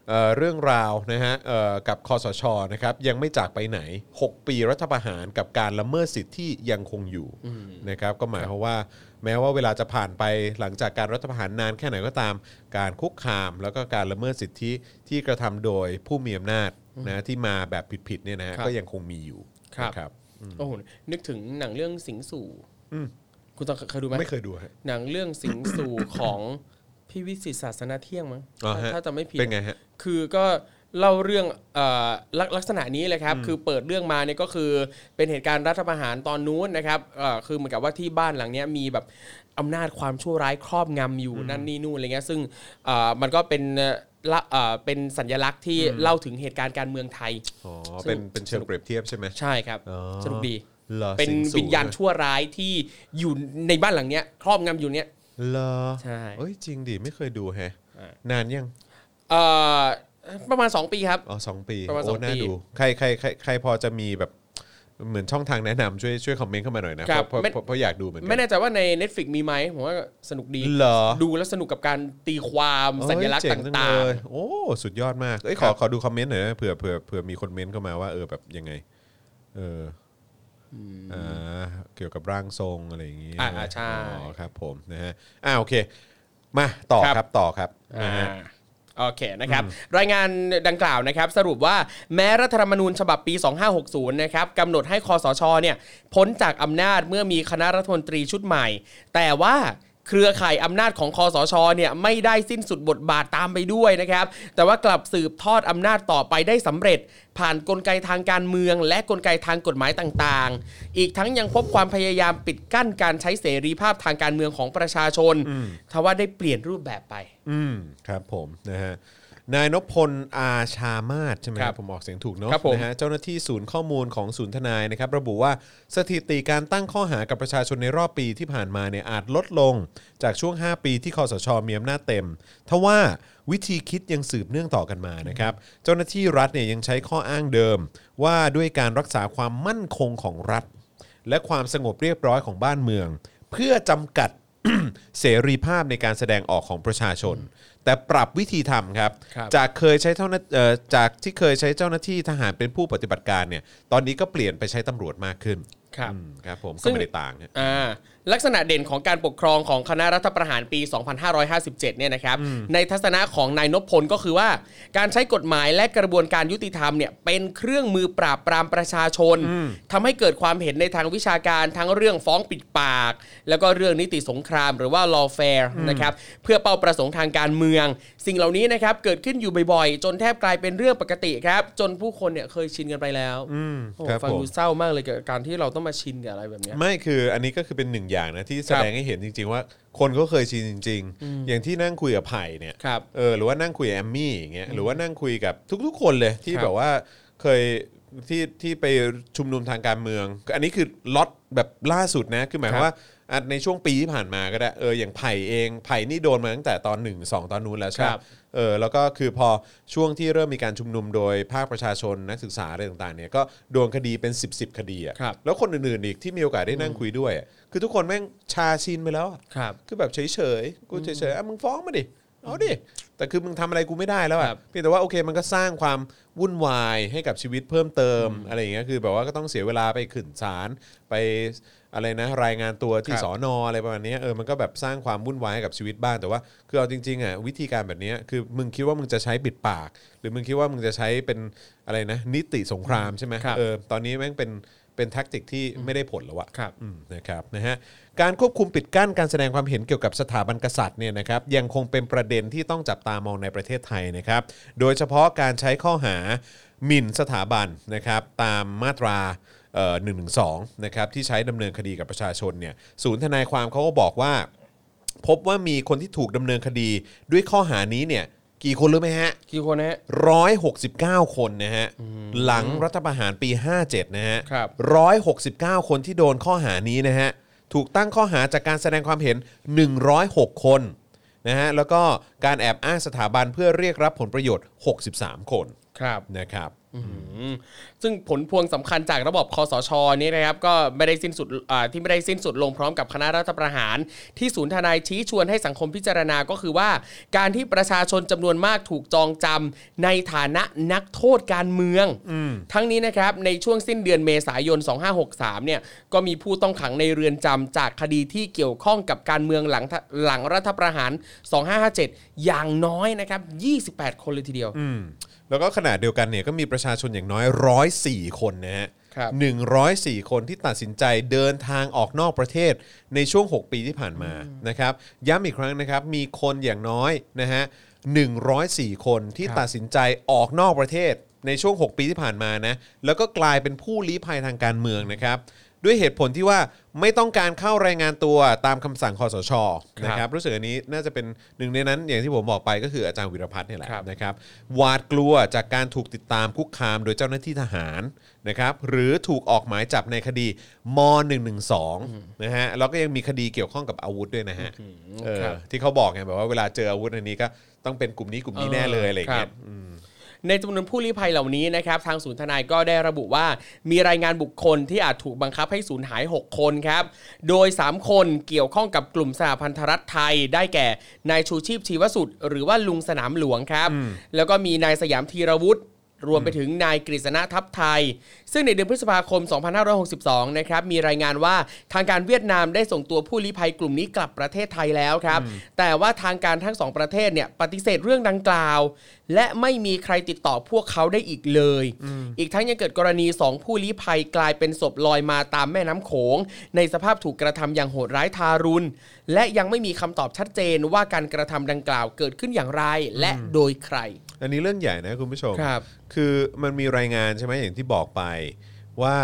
เอ่อเรื่องราวนะฮะเอ่อกับคอสชนะครับยังไม่จากไปไหน 6 ปีรัฐประหารกับการละเมิดสิทธิ์ที่ยังคงอยู่นะครับก็หมายความว่า แม้ว่าเวลาจะผ่านไปหลังจากการรัฐประหารนานแค่ไหนก็ตาม การคุกคาม แล้วก็การละเมิดสิทธิที่กระทำโดยผู้มีอำนาจนะที่มาแบบผิดๆเนี่ยนะฮะ
ครับ
ก็ยังคงมีอยู่
ครับ
นะ
โอ้โหนึกถึงหนังเรื่องสิงสู่คุณต้องเคยดูไหม
ไม่เคยดูฮะ
หนังเรื่องสิงสู่ ของ พี่วิสิตศาสนาเที่ยงมั้ง
อ๋อฮะ
ถ้าจะไม่ผิด
เป็นไงฮะ
คือก็เล่าเรื่องเออลกลักษณะนี้เลยครับ คือเปิดเรื่องมาเนี่ยก็คือเป็นเหตุการณ์รัฐประหารตอนนู้นนะครับเอ่อคือเหมือนกับว่าที่บ้านหลังเนี้ยมีแบบอำนาจความชั่วร้ายครอบงำอยู่นั่นนี่นู่นอะไรเงี้ยซึ่งเอ่อมันก็เป็นเอ่อละเอ่อเป็นสัญลักษณ์ที่เล่าถึงเหตุการณ์การเมืองไทย
อ๋อ
สนุก
เป็นเป็นเชิงเปรียบเทียบใช่ไหม
ใช่ครับ
อ๋อ
สนุกดี
หรอ
เป็น
สิงสู่
วิญญาณชั่วร้ายที่อยู่ในบ้านหลังเนี้ยครอบงำอยู่เนี้ย
เหรอ
ใช่
เอ้ยจริงดิไม่เคยดูแฮะ
อ่าน
นานยัง
เอ่อประมาณ 2 ปีครับ
อ๋อสองปี
ประมาณ
โอ้
สอง
น่า
ปี
ดูใครใครใครใครพอจะมีแบบเหมือนช่องทางแนะนำช่วยช่วยคอมเมนต์เข้ามาหน่อยนะ
ค
เพ
รับ
ราะเพราะ
ไม่
เพราะเพราะอยากดูเหมือนกั
ไม่แน่ใจว่าใน Netflix มีไหมผมว่าสนุกดี
เหรอ
ดูแล้วสนุกกับการตีความสัญลักษณ์
เอ้
ต
ยเจ๋
่าง
เลยโอ้ สุดยอดมากเอ้ยข
ครั
อบ ขอดูคอมเมนต์หน่อยนะเผื่อเผื่อเผื่อมีคนเมนต์เข้ามาว่าเออแบบยังไง เออออ่าเกี่ยวกับร่างทรงอะไรอย่างงี้
อ่าใช่
อ๋อครับผมนะฮะอ่าโอเค มาต่อ
ครับ
ครับต่อครับ
ๆอ่
นะฮะ
าโอเคนะครับ รายงานดังกล่าวนะครับ สรุปว่าแม้รัฐธรรมนูญฉบับปี 2560 นะครับกำหนดให้คอสชเนี่ยพ้นจากอำนาจเมื่อมีคณะรัฐมนตรีชุดใหม่ แต่ว่าเครือข่ายอำนาจของคอสชเนี่ยไม่ได้สิ้นสุดบทบาทตามไปด้วยนะครับ แต่ว่ากลับสืบทอดอำนาจต่อไปได้สำเร็จ ผ่านกลไกทางการเมือง และกลไกทางกฎหมายต่างๆ อีกทั้งยังพบความพยายามปิดกั้นการใช้เสรีภาพทางการเมืองของประชาชนทว่าได้เปลี่ยนรูปแบบไป
อืมครับผมนะฮะนายนพพลอาชามาศใช่ไหม
ครับ
ผมออกเสียงถูกเนอะ
ครับผม
นะฮะเจ้าหน้าที่ศูนย์ข้อมูลของศูนย์ทนายนะครับระบุว่าสถิติการตั้งข้อหากับประชาชนในรอบปีที่ผ่านมาเนี่ยอาจลดลงจากช่วง 5 ปีที่คอสชมีอำนาจเต็มทว่าวิธีคิดยังสืบเนื่องต่อกันมานะครับเจ้าหน้าที่รัฐเนี่ยยังใช้ข้ออ้างเดิม ว่าด้วยการรักษาความมั่นคงของรัฐ และความสงบเรียบร้อยของบ้านเมือง เพื่อจำกัด เสรีภาพในการแสดงออกของประชาชน แต่ปรับวิธีทำครับ
ครับ
จากเคยใช้เท่านั้นเอ่อจากที่เคยใช้เจ้าหน้าที่ทหารเป็นผู้ปฏิบัติการเนี่ยตอนนี้ก็เปลี่ยนไปใช้ตำรวจมากขึ้น
ครับ
อืมครับผม
ซึ่
ก็
ง
ไม่ได้ต่างฮะ
อ่าลักษณะเด่นของการปกครองของคณะรัฐประหารปี 2557 เนี่ยนะครับ ในทัศนะของนายนพพลก็คือว่า การใช้กฎหมายและกระบวนการยุติธรรมเนี่ยเป็นเครื่องมือปราบปรามประชาชนทำให้เกิดความเห็นในทางวิชาการทั้งเรื่องฟ้องปิดปาก แล้วก็เรื่องนิติสงครามหรือว่า lawfare นะครับเพื่อเป้าประสงค์ทางการเมือง สิ่งเหล่านี้นะครับเกิดขึ้นอยู่บ่อยๆ จนแทบกลายเป็นเรื่องปกติครับ จนผู้คนเนี่ยเคยชินกันไปแล้วโอ้โห
ครับ
ฟัง
ผม
ดูเศร้ามากเลยกับการที่เราต้องมาชินกับอะไรแบบเนี้ย
ไม่คืออันนี้ก็คือเป็นหนึ่งอย่างนะที่แสดงให้เห็นจริง ๆ ว่าคนเขาเคยชินจริง ๆ อย่างที่นั่งคุยกับไผ่เนี่ย
ครับ
เออหรือว่านั่งคุยกับแอมมี่อย่างเงี้ยหรือว่านั่งคุยกับทุกๆ คนเลยที่แบบว่าเคยที่ที่ไปชุมนุมทางการเมือง อันนี้คือล็อตแบบล่าสุดนะคือหมายความว่า อ่ะในช่วงปีที่ผ่านมาก็ได้เอออย่างไผ่เองไผ่นี่โดนมาตั้งแต่ตอน 1 2 ตอนนู้นแล้วใช่ปะ
ครับ
เออแล้วก็คือพอช่วงที่เริ่มมีการชุมนุมโดยภาคประชาชนนักศึกษาอะไรต่างๆเนี่ยก็โดนคดีเป็น 10บสคดีอ่ะ
ครับ
แล้วคนอื่นๆอีกที่มีโอกาสได้นั่งคุยด้วยอะคือทุกคนแม่งชาชินไปแล้วอะ
ครับ
คือแบบเฉยๆ กูเฉยๆอ่ะมึงฟ้องมาดิ เอาดิ แต่คือมึงทำอะไรกูไม่ได้แล้ว
ค
อ่ะ
รับ
เพียงแต่ว่าโอเคมันก็สร้างความวุ่นวายให้กับชีวิตเพิ่มเติมอะไรอย่างเงี้ย คือแบบว่าก็ต้องเสียเวลาไปขึ้นศาลไปอะไรนะรายงานตัวที่
ครับ
สอนออะไรประมาณเนี้ยเออ มันก็แบบสร้างความวุ่นวายให้กับชีวิตบ้าง แต่ว่าคือเอาจริงๆอ่ะวิธีการแบบเนี้ยคือมึงคิดว่ามึงจะใช้ปิดปาก หรือมึงคิดว่ามึงจะใช้เป็นอะไรนะนิติสงครามใช่ไหม
ครับ
เออ ตอนนี้แม่งเป็นเป็นแท็กติกที่ไม่ได้ผลแล้วอะ
ครับ
อืมนะครับนะฮะการควบคุมปิดกั้นการแสดงความเห็นเกี่ยวกับสถาบันกษัตริย์เนี่ยนะครับยังคงเป็นประเด็นที่ต้องจับตามองในประเทศไทยนะครับโดยเฉพาะการใช้ข้อหาหมิ่นสถาบันนะครับตามมาตราหนึ่งหนึ่งสองนะครับที่ใช้ดำเนินคดีกับประชาชนเนี่ยศูนย์ทนายความเขาก็บอกว่า พบว่ามีคนที่ถูกดำเนินคดีด้วยข้อหานี้เนี่ยกี่คนรู้ไหมฮะ
กี่คนนะฮะ
169 คนนะฮะ หลังรัฐประหารปี 57 นะฮะ
ครับ
169 คนที่โดนข้อหานี้นะฮะ ถูกตั้งข้อหาจากการแสดงความเห็น 106 คนนะฮะ แล้วก็การแอบอ้างสถาบันเพื่อเรียกรับผลประโยชน์ 63 คน
ครับ
นะครับ
ซึ่งผลพวงสำคัญจากระบบคอสชนี้นะครับก็ไม่ได้สิ้นสุดอ่าที่ไม่ได้สิ้นสุดลงพร้อมกับคณะรัฐประหาร ที่ศูนย์ทนายชี้ชวนให้สังคมพิจารณาก็คือว่า การที่ประชาชนจำนวนมากถูกจองจำในฐานะนักโทษการเมือง ทั้งนี้นะครับในช่วงสิ้นเดือนเมษายน 2563เนี่ยก็มีผู้ต้องขังในเรือนจำจากคดีที่เกี่ยวข้องกับการเมืองหลังทะหลังรัฐประหาร 2557 อย่างน้อยนะครับ28 คนเลยทีเดียว
แล้วก็ขณะเดียวกันเนี่ยก็มีประชาชนอย่างน้อย 104 คนนะฮะ
ครับ
104 คนที่ตัดสินใจเดินทางออกนอกประเทศในช่วง 6 ปีที่ผ่านมานะครับย้ำอีกครั้งนะครับ มีคนอย่างน้อยนะฮะ104 คนที่ตัดสินใจออกนอกประเทศในช่วง 6 ปีที่ผ่านมานะแล้วก็กลายเป็นผู้ลี้ภัยทางการเมืองนะครับ ด้วยเหตุผลที่ว่าไม่ต้องการเข้ารายงานตัวตามคำสั่งคอสชนะครับ รู้สึกอันนี้น่าจะเป็นหนึ่งในนั้นอย่างที่ผมบอกไปก็คืออาจารย์วิรพัฒน์เนี่ยแหละ
ครับ
นะครับหวาดกลัวจากการถูกติดตามคุกคามโดยเจ้าหน้าที่ทหารนะครับหรือถูกออกหมายจับในคดีม .112 นะฮะแล้วก็ยังมีคดีเกี่ยวข้องกับอาวุธด้วยนะฮะเออ
ครับ
ที่เขาบอกไงแบบว่าเวลาเจออาวุธอันนี้ก็ต้องเป็นกลุ่มนี้กลุ่มนี้แน่เลยอะไรอย่างเงี้ย
ครับในจำนวนผู้ลี้ภัยเหล่านี้นะครับทางศูนย์ทนายก็ได้ระบุว่า มีรายงานบุคคลที่อาจถูกบังคับให้สูญหาย 6 คนครับ โดย 3 คนเกี่ยวข้องกับกลุ่มสหพันธรัฐไทย ได้แก่นายชูชีพชีวสุดหรือว่าลุงสนามหลวงครับ แล้วก็มีนายสยามธีรวุฒิ รวมไปถึงนายกฤษณะทัพไทย ซึ่งในเดือนพฤษภาคม 2562 นะครับ มีรายงานว่าทางการเวียดนามได้ส่งตัวผู้ลี้ภัยกลุ่มนี้กลับประเทศไทยแล้วครับ แต่ว่าทางการทั้งสองประเทศเนี่ยปฏิเสธเรื่องดังกล่าว และไม่มีใครติดต่อพวกเขาได้อีกเลย อีกทั้งยังเกิดกรณี 2 ผู้ลี้ภัยกลายเป็นศพลอยมาตามแม่น้ำโขง ในสภาพถูกกระทำอย่างโหดร้ายทารุณ และยังไม่มีคำตอบชัดเจนว่าการกระทำดังกล่าวเกิดขึ้นอย่างไรและโดยใคร
อันนี้เรื่องใหญ่นะคุณผู้ชม
ครับ
คือมันมีรายงานใช่ไหมอย่างที่บอกไปว่า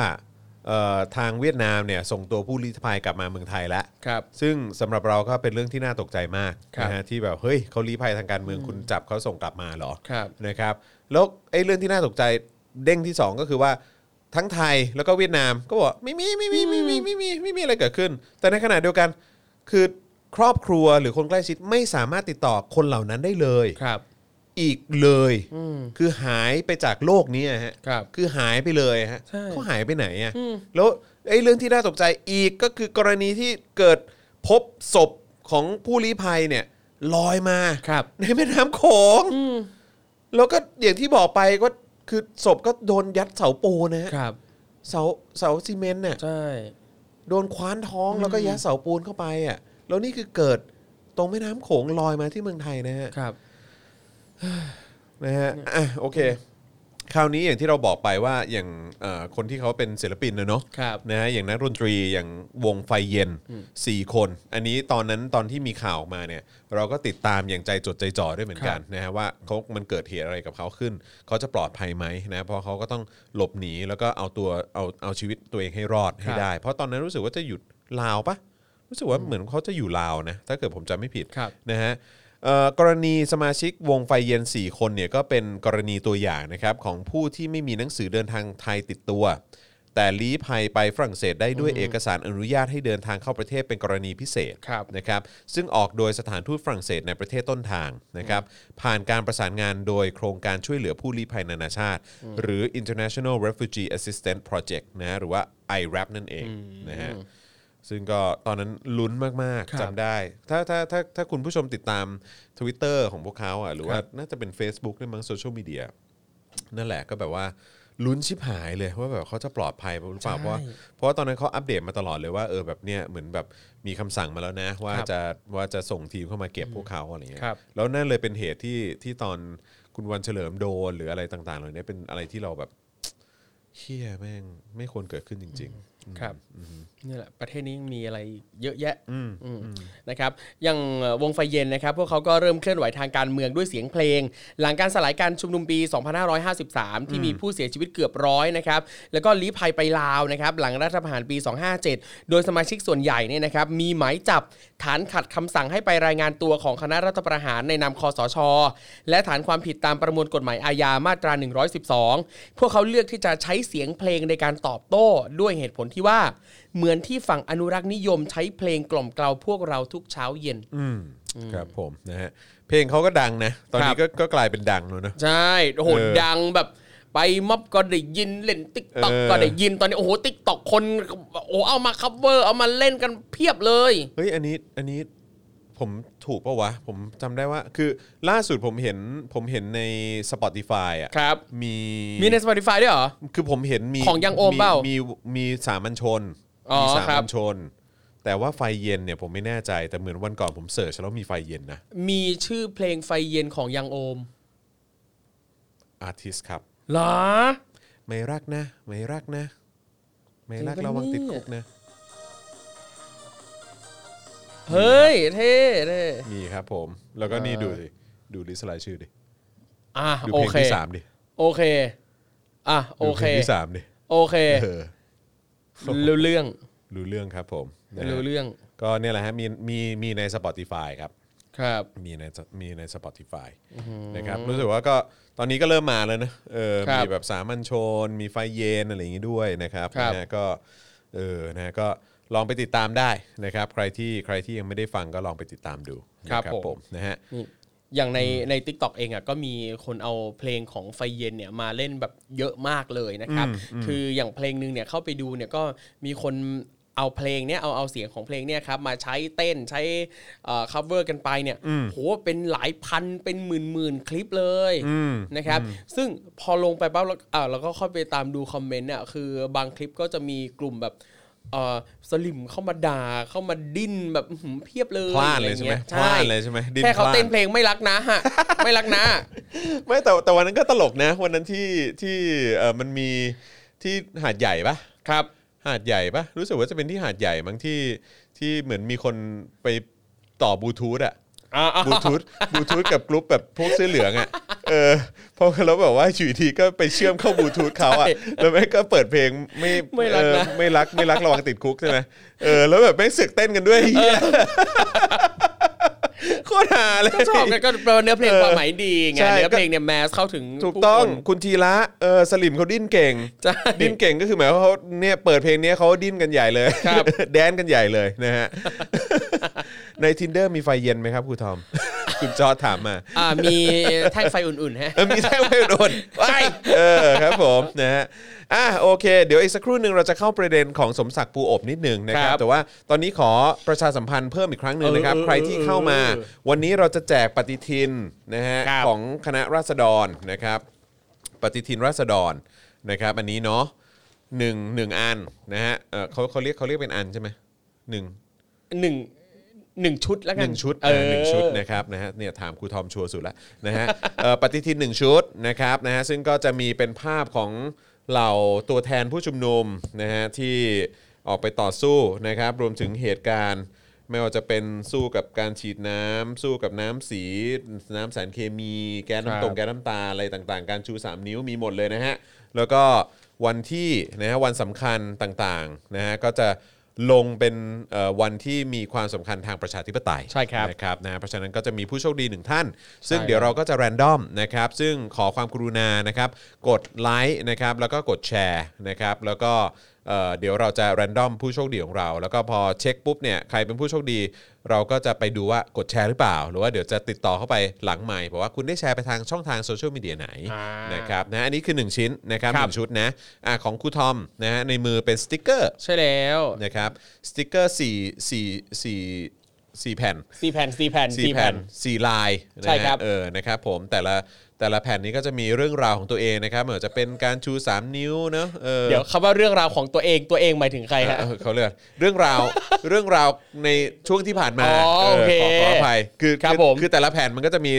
เอ่อทางเวียดนามเนี่ยส่งตัวผู้ลี้ภัยกลับมาเมืองไทยแล้ว
ครับ
ซึ่งสำหรับเราก็เป็นเรื่องที่น่าตกใจมาก
ครับ
นะฮะที่แบบเฮ้ยเขาลี้ภัยทางการเมืองคุณจับเขาส่งกลับมาเหรอ
ครับ
นะครับแล้วไอ้เรื่องที่น่าตกใจเด้งที่สองก็คือว่าทั้งไทยแล้วก็เวียดนามก็บอกว่าไม่มีไม่มีไม่มีไม่มีไม่มีอะไรเกิดขึ้น แต่ในขณะเดียวกันคือครอบครัวหรือคนใกล้ชิดไม่สามารถติดต่อคนเหล่านั้นได้เลย
ครับ
อีกเลย
อืม
คือหายไปจากโลกนี้อะฮะ
ครับ
อหายไปเลยฮะ
ใช่
เขาหายไปไหนอ่ะ
อืม
แล้วไอ้เรื่องที่น่าตกใจอีกก็คือกรณีที่เกิดพบศพของผู้ลี้ภัยเนี่ยลอยมา
ครับ
ในแม่น้ำโขงแล้วก็อย่างที่บอกไปก็คือศพก็โดนยัดเสาปูนนะฮะ
ครับ
เสาเสาซีเมนต์เนี่ย
ใช่
โดนคว้านท้องแล้วก็ยัดเสาปูนเข้าไปอ่ะแล้วนี่คือเกิดตรงแม่น้ำโขงลอยมาที่เมืองไทยนะฮะ
ครับ
นะฮะอ่ะโอเค คราวนี้อย่างที่เราบอกไปว่าอย่างเอ่อคนที่เขาเป็นศิลปินนะเนาะ
ครับ
นะฮะอย่างนักดนตรีอย่างวงไฟเย็น 4 คน อันนี้ตอนนั้นตอนที่มีข่าวออกมาเนี่ย เราก็ติดตามอย่างใจจดใจจ่อด้วยเหมือนกันนะฮะว่าเขามันเกิดเหตุอะไรกับเขาขึ้น เขาจะปลอดภัยไหมนะเพราะเขาก็ต้องหลบหนีแล้วก็เอาตัวเอาเอาชีวิตตัวเองให้รอดให้
ครับ
ได้ เพราะตอนนั้นรู้สึกว่าจะหยุดลาวปะรู้สึกว่าเหมือนเขาจะอยู่ลาวนะถ้าเกิดผมจำไม่ผิด
ครับ
นะฮะเอ่อกรณีสมาชิกวงไฟเย็น 4 คนเนี่ยก็เป็นกรณีตัวอย่างนะครับของผู้ที่ไม่มีหนังสือเดินทางไทยติดตัว แต่ลี้ภัยไปฝรั่งเศสได้ด้วยเอกสารอนุญาตให้เดินทางเข้าประเทศเป็นกรณีพิเศษ
ครับ
นะครับซึ่งออกโดยสถานทูตฝรั่งเศสในประเทศต้นทางนะครับผ่านการประสานงานโดยโครงการช่วยเหลือผู้ลี้ภัยนานาชาติ หรือ International Refugee Assistance Project นะฮะหรือว่า IRAP นั่นเองนะฮะซึ่งก็ตอนนั้นลุ้นมาก
ครั
ๆ
บ
จำได้ ถ้าถ้าถ้าถ้าคุณผู้ชมติดตาม Twitter ของพวกเขาอ่ะหรือว่าน่าจะเป็น Facebook ด้วยมั้งโซเชียลมีเดียนั่นแหละก็แบบว่าลุ้นชิบหายเลยว่าแบบเขาจะปลอดภัยหรือเปล่า
ใช่
เพราะว่า เพราะว่าตอนนั้นเขาอัปเดตมาตลอดเลยว่าเออแบบเนี้ยเหมือนแบบมีคำสั่งมาแล้วนะ ว่า
ครับ
จะว่าจะส่งทีมเข้ามาเก็บพวกเขาอะไรเงี้ย
ครับ
แล้วนั่นเลยเป็นเหตุที่ที่ตอนคุณวันเฉลิมโดนหรืออะไรต่างๆเหล่านี้เป็นอะไรที่เราแบบเฮียแม่งไม่ควรเกิดขึ้นจริง ๆ
ครับนี่แหละประเทศนี้ยังมีอะไรเยอะแยะอืมนะครับอย่างเอ่อวงไฟเย็นนะครับ พวกเขาก็เริ่มเคลื่อนไหวทางการเมืองด้วยเสียงเพลง หลังการสลายการชุมนุมปี 2553 ที่มีผู้เสียชีวิตเกือบร้อยนะครับ แล้วก็ลี้ภัยไปลาวนะครับ หลังรัฐประหารปี 257 โดยสมาชิกส่วนใหญ่เนี่ยนะครับ มีหมายจับฐานขัดคำสั่งให้ไปรายงานตัวของคณะรัฐประหารในนามคอสช และฐานความผิดตามประมวลกฎหมายอาญามาตรา 112 พวกเขาเลือกที่จะใช้เสียงเพลงในการตอบโต้ด้วยเหตุผลที่ว่า เหมือนที่ฝั่งอนุรักษ์นิยมใช้เพลงกล่อมเกลาพวกเราทุกเช้าเย็น
อืมครับผมนะฮะเพลงเขาก็ดังนะ ตอนนี้
ครั
ก็
บ
ก็กลายเป็นดังแล้วนะ
ใช่โอ้โห
เออ
ดังแบบไปม็อบก็ได้ยินเล่นติ๊กต็อก
เออ
ก็ได้ยินตอนนี้โอ้โหติ๊กต็อกคนโอ้เอามาคัฟเวอร์เอามาเล่นกันเพียบเลย
เฮ้ยอันนี้อันนี้ผมถูกปะวะ ผมจำได้ว่าคือล่าสุดผมเห็นผมเห็นใน Spotify อ่ะ
ครับ
มี
มีใน Spotify ด้วยเหรอ
คือผมเห็นมี
ของยังโอมเปล่ามี
มีสามัญชน
อ๋อ
มีสา
ครั
มั
บ
ญชน แต่ว่าไฟเย็นเนี่ยผมไม่แน่ใจแต่เหมือนวันก่อนผมเสิร์ชแล้วมีไฟเย็นนะ
มีชื่อเพลงไฟเย็นของยังโอม
อาร์ติสครับ
เหรอ
ไม่รักนะ ไม่รักนะ ไม่รัก
จริงปะ
ระวัง
เนี่ย
ติดคุกนะ
เฮ้ยเท่เท่
มีครับผม แล้วก็นี่ดูสิดูลิสต์รายชื่อดิ
อ่ะ
ดู
โอ
เพลง
เค
ที่สามดิ
โอเคอ่ะโอ
ดู
เค
เพลงที่สามดิ
โอเค
เออ
รู้เรื่อง
รู้เรื่องครับผมนะฮะ
รู้เรื่อง
ก็เนี่ยแหละฮะมีมีมีใน Spotify ครับ
ครับ
มีในมีใน Spotify นะครับรู้สึกว่าก็ตอนนี้ก็เริ่มมาแล้วนะเออ
ครับ
มีแบบสามัญชน มีไฟเย็นอะไรอย่างนี้ด้วยนะครับ
ครับ
นะก็เออนะก็ลองไปติดตามได้นะครับ ใครที่ใครที่ยังไม่ได้ฟังก็ลองไปติดตามดู
ครับ
นะ
ผม
นะฮะ
นี่อย่างในใน t ิ k t o k เองอ่ะก็มีคนเอาเพลงของไฟเย็นเนี่ยมาเล่นแบบเยอะมากเลยนะครับ คืออย่างเพลงหนึ่งเนี่ยเข้าไปดูเนี่ยก็มีคนเอาเพลงเนี่ยเอาเอาเสียงของเพลงเนี่ยครับมาใช้เต้นใช้เอ่อ cover กันไปเนี่ยโหเป็นหลายพันเป็นหมื่นหมื่นคลิปเลยนะครับ ซึ่งพอลงไปปั๊บแล้วอ่าเราก็เข้าไปตามดูคอมเมนต์อ่ะคือบางคลิปก็จะมีกลุ่มแบบเอ่อสลิมเข้ามาด่าเข้ามาดิ้นแบบอื้อหือเพียบเลย
พลาดเลย
อะร
ใช่ไหม
งี้
พลาดเลยใช่ไหมดิ้
แค่เขา
พลด
เต้นเพลงไม่รักนะ ฮะ ไม่รักนะ
ไม่แต่แต่วันนั้นก็ตลกนะ วันนั้นที่ที่เออมันมีที่หาดใหญ่ปะ
ครับ
หาดใหญ่ปะรู้สึกว่าจะเป็นที่หาดใหญ่มั้งที่ที่เหมือนมีคนไปต่อบลูทูธอะ
อ่า
บลูทูธบลูทูธกับกรุ๊ปแบบพวกเสื้อเหลืองอ่ะเออเพอแล้วแบบว่าอยู่ดีก็ไปเชื่อมเข้าบลูทูธเขาอ่ะแล้วแม่งก็เปิดเพลงไม่
ไม่รักนะ
เออไม่รักไม่รักระวังติดคุกใช่ไหมเออแล้วแบบแม่งเสือกเต้นกันด้วยเหี้ยโคตรฮาเลย
ก็ชอบนะก็แปลว่าเนื้อเพลง
เออ
ความหมายดีไง
ใช่
เนื้อเพลงเนี่ยแมสเข้าถึง
ถูกต้อง
ผู้คน
คุณทีละเออสลิมเขาดิ้นเก่ง
ใช่
ดิ้นเก่งก็คือหมายว่าเขาเนี่ยเปิดเพลงเนี้ยเขาดิ้นกันใหญ่เลย
ครับ
แดนกันใหญ่เลยนะฮะ ใน tinder มีไฟเย็นไหมครับครูทอม คุณจอร์จถามมา
อ่ามีแท่งไฟอุ่นๆฮะ
เออมีแท่งไม่โดนไปเออครับผมนะฮะอ่ะโอเค เดี๋ยวอีกสักครู่หนึ่งเราจะเข้าประเด็นของสมศักดิ์ปูอบนิดหนึ่งนะครับ
ครับ
แต่ว่าตอนนี้ขอประชาสัมพันธ์เพิ่มอีกครั้งหนึ่งนะครับ
เออเออ
ใครที่เข้ามา
เออ
วันนี้เราจะแจกปฏิทินนะฮะ
ครับ
ของคณะราษฎรนะครับ ปฏิทินราษฎรนะครับ อันนี้เนาะหนึ่งหนึ่งอันนะฮะเออเขาเขาเรียกเขาเรียกเป็นอันใช่ไหมหนึ่ง
หนึ่งหนึ่งชุดแล้ว
ห
กัน
นึ่งชุด
เออ
หนึ่งชุดนะครับนะฮะเนี่ยถามครูทอมชัวร์สุดละนะฮะเอ่อปฏิทินหนึ่งชุดนะครับนะฮะซึ่งก็จะมีเป็นภาพของเหล่าตัวแทนผู้ชุมนุมนะฮะที่ออกไปต่อสู้นะครับ รวมถึงเหตุการณ์ ไม่ว่าจะเป็นสู้กับการฉีดน้ำสู้กับน้ำสี น้ำสารเคมี แก๊ส
ครับ
น้ำตรงแก๊สน้ำตาอะไรต่างๆ การชู 3 นิ้วมีหมดเลยนะฮะแล้วก็วันที่นะฮะวันสำคัญต่างๆนะฮะก็จะ ลงเป็นเอ่อวันที่มีความสำคัญทางประชาธิปไตย
ใช่ครับ
นะครับนะเพราะฉะนั้นก็จะมีผู้โชคดีหนึ่งท่าน ซึ่ง
ใช่
เดี๋ยวเราก็จะแรนดอมนะครับ ซึ่งขอความกรุณานะครับ กดไลค์นะครับ แล้วก็กดแชร์นะครับ แล้วก็เอ่อเดี๋ยวเราจะแรนดอมผู้โชคดีของเรา แล้วก็พอเช็คปุ๊บเนี่ยใครเป็นผู้โชคดี เราก็จะไปดูว่ากดแชร์หรือเปล่า หรือว่าเดี๋ยวจะติดต่อเข้าไปหลังใหม่บอกว่าคุณได้แชร์ไปทางช่องทางโซเชียลมีเดียไหน
อ่าน
นะครับนะอันนี้คือ 1 ชิ้นนะครับ
ค
ห
รับ
นึ่งชุดนะอ่ะของครูทอมนะฮะในมือเป็นสติกเกอร์
ใช่แล้ว
นะครับสติกเกอร์4 4 4 4แผ่น
สี่แผ่นสี่แผ่น
สี่
สี่
แผ่
แผ่
น
น
สี่ลายนะ
ใช่ครั
ฮะ
บ
เออนะครับผมแต่ละแต่ละแผ่นนี้ก็จะมีเรื่องราวของตัวเองนะครับเหมือนจะเป็นการชู 3 นิ้วเนอะเออ
เดี๋ยวคำว่าเรื่องราวของตัวเองตัวเองหมายถึงใครฮะ
เออเขาเรียกเรื่องราว เรื่องราวในช่วงที่ผ่านมา
อ๋อโอเค
ขอขออภัยคือ
ครับ
อ
ผม
คือแต่ละแผ่นมันก็จะมี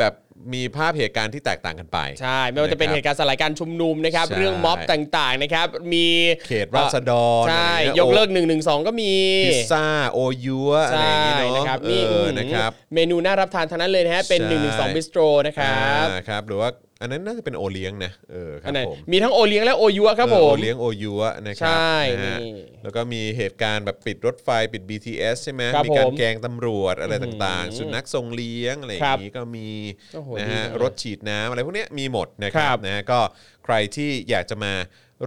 แบบมีภาพเหตุการณ์ที่แตกต่างกันไป
ใช่ ไม่ว่าจะเป็น
นะครับ
เหตุการณ์สลายการชุมนุมนะครับ
ใช่
เรื่องม็อบต่างๆนะครับ มี
เขตราษฎร
ใช่
อะไรอางงี้
ยกเลิกหนึ่งหนึ่งสองก็มี
พิซซ่าโอยัวอะไรอย่า
ใช่
งงี้เนอะ
นะครับ
เอ
นี่
อนะครับ
เมนูน่ารับทานทั้งนั้นเลยนะฮะ เป็น
ใช่
1นึบิสโตรนะครับ
อ่าครับหรือว่าอันนั้นน่าจะเป็นโอเลี้ยงนะเออครั
อั
บ
นไหน
ผม
มีทั้งโอเลี้ยงและโอยัวครับ
เอ
ผ
อ
ม
โอเลี้ยงโอยัวนะครั
ใช่
นะฮะ
นี่
แล้วก็มีเหตุการณ์แบบปิดรถไฟปิด BTS ใช่ไหม
ครับ
มีการ
ผม
แกล้งตำรวจอะไรต่างๆ สุนัขทรงเลี้ยงอะไรอย่า
ครับ
งนี้ก็มี
โอ้โห
นะ
ดี
ฮะ
มาก
รถฉีดน้ำอะไรพวกเนี้ยมีหมดนะครับ
ครับ
นะฮะก็ใครที่อยากจะมา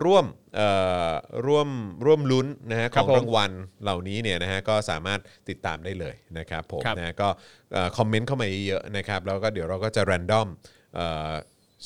ร่วมเอ่อร่วมร่วมลุ้นนะฮะ
ค
ข
รั
อบ ง
ผม
รางวัลเหล่านี้เนี่ยนะฮะก็สามารถติดตามได้เลยนะครับผม
ครับ
นะฮะก็เอ่อคอมเมนต์เข้ามาเยอะๆนะครับแล้วก็เดี๋ยวเราก็จะแรนดอมเอ่อ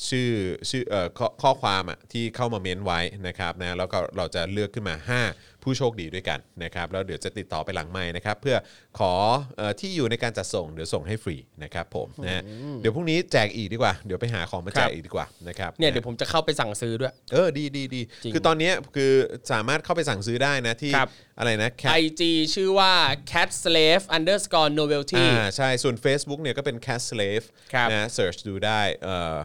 ชื่อชื่อเอ่อข้อข้อความอ่ะที่เข้ามาเม้นไว้นะครับนะแล้วก็เราจะเลือกขึ้นมา 5 ผู้โชคดีด้วยกันนะครับแล้วเดี๋ยวจะติดต่อไปหลังไม้นะครับ เพื่อขอเออที่อยู่ในการจัดส่งเดี๋ยวส่งให้ฟรีนะครับผมนะฮะเดี๋ยวพรุ่งนี้แจกอีกดีกว่า เดี๋ยวไปหาของมาแจก
ครับ
อีกดีกว่านะครับ
เนี่ยเดี๋ยวผมจะเข้าไปสั่งซื้อด้วย
เออดีดีดี
จริง
คือตอนเนี้ยคือสามารถเข้าไปสั่งซื้อได้นะที่
ครับ
อะไรนะแค
IG ชื่อว่า cat slave underscore novelty
อ่าใช่ส่วน Facebook เนี่ยก็เป็น Cat Slave
ครับ
นะเสิร์ชดูได้เอ่อ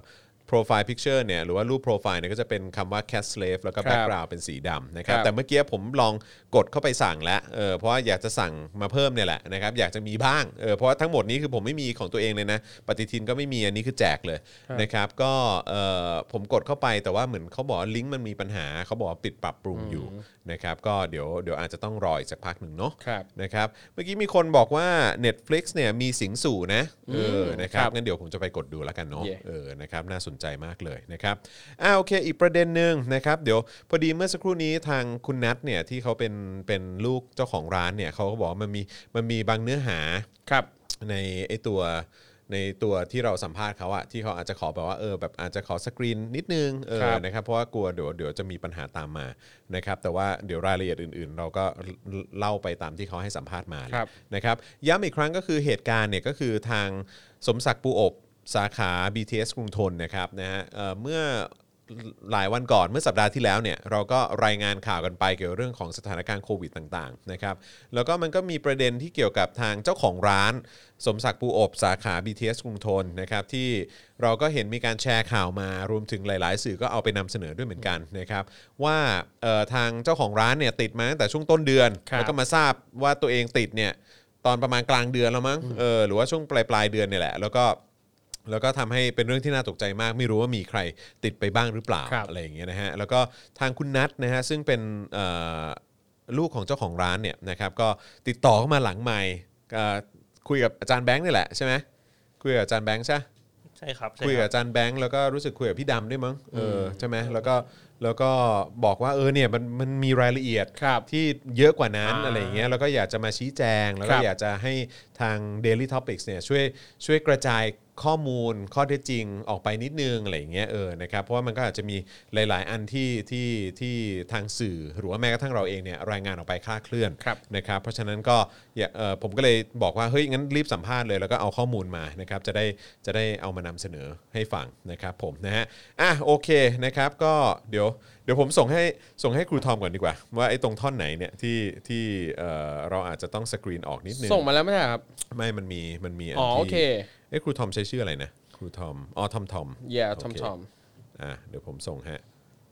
โปรไฟล์พิกเจอร์เนี่ยหรือว่ารูปโปรไฟล์เนี่ยก็จะเป็นคำว่า Cat Slave แล้วก็
ครับ
แบ็กกราวด์เป็นสีดำนะครับ
ครับ
แต่เมื่อกี้ผมลองกดเข้าไปสั่งแล้วเออเพราะว่าอยากจะสั่งมาเพิ่มเนี่ยแหละนะครับอยากจะมีบ้างเออเพราะว่าทั้งหมดนี้คือผมไม่มีของตัวเองเลยนะ ปฏิทินก็ไม่มีอันนี้คือแจกเลยนะครับก็เออผมกดเข้าไปแต่ว่าเหมือนเขาบอกลิงก์มันมีปัญหาเขาบอกว่าปิดปรับปรุงอยู่นะครับก็เดี๋ยวเดี๋ยวอาจจะต้องรออีกสักพักหนึ่งเนาะ
ครับ
นะครับเมื่อกี้มีคนบอกว่า Netflix เนี่ยมีสิงสู่นะเออนะครับงั้นเดี๋ยวผมจะไปกดดูแล้วกันเนาะ
เย่
เออนะครับน่าสนใจมากเลยนะครับอ่าโอเค อีกประเด็นหนึ่งนะครับเดี๋ยวพอดีเมื่อสักครู่นี้ทางคุณนัทเนี่ยที่เขาเป็นเป็นลูกเจ้าของร้านเนี่ยเขาก็บอกว่ามันมีมันมีบางเนื้อหา
ครับ
ในไอตัวในตัวที่เราสัมภาษณ์เขาอะที่เขาอาจจะขอแบบว่าเออแบบอาจจะขอสกรีนนิดนึงเอ
ค
อ
รับ
นะครับเพราะว่ากลัวเดี๋ยวเดี๋ยวจะมีปัญหาตามมานะครับแต่ว่าเดี๋ยวรายละเอียดอื่นๆ เราก็เล่าไปตามที่เขาให้สัมภาษณ์มา
ครับ
นะครับย้ำอีกครั้งก็คือเหตุการณ์เนี่ยก็คือทางสมศักดิ์ปูอบสาขา BTS กรุงทนนะครับนะฮะเอ่อเมื่อ หลายวันก่อนเมื่อสัปดาห์ที่แล้วเนี่ยเราก็รายงานข่าวกันไปเกี่ยวกับเรื่องของสถานการณ์โควิดต่างๆนะครับแล้วก็มันก็มีประเด็นที่เกี่ยวกับทางเจ้าของร้าน สมศักดิ์ปูอบสาขา BTS กรุงทนนะครับที่เราก็เห็นมีการแชร์ข่าวมารวมถึงหลาย ๆ สื่อก็เอาไปนำเสนอด้วยเหมือนกันนะครับว่าเอ่อทางเจ้าของร้านเนี่ยติดมาตั้งแต่ช่วงต้นเดือน
ครับ
แล้วก็มาทราบว่าตัวเองติดเนี่ยตอนประมาณกลางเดือนแล้วมั้งเออหรือว่าช่วงปลายปลายๆเดือนเนี่ยแหละแล้วก็ แล้วก็ทำให้เป็นเรื่องที่น่าตกใจมาก ไม่รู้ว่ามีใครติดไปบ้างหรือเปล่า
ครับ
อะไรอย่างเงี้ยนะฮะแล้วก็ทางคุณนัทนะฮะซึ่งเป็นเอ่อลูกของเจ้าของร้านเนี่ยนะครับก็ติดต่อเข้ามาหลังใหม่คุยกับอาจารย์แบงค์นี่แหละใช่ไหมคุยกับอาจารย์แบงค์ใช่
ใช่ครับใช่
คุย
ค
กับ
รับ
อาจารย์แบงค์แล้วก็รู้สึกคุยกับพี่ดำด้วยมั้งเออใช่ไหมแล้วก็แล้วก็บอกว่าเออเนี่ยมันมันมีรายละเอียด
ครับ
ที่เยอะกว่านั้น
อ่า
อะไรอย่างเงี้ยแล้วก็อยากจะมาชี้แจง แล้ว
ค
ก็
รับ
อยากจะให้ทาง Daily Topics เนี่ยช่วยช่วยกระจายข้อมูลข้อเท็จจริงออกไปนิดนึงอะไรอย่างเงี้ยเออนะครับเพราะว่ามันก็อาจจะมีหลาย ๆ อันที่ที่ที่ทางสื่อหรือว่าแม้กระทั่งเราเองเนี่ยรายงานออกไปคลาดเคลื่อน
ครับ
นะครับเพราะฉะนั้นก็อย่าเอ่อผมก็เลยบอกว่าเฮ้ยงั้นรีบสัมภาษณ์เลยแล้วก็เอาข้อมูลมานะครับจะได้จะได้เอามานำเสนอให้ฟังนะครับผมนะฮะอ่ะโอเคนะครับก็เดี๋ยวเดี๋ยวผมส่งให้ส่งให้ครูทอมก่อนดีกว่า ว่าไอ้ตรงท่อนไหนเนี่ยที่ที่เอ่อเราอาจจะต้องสกรีนออกนิดนึง
ส่งมาแล้วไม่ใช่เหรอครับ
ไม่มันมีมันมีอัน
อ๋อ
ที่
โอเค
เอ้ยครูทอมใช้ชื่ออะไรนะครูทอมอ๋อทอมทอม
yeah ทอม
โเค
ทอม
อ่ะเดี๋ยวผมส่งฮะ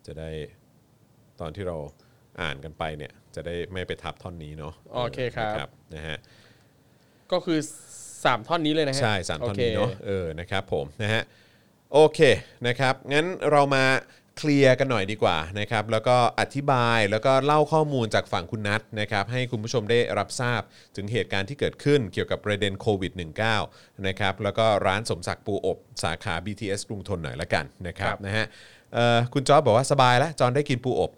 จะได้ตอนที่เราอ่านกันไปเนี่ย จะได้ไม่ไปทับท่อนนี้เนาะ
โอเคครับ
นะนะฮะ
ก็คือสามท่อนนี้เลยนะฮะ
ใช่สามท่อนนี้
โค
เนาะเออนะครับผมนะฮะโอเคนะครับงั้นเรามา เคลียร์กันหน่อยดีกว่านะครับแล้วก็อธิบายแล้วก็เล่าข้อมูลจากฝั่งคุณนัทนะครับให้คุณผู้ชมได้รับทราบถึงเหตุการณ์ที่เกิดขึ้นเกี่ยวกับประเด็นโควิด -19 นะครับแล้วก็ร้านสมศักดิ์ปูอบสาขา BTS กรุงทนหน่อยละกันนะครับนะฮะเอ่อคุณจอร์จบอกว่าสบายแล้วจอร์จได้กินปูอบ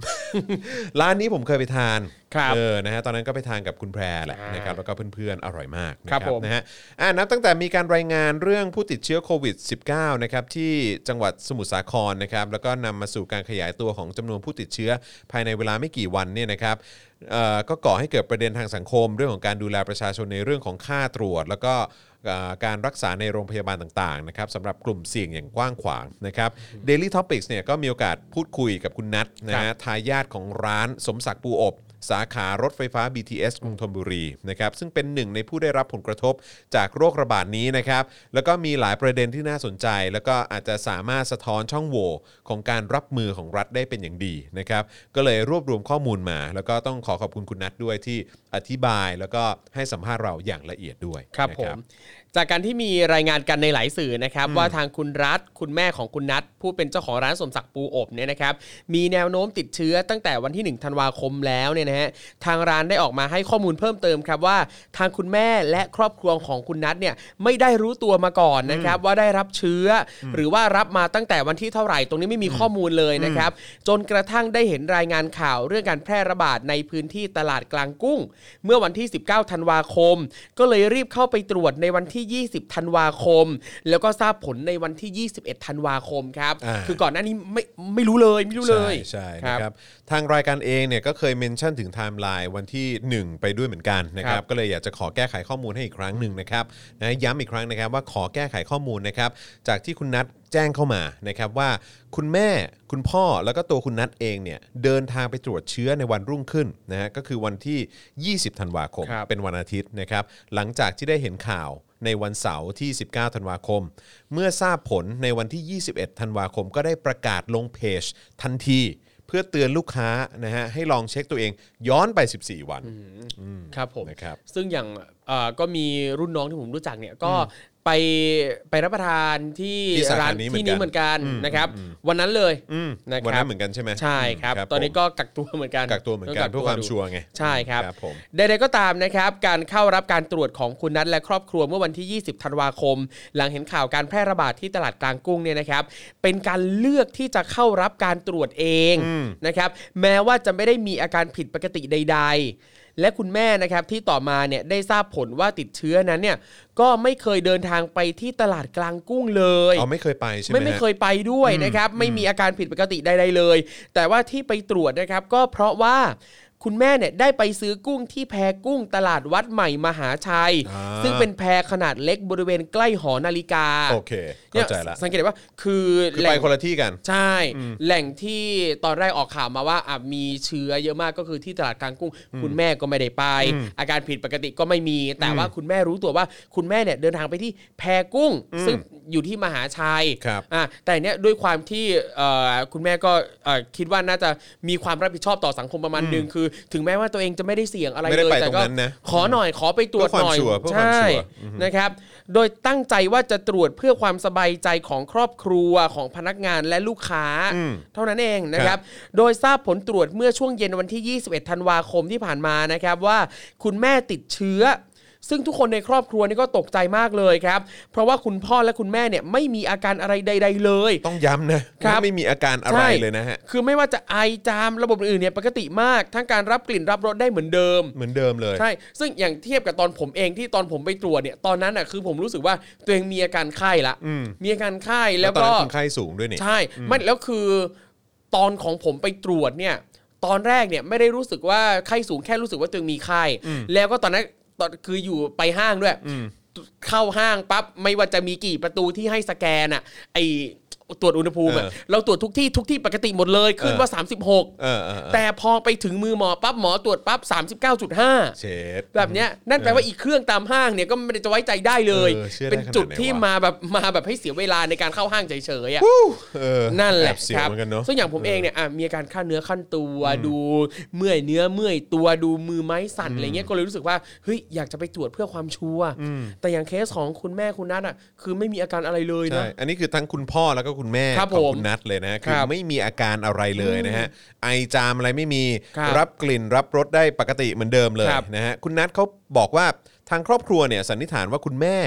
ร้านนี้ผมเคยไปทาน
ครับ
เออนะฮะตอนนั้นก็ไปทานกับคุณแพรแหละ
อ่าน
นะครับแล้วก็เพื่อนๆอร่อยมากนะค
ครั
รับบ
ผม
นะฮะ นะฮะอ่านับตั้งแต่มีการรายงานเรื่องผู้ติดเชื้อโควิด -19 นะครับที่จังหวัดสมุทรสาครนะครับแล้วก็นำมาสู่การขยายตัวของจำนวนผู้ติดเชื้อภายในเวลาไม่กี่วันเนี่ยนะครับเอ่อก็ก่อให้เกิดประเด็นทางสังคม เรื่องของการดูแลประชาชนในเรื่องของค่าตรวจ แล้วก็เอ่อการรักษาในโรงพยาบาลต่างๆนะครับสำหรับกลุ่มเสี่ยงอย่างกว้างขวางนะครับ Daily Topics เนี่ยก็มีโอกาสพูดคุยกับคุณนัทนะฮะทายาทของร้านสมศักดิ์ปูอบ สาขารถไฟฟ้า BTS กรุงธนบุรีนะครับซึ่งเป็นหนึ่งในผู้ได้รับผลกระทบจากโรคระบาดนี้นะครับแล้วก็มีหลายประเด็นที่น่าสนใจ แล้วก็อาจจะสามารถสะท้อนช่องโหว่ของการรับมือของรัฐได้เป็นอย่างดีนะครับก็เลยรวบรวมข้อมูลมา แล้วก็ต้องขอขอบคุณคุณนัทด้วยที่อธิบายแล้วก็ให้สัมภาษณ์เราอย่างละเอียดด้วย
ครับ
นะ
ผม จากการที่มีรายงานกันในหลายสื่อนะครับ ว่าทางคุณรัฐคุณแม่ของคุณนัทผู้เป็นเจ้าของร้านสมศักดิ์ปูอบเนี่ยนะครับ มีแนวโน้มติดเชื้อตั้งแต่วันที่ 1 ธันวาคมแล้วเนี่ยนะฮะทางร้านได้ออกมาให้ข้อมูลเพิ่มเติมครับว่า ทางคุณแม่และครอบครัวของคุณนัทเนี่ยไม่ได้รู้ตัวมาก่อนนะครับ ว่าได้รับเชื้ออหรือว่ารับมาตั้งแต่วันที่เท่าไหร่ตรงนี้ไม่มีข้อมูลเลยนะครับ จนกระทั่งได้เห็นรายงานข่าวเรื่องการแพร่ระบาดในพื้นที่ตลาดกลางกุ้ง เมื่อวันที่ 19 ธันวาคม ก็เลยรีบเข้าไปตรวจในวันที่ 20 ธันวาคม แล้วก็ทราบผลในวันที่ 21 ธันวาคมครับ
อ่า
คือก่อนหน้านี้ไม่ไม่รู้เลยไม่รู้เลย
ใช่ใช่
ครับ
นะครับทางรายการเองเนี่ยก็เคยเมนชั่นถึงไทม์ไลน์วันที่ 1 ไปด้วยเหมือนกันนะครั
ครับ บ
ก็เลยอยากจะขอแก้ไขข้อมูลให้อีกครั้งหนึ่งนะครับนะย้ำอีกครั้งนะครับว่าขอแก้ไขข้อมูลนะครับจากที่คุณนัทแจ้งเข้ามานะครับว่าคุณแม่คุณพ่อแล้วก็ตัวคุณนัทเองเนี่ยเดินทางไปตรวจเชื้อในวันรุ่งขึ้นนะฮะก็คือวันที่ 20 ธันวาคม
ครับ
เป็นวันอาทิตย์นะครับหลังจากที่ได้เห็นข่าวในวันเสาร์ที่ 19 ธันวาคม เมื่อทราบผลในวันที่ 21 ธันวาคม ก็ได้ประกาศลงเพจทันที เพื่อเตือนลูกค้านะฮะให้ลองเช็คตัวเองย้อนไป 14 วัน
ครับผม
นะครับ
ซึ่งอย่างเอ่อก็มีรุ่นน้องที่ผมรู้จักเนี่ยก็ไปไปรับประทานที่
ที่สาขา
ร้าน
นี้เหมือน
ที่นี้
กัน
เหมือนกันนะครับ วันนั้นเลย
อืม
นะค
วัน
รั
นั้
บ
นเหมือนกันใช่ไหม
ใช่ครับ
ม
ตอนนี้ก็กักตัวเหมือนกัน
ผมกักตัวเหมือนกัน
ต้ง
เพื่อความ
ดู
ชัวร์ไง
ใช่ครับ
ครับผม
ใดๆก็ตามนะครับ การเข้ารับการตรวจของคุณนัทและครอบครัวเมื่อวันที่ 20 ธันวาคม หลังเห็นข่าวการแพร่ระบาดที่ตลาดกลางกุ้งเนี่ยนะครับ เป็นการเลือกที่จะเข้ารับการตรวจเองนะครับ แม้ว่าจะไม่ได้มีอาการผิดปกติใด ๆ และคุณแม่นะครับที่ต่อมาเนี่ยได้ทราบผลว่าติดเชื้อนั้นเนี่ยก็ไม่เคยเดินทางไปที่ตลาดกลางกุ้งเลย
เอาไม่เคยไปใช่ไหม
ไม่ไม่
ฮะ
เคยไปด้วยนะครับ ไม่มีอาการผิดปกติใดๆเลย แต่ว่าที่ไปตรวจนะครับก็เพราะว่าคุณแม่เนี่ยได้ไปซื้อกุ้งที่แพกุ้งตลาดวัดใหม่มหาชัย
อ่า
ซึ่งเป็นแพขนาดเล็กบริเวณใกล้หอนาฬิกา
โอเคเข้าใจละ
นี่ยสังเกตได้ว่าคือ
คือ
แห
ไป
ล่ง
คนละที่กัน
ใช่ แหล่งที่ตอนแรกออกข่าวมาว่าอ่ะมีเชื้อเยอะมากก็คือที่ตลาดกลางกุ้ง คุณแม่ก็ไม่ได้ไป อาการผิดปกติก็ไม่มี แต่ว่าคุณแม่รู้ตัวว่าคุณแม่เนี่ยเดินทางไปที่แพกุ้ง ซึ่งอยู่ที่มหาชัย
ครับ
อ่ะแต่เนี้ยด้วยความที่เอ่อคุณแม่ก็เอ่อคิดว่าน่าจะมีความรับผิดชอบต่อสังคมประมาณหนึ่งคือ ถึงแม้ว่าตัวเองจะไม่ได้เสี่ยงอะไร
ไม่ได้
เลย
ไปต
แต่
รง
ก็
นั้นนะ
ขอหน่อยขอไปตรวจ
เพื่อความ
หน่อย
ชัวร์เพื่อความ
ใช่
ชัวร์อืม
นะครับ โดยตั้งใจว่าจะตรวจเพื่อความสบายใจของครอบครัวของพนักงานและลูกค้า เท่านั้นเองนะครับ โดยทราบผลตรวจเมื่อช่วงเย็นวันที่ 21 ธันวาคมที่ผ่านมานะครับว่าคุณแม่ติดเชื้อ ซึ่งทุกคนในครอบครัวนี่ก็ตกใจมากเลยครับ เพราะว่าคุณพ่อและคุณแม่เนี่ยไม่มีอาการอะไรใด ๆ เลย
ต้องย้ำนะครับ ว่าไม่มีอาการอะไร
ใช่
เลยนะฮะ
คือไม่ว่าจะไอจามระบบอื่นๆเนี่ยปกติมาก ทั้งการรับกลิ่นรับรสได้เหมือนเดิม
เหมือนเดิมเลย
ใช่ ซึ่งอย่างเทียบกับตอนผมเองที่ตอนผมไปตรวจเนี่ย ตอนนั้นอ่ะคือผมรู้สึกว่าตัวเองมีอาการไข้ละ
อืม
มีอาการไข้
แล้
แล้ว ว
ตอน
ก็
นั้นคนไข้สูงด้วยนี่
ใช่ไม่แล้วคือตอนของผมไปตรวจเนี่ย ตอนแรกเนี่ยไม่ได้รู้สึกว่าไข้สูงแค่รู้สึกว่าตัวเองมีไข้ แล้วก็ตอนนั้นตอนคืออยู่ไปห้างด้วย เข้าห้างปั๊บไม่ว่าจะมีกี่ประตูที่ให้สแกนอะไอตรวจอุณหภูมิอะ
เออ
เราตรวจทุกที่ทุกที่ปกติหมดเลยขึ้น
เออ
ว่า
เออเออเออ
36แต่พอไปถึงมือหมอปั๊บหมอตรวจปั๊บ39.5
เช็ด
แบบเนี้ยนั่นแปลว่าอีกเครื่องตามห้างเนี่ยก็ไม่ได้จะไว้ใจได้เลย
เออเชื่อได้
นจุดที่
ขนาดไหนวะ
มาแบบมาแบบให้เสียเวลาในการเข้าห้างเฉยๆอะ
เออ
นั่นแหละ
อบเสียว
ครับ
เหมือนกันเนาะ
ซึ่งอย่างผมเองเนี่ยอ่ะมีอาการขั้นเนื้อขั้นตัว ดูเมื่อยเนื้อเมื่อยตัวดูมือไม้สั่นอะไรเงี้ยก็เลยรู้สึกว่าเฮ้ยอยากจะไปตรวจเพื่อความชัวร์แต่อย่างเคสของคุณแม่คุณนัทอ่ะคือไม่มีอาการอะไรเลย
ใช่
นะ
อันนี้คือทั้งคุณพ่อแล้วก็ คุณแม่
ครับ
ของ
ผม
คุณนัทเลยนะฮะคือ
ครับ
ไม่มีอาการอะไรเลยนะฮะไอจามอะไรไม่มี
ครับ
รับกลิ่นรับรสได้ปกติเหมือนเดิมเลย
ครับ
นะฮะคุณนัทเขาบอกว่าทางครอบครัวเนี่ยสันนิษฐานว่าคุณแม่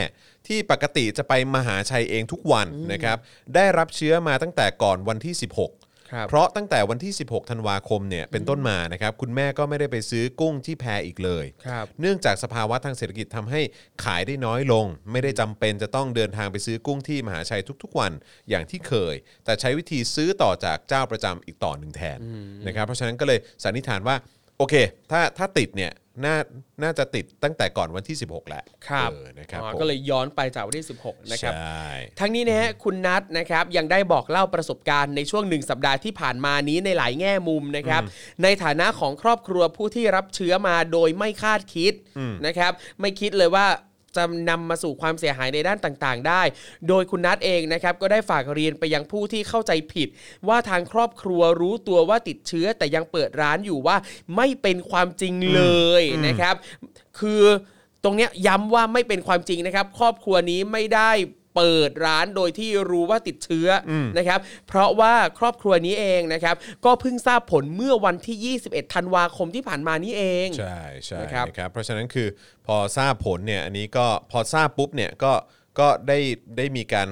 ที่ปกติจะไปมหาชัยเองทุกวันนะครับได้รับเชื้อมาตั้งแต่ก่อนวันที่ 16
ครับ
เพราะตั้งแต่วันที่ 16 ธันวาคมเนี่ยเป็นต้นมานะครับคุณแม่ก็ไม่ได้ไปซื้อกุ้งที่แพอีกเลย
ครับ
เนื่องจากสภาวะทางเศรษฐกิจทำให้ขายได้น้อยลง ไม่ได้จำเป็นจะต้องเดินทางไปซื้อกุ้งที่มหาชัยทุกๆวันอย่างที่เคย แต่ใช้วิธีซื้อต่อจากเจ้าประจำอีกต่อหนึ่งแทนนะครับเพราะฉะนั้นก็เลยสันนิษฐานว่าโอเค ถ้าถ้าติดเนี่ยน่าน่าจะติดตั้งแต่ก่อนวันที่ 16แหละ
ครับ
เออนะครับ
อ๋อ
ผม
ก็เลยย้อนไปจากวันที่ 16 นะครับ
ใช่
ทั้งนี้นะฮะคุณนัทนะครับยังได้บอกเล่าประสบการณ์ในช่วงหนึ่งสัปดาห์ที่ผ่านมานี้ในหลายแง่มุมนะครับ ในฐานะของครอบครัวผู้ที่รับเชื้อมาโดยไม่คาดคิดนะครับ ไม่คิดเลยว่าจะนำมาสู่ความเสียหายในด้านต่างๆ ได้ โดยคุณนัทเองนะครับ ก็ได้ฝากเรียนไปยังผู้ที่เข้าใจผิด ว่าทางครอบครัวรู้ตัวว่าติดเชื้อแต่ยังเปิดร้านอยู่ว่าไม่เป็นความจริงเลยนะครับ คือ ตรงเนี้ยย้ำว่าไม่เป็นความจริงนะครับ ครอบครัวนี้ไม่ได้เปิดร้านโดยที่รู้ว่าติดเชื้ออนะครับ เพราะว่าครอบครัวนี้เองนะครับ ก็เพิ่งทราบผลเมื่อวันที่ 21 ธันวาคมที่ผ่านมานี้เอง
ใช่ใช่
นะครับ
นะครับเพราะฉะนั้นคือพอทราบผลเนี่ยอันนี้ก็พอทราบปุ๊บเนี่ยก็ก็ได้ได้มีการ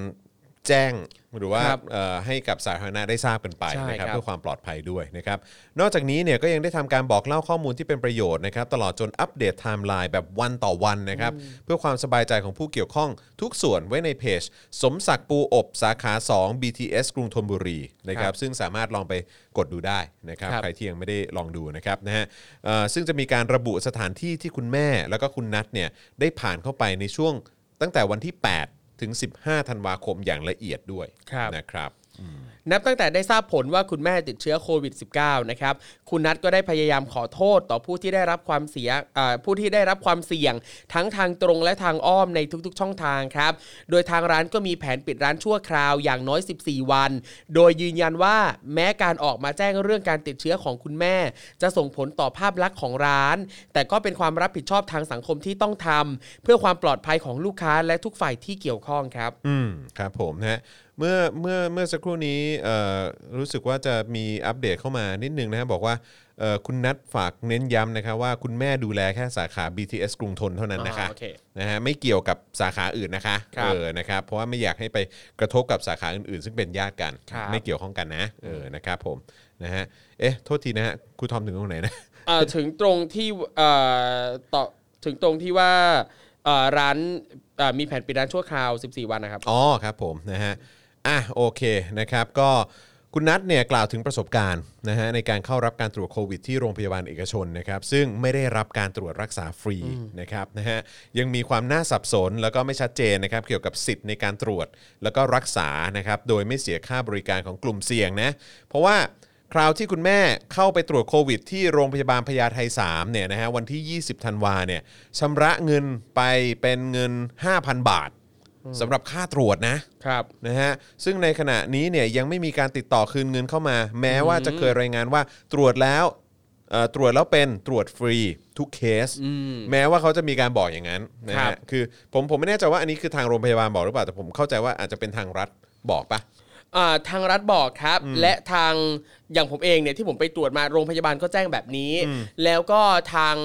แจ้งหรือว่า
ครับ
เอ่อให้กับสาธารณะได้ทราบกันไป
ใช่
นะครับ
ครับ
เพื่อความปลอดภัยด้วยนะครับนอกจากนี้เนี่ยก็ยังได้ทำการบอกเล่าข้อมูลที่เป็นประโยชน์นะครับตลอดจนอัปเดตไทม์ไลน์แบบวันต่อวันนะครับเพื่อความสบายใจของผู้เกี่ยวข้องทุกส่วนไว้ในเพจ สมศักดิ์ปูอบสาขา 2 BTS กรุงธนบุรีนะค
ค
รั
รั
บบ ซึ่งสามารถลองไปกดดูได้นะครับ
ครับ
ใครที่ยังไม่ได้ลองดูนะครับนะฮะเอ่อซึ่งจะมีการระบุสถานที่ที่คุณแม่ แล้วก็คุณนัทเนี่ยได้ผ่านเข้าไปในช่วงตั้งแต่วันที่ 8 ถึง 15 ธันวาคมอย่างละเอียดด้วย
ครับ
นะครับ
นับตั้งแต่ได้ทราบผลว่าคุณแม่ติดเชื้อโควิด -19 นะครับ คุณนัทก็ได้พยายามขอโทษต่อผู้ที่ได้รับความเสียเอ่อผู้ที่ได้รับความเสี่ยง ทั้งทางตรงและทางอ้อมในทุกๆ ช่องทางครับ โดยทางร้านก็มีแผนปิดร้านชั่วคราวอย่างน้อย 14 วัน โดยยืนยันว่าแม้การออกมาแจ้งเรื่องการติดเชื้อของคุณแม่ จะส่งผลต่อภาพลักษณ์ของร้าน แต่ก็เป็นความรับผิดชอบทางสังคมที่ต้องทำเพื่อความปลอดภัยของลูกค้าและทุกฝ่ายที่เกี่ยวข้องครับ
อืมครับผมนะฮะเมื่อเมื่อเมื่อสักครู่นี้เอ่อรู้สึกว่าจะมีอัปเดตเข้ามานิดนึงนะฮะบอกว่าเอ่อคุณนัทฝากเน้นย้ำนะครับว่าคุณแม่ดูแลแค่สาขา BTS กรุงทนเท่านั้นนะคะ
อ่าโอเค
นะฮะไม่เกี่ยวกับสาขาอื่นนะคะ
ครับ
เออนะครับเพราะว่าไม่อยากให้ไปกระทบกับสาขาอื่นๆ ซึ่งเป็นญาติกัน
ครับ
ไม่เกี่ยวข้องกันนะเออนะครับผมนะฮะเอ๊ะโทษทีนะฮะครูทอมถึงตรงไหนนะ
เอ่อถึงตรงที่เอ่อต่อถึงตรงที่ว่าเอ่อร้านเอ่อมีแผนปิดร้านชั่วคราว 14 วันนะครับ
อ๋อครับผมนะฮะอ่ะโอเคนะครับก็คุณนัทเนี่ยกล่าวถึงประสบการณ์นะฮะในการเข้ารับการตรวจโควิดที่โรงพยาบาลเอกชนนะครับซึ่งไม่ได้รับการตรวจรักษาฟรีนะครับนะฮะยังมีความน่าสับสนแล้วก็ไม่ชัดเจนนะครับเกี่ยวกับสิทธิ์ในการตรวจแล้วก็รักษานะครับโดยไม่เสียค่าบริการของกลุ่มเสี่ยงนะเพราะว่า คราวที่คุณแม่เข้าไปตรวจโควิด ที่โรงพยาบาลพญาไท3เนี่ยนะฮะวันที่ 20 ธันวาเนี่ยชำระเงินไปเป็นเงิน 5,000 บาทสำหรับค่าตรวจนะ
ครับ
นะฮะซึ่งในขณะนี้เนี่ยยังไม่มีการติดต่อคืนเงินเข้ามา แม้ว่าจะเคยรายงานว่าตรวจแล้วเอ่อตรวจแล้วเป็นตรวจฟรีทุกเคส แม้ว่าเขาจะมีการบอกอย่างนั้นนะ
ครั
ฮะ
บ
คือผมผมไม่แน่ใจว่าอันนี้คือทางโรงพยาบาลบอกหรือเปล่าแต่ผมเข้าใจว่าอาจจะเป็นทางรัฐบอกปะ
อ่าทางรัฐบอกครับ และทางอย่างผมเองเนี่ยที่ผมไปตรวจมาโรงพยาบาลก็แจ้งแบบนี้ แล้วก็ทาง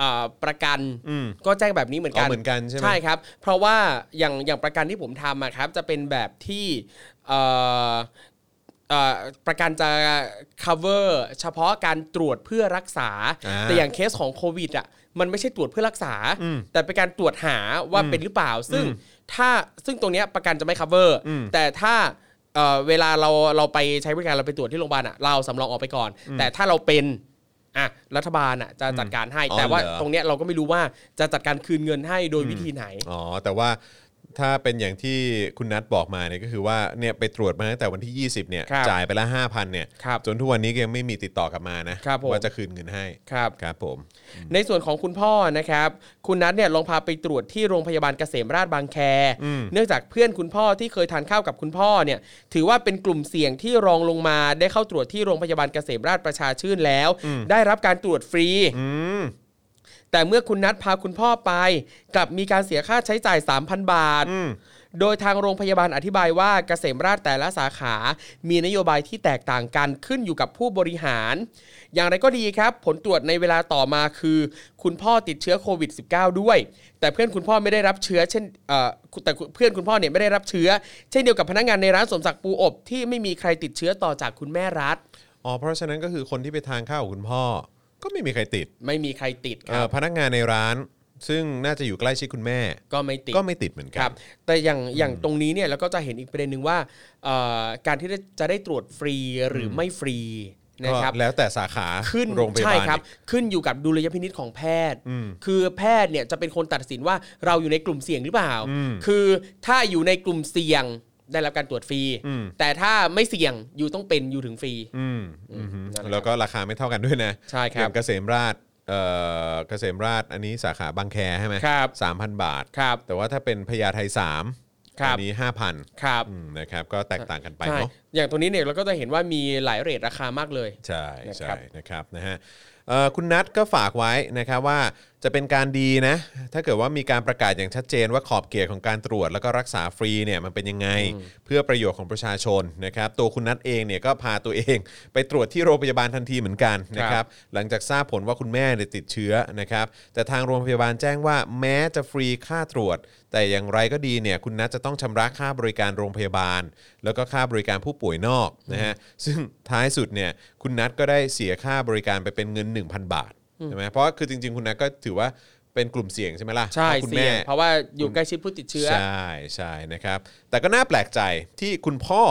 อ่าประกัน
อืม
ก็แจ้งแบบนี้เหมือนกั
อ๋
น
อเหมือนกันใช่ไหม
ใช่ครับ เพราะว่าอย่างอย่างประกันที่ผมทำอะครับจะเป็นแบบที่เอ่อเอ่อประกันจะ cover เฉพาะการตรวจเพื่อรักษา
อ่า
แต่อย่างเคสของโควิดอ่ะมันไม่ใช่ตรวจเพื่อรักษา แต่เป็นการตรวจหาว่าเป็นหรือเปล่า ซึ่งถ้าซึ่งตรงเนี้ยประกันจะไม่ cover
อืม
แต่ถ้าเอ่อเวลาเราเราไปใช้บริการเราไปตรวจที่โรงพยาบาลอ่ะเราสำรองออกไปก่อน แต่ถ้าเราเป็นอ่ะรัฐบาลอ่ะจะจัดการให้
อ๋อ
แต่ว่า
เหรอ
ตรงเนี้ยเราก็ไม่รู้ว่าจะจัดการคืนเงินให้โดยวิธีไหน
อ๋อแต่ว่าถ้าเป็นอย่างที่คุณนัทบอกมาเนี่ยก็คือว่าเนี่ยไปตรวจมาตั้งแต่วันที่ 20เนี่ย
ครับ
จ่ายไปละ5,000เนี่ย
ครับ
จนทุกวันนี้ก็ยังไม่มีติดต่อกลับมานะครับ
ผม
ว่าจะคืนเงินให้
ครับ
ครับผม
ในส่วนของคุณพ่อนะครับ คุณนัทเนี่ยลองพาไปตรวจที่โรงพยาบาลเกษมราชบางแค เนื่องจากเพื่อนคุณพ่อที่เคยทานข้าวกับคุณพ่อเนี่ยถือว่าเป็นกลุ่มเสี่ยงที่รองลงมาได้เข้าตรวจที่โรงพยาบาลเกษมราชประชาชื่นแล้ว ได้รับการตรวจฟรี แต่เมื่อคุณนัดพาคุณพ่อไป กลับมีการเสียค่าใช้จ่าย 3,000 บาท
อืม
โดยทางโรงพยาบาลอธิบายว่าเกษมราชแต่ละสาขา มีนโยบายที่แตกต่างกันขึ้นอยู่กับผู้บริหาร อย่างไรก็ดีครับ ผลตรวจในเวลาต่อมาคือ คุณพ่อติดเชื้อโควิด -19 ด้วย แต่เพื่อนคุณพ่อไม่ได้รับเชื้อเช่นเอ่อแต่เพื่อนคุณพ่อเนี่ยไม่ได้รับเชื้อ เช่นเดียวกับพนักงานในร้านสมศักดิ์ปูอบ ที่ไม่มีใครติดเชื้อต่อจากคุณแม่รัฐ
อ๋อเพราะฉะนั้นก็คือคนที่ไปทานข้าวกับคุณพ่อ ก็ไม่มีใครติด
ไม่มีใครติดค
เอ่
รั
อบ พนักงานในร้าน ซึ่งน่าจะอยู่ใกล้ชิดคุณแม่
ก็ไม่ติด
ก็ไม่ติดเหมือน
ค
กั
รับแต่อย่างอย่างตรงนี้เนี่ยเราก็จะเห็นอีกประเด็นหนึ่งว่าเอ่อการที่ได้จะได้ตรวจฟรีหรือไม่ฟรี
ก็
นะครับ
แล้วแต่สาขา
ขึ้น
โรงพยา
ใช่
บาล
ครับ
อีก
ขึ้นอยู่กับดุลยพินิษของแพทย์
อืม
คือแพทย์เนี่ยจะเป็นคนตัดสินว่าเราอยู่ในกลุ่มเสี่ยงหรือเปล่า
อืม
คือถ้าอยู่ในกลุ่มเสี่ยงได้รับการตรวจฟรี
อืม
แต่ถ้าไม่เสี่ยงอยู่ต้องเป็นอยู่ถึงฟรี
อืมอืมฮึ
นั่นแหละครับ
แล้วก็ราคาไม่เท่ากันด้วยนะ
ใช่ครับ
อย่างเกษมราชเอ่อเกษมราชอันนี้สาขาบางแคใช่ไหม
ครับ
สามพันบาท
ครับ
แต่ว่าถ้าเป็นพญาไทสาม
ครับ
อันี้ห้าพัน
ครับ
นะครับ ก็แตกต่างกันไป
ใช่
เนาะ
อย่างตรงนี้เนี่ยเราก็จะเห็นว่ามีหลายเรทราคามากเลย
ใช่ใช่
นะครับ
นะครับนะฮะเอ่อคุณนัทก็ฝากไว้นะครับว่าจะเป็นการดีนะ ถ้าเกิดว่ามีการประกาศอย่างชัดเจนว่าขอบเขตของการตรวจแล้วก็รักษาฟรีเนี่ยมันเป็นยังไงเพื่อประโยชน์ของประชาชนนะครับตัวคุณนัทเองเนี่ยก็พาตัวเอง ไปตรวจที่โรงพยาบาลทันทีเหมือนกันนะค
ครั
รับบ หลังจากทราบผลว่าคุณแม่เนี่ยติดเชื้อนะครับแต่ทางโรงพยาบาลแจ้งว่าแม้จะฟรีค่าตรวจ แต่อย่างไรก็ดีเนี่ยคุณนัทจะต้องชำระค่าบริการโรงพยาบาล แล้วก็ค่าบริการผู้ป่วยนอกนะฮะซึ่งท้ายสุดเนี่ยคุณนัทก็ได้เสียค่าบริการไปเป็นเงิน 1,000 บาทใช่ไหมเพราะคือจริง ๆ คุณนัทก็ถือว่าเป็นกลุ่มเสี่ยงใช่ไหมล่ะ
ใช่
ถ้าคุณ
เสี่
แม่
ยงเพราะว่าอยู่ใกล้ชิดผู้ติดเชื้อ
ใช่ใช่นะครับแต่ก็น่าแปลกใจที่คุณพ่อ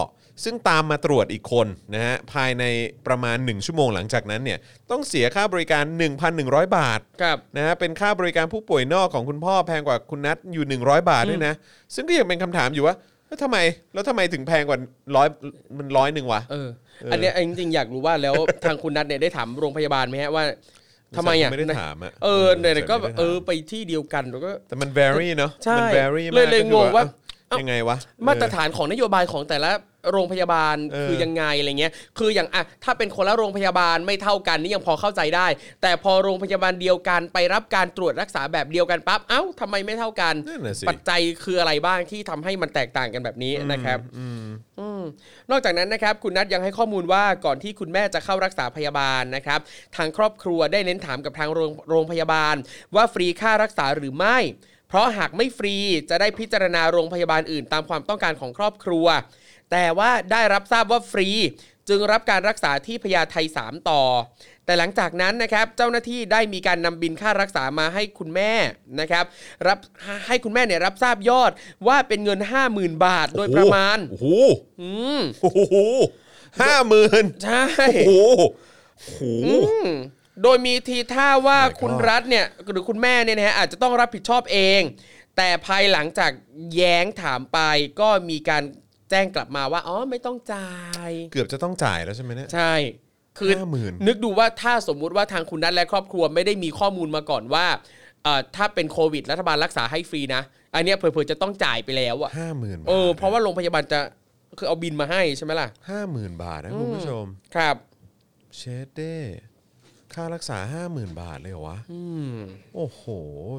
ซึ่งตามมาตรวจอีกคนนะฮะภายในประมาณ 1 ชั่วโมงหลังจากนั้นเนี่ยต้องเสียค่าบริการ 1,100 บาท
ครับ
นะฮะเป็นค่าบริการผู้ป่วยนอกของคุณพ่อแพงกว่าคุณนัทอยู่ 100 บาทด้วยนะ ซึ่งก็ยังเป็นคำถามอยู่ว่าแล้วทำไมแล้วทำไมถึงแพงกว่าร้อยมันร้อยหนึ่งวะ
เออ อันเนี้ยจริงๆอยากรู้ว่าแล้ว ทางคุณนัทเนี่ยได้ถามโรงพยาบาลไหมฮะว่าทำไมอ่ะ
ไม่ได้ถามอะ
เอ
เอ
อ
อ
เนี่ยๆก็
ไม่ได้ถาม
เออไปที่เดียวกันแล้วก็
แต่มัน vary เนาะ
ใช่
มัน vary มาก
เลยเลย
ก็คือ
ว่า
เอ้ายังไงวะ
มาตรฐานของนโยบายของแต่ละโรงพยาบาล
เออ
คือยังไงอะไรเงี้ย คืออย่างอ่ะถ้าเป็นคนละโรงพยาบาลไม่เท่ากันนี่ยังพอเข้าใจได้ แต่พอโรงพยาบาลเดียวกันไปรับการตรวจรักษาแบบเดียวกันปั๊บเอ้าทำไมไม่เท่ากัน
เออนั่นน่ะสิ
ปัจจัยคืออะไรบ้างที่ทำให้มันแตกต่างกันแบบนี้นะครับอืมนอกจากนั้นนะครับ คุณนัทยังให้ข้อมูลว่าก่อนที่คุณแม่จะเข้ารักษาพยาบาลนะครับ ทางครอบครัวได้เน้นถามกับทางโรงโรงพยาบาล ว่าฟรีค่ารักษาหรือไม่ เพราะหากไม่ฟรีจะได้พิจารณาโรงพยาบาลอื่น ตามความต้องการของครอบครัว แต่ว่าได้รับทราบว่าฟรี จึงรับการรักษาที่พญาไท3ต่อ แต่หลังจากนั้นนะครับเจ้าหน้าที่ได้มีการนำบินค่ารักษามาให้คุณแม่นะครับรับให้คุณแม่เนี่ยรับทราบยอดว่าเป็นเงิน 50,000 บาทโดยประมาณ
โอ้โห
อืม
โอ้โหห้าหมื่น
ใช่
โอ้โหโอ้โห
อืมโดยมีทีท่าว่า
My God
คุณรัฐเนี่ยหรือคุณแม่เนี่ยนะฮะอาจจะต้องรับผิดชอบเอง แต่ภายหลังจากแย้งถามไปก็มีการแจ้งกลับมาว่าอ๋อไม่ต้องจ่าย
เกือบจะต้องจ่ายแล้วใช่ไหมเนี่ย
ใช่ คือ
50,000
นึกดูว่าถ้าสมมุติว่าทางคุณนัทและครอบครัวไม่ได้มีข้อมูลมาก่อนว่าเอ่อถ้าเป็นโควิด รัฐบาลรักษาให้ฟรีนะ อันเนี้ยเผื่อๆจะต้องจ่ายไปแล้วอะ
ห้าหมื่นบท
เออ เพราะว่าโรงพยาบาลจะคือเอาบินมาให้ใช่ไหมล่ะ
ห้าหมื่นบาทนะคุณผู้ชม
ครับ
เชดเด้ค่ารักษาห้าหมื่นบาทเลยเหรอวะ
อืม
โอ้โห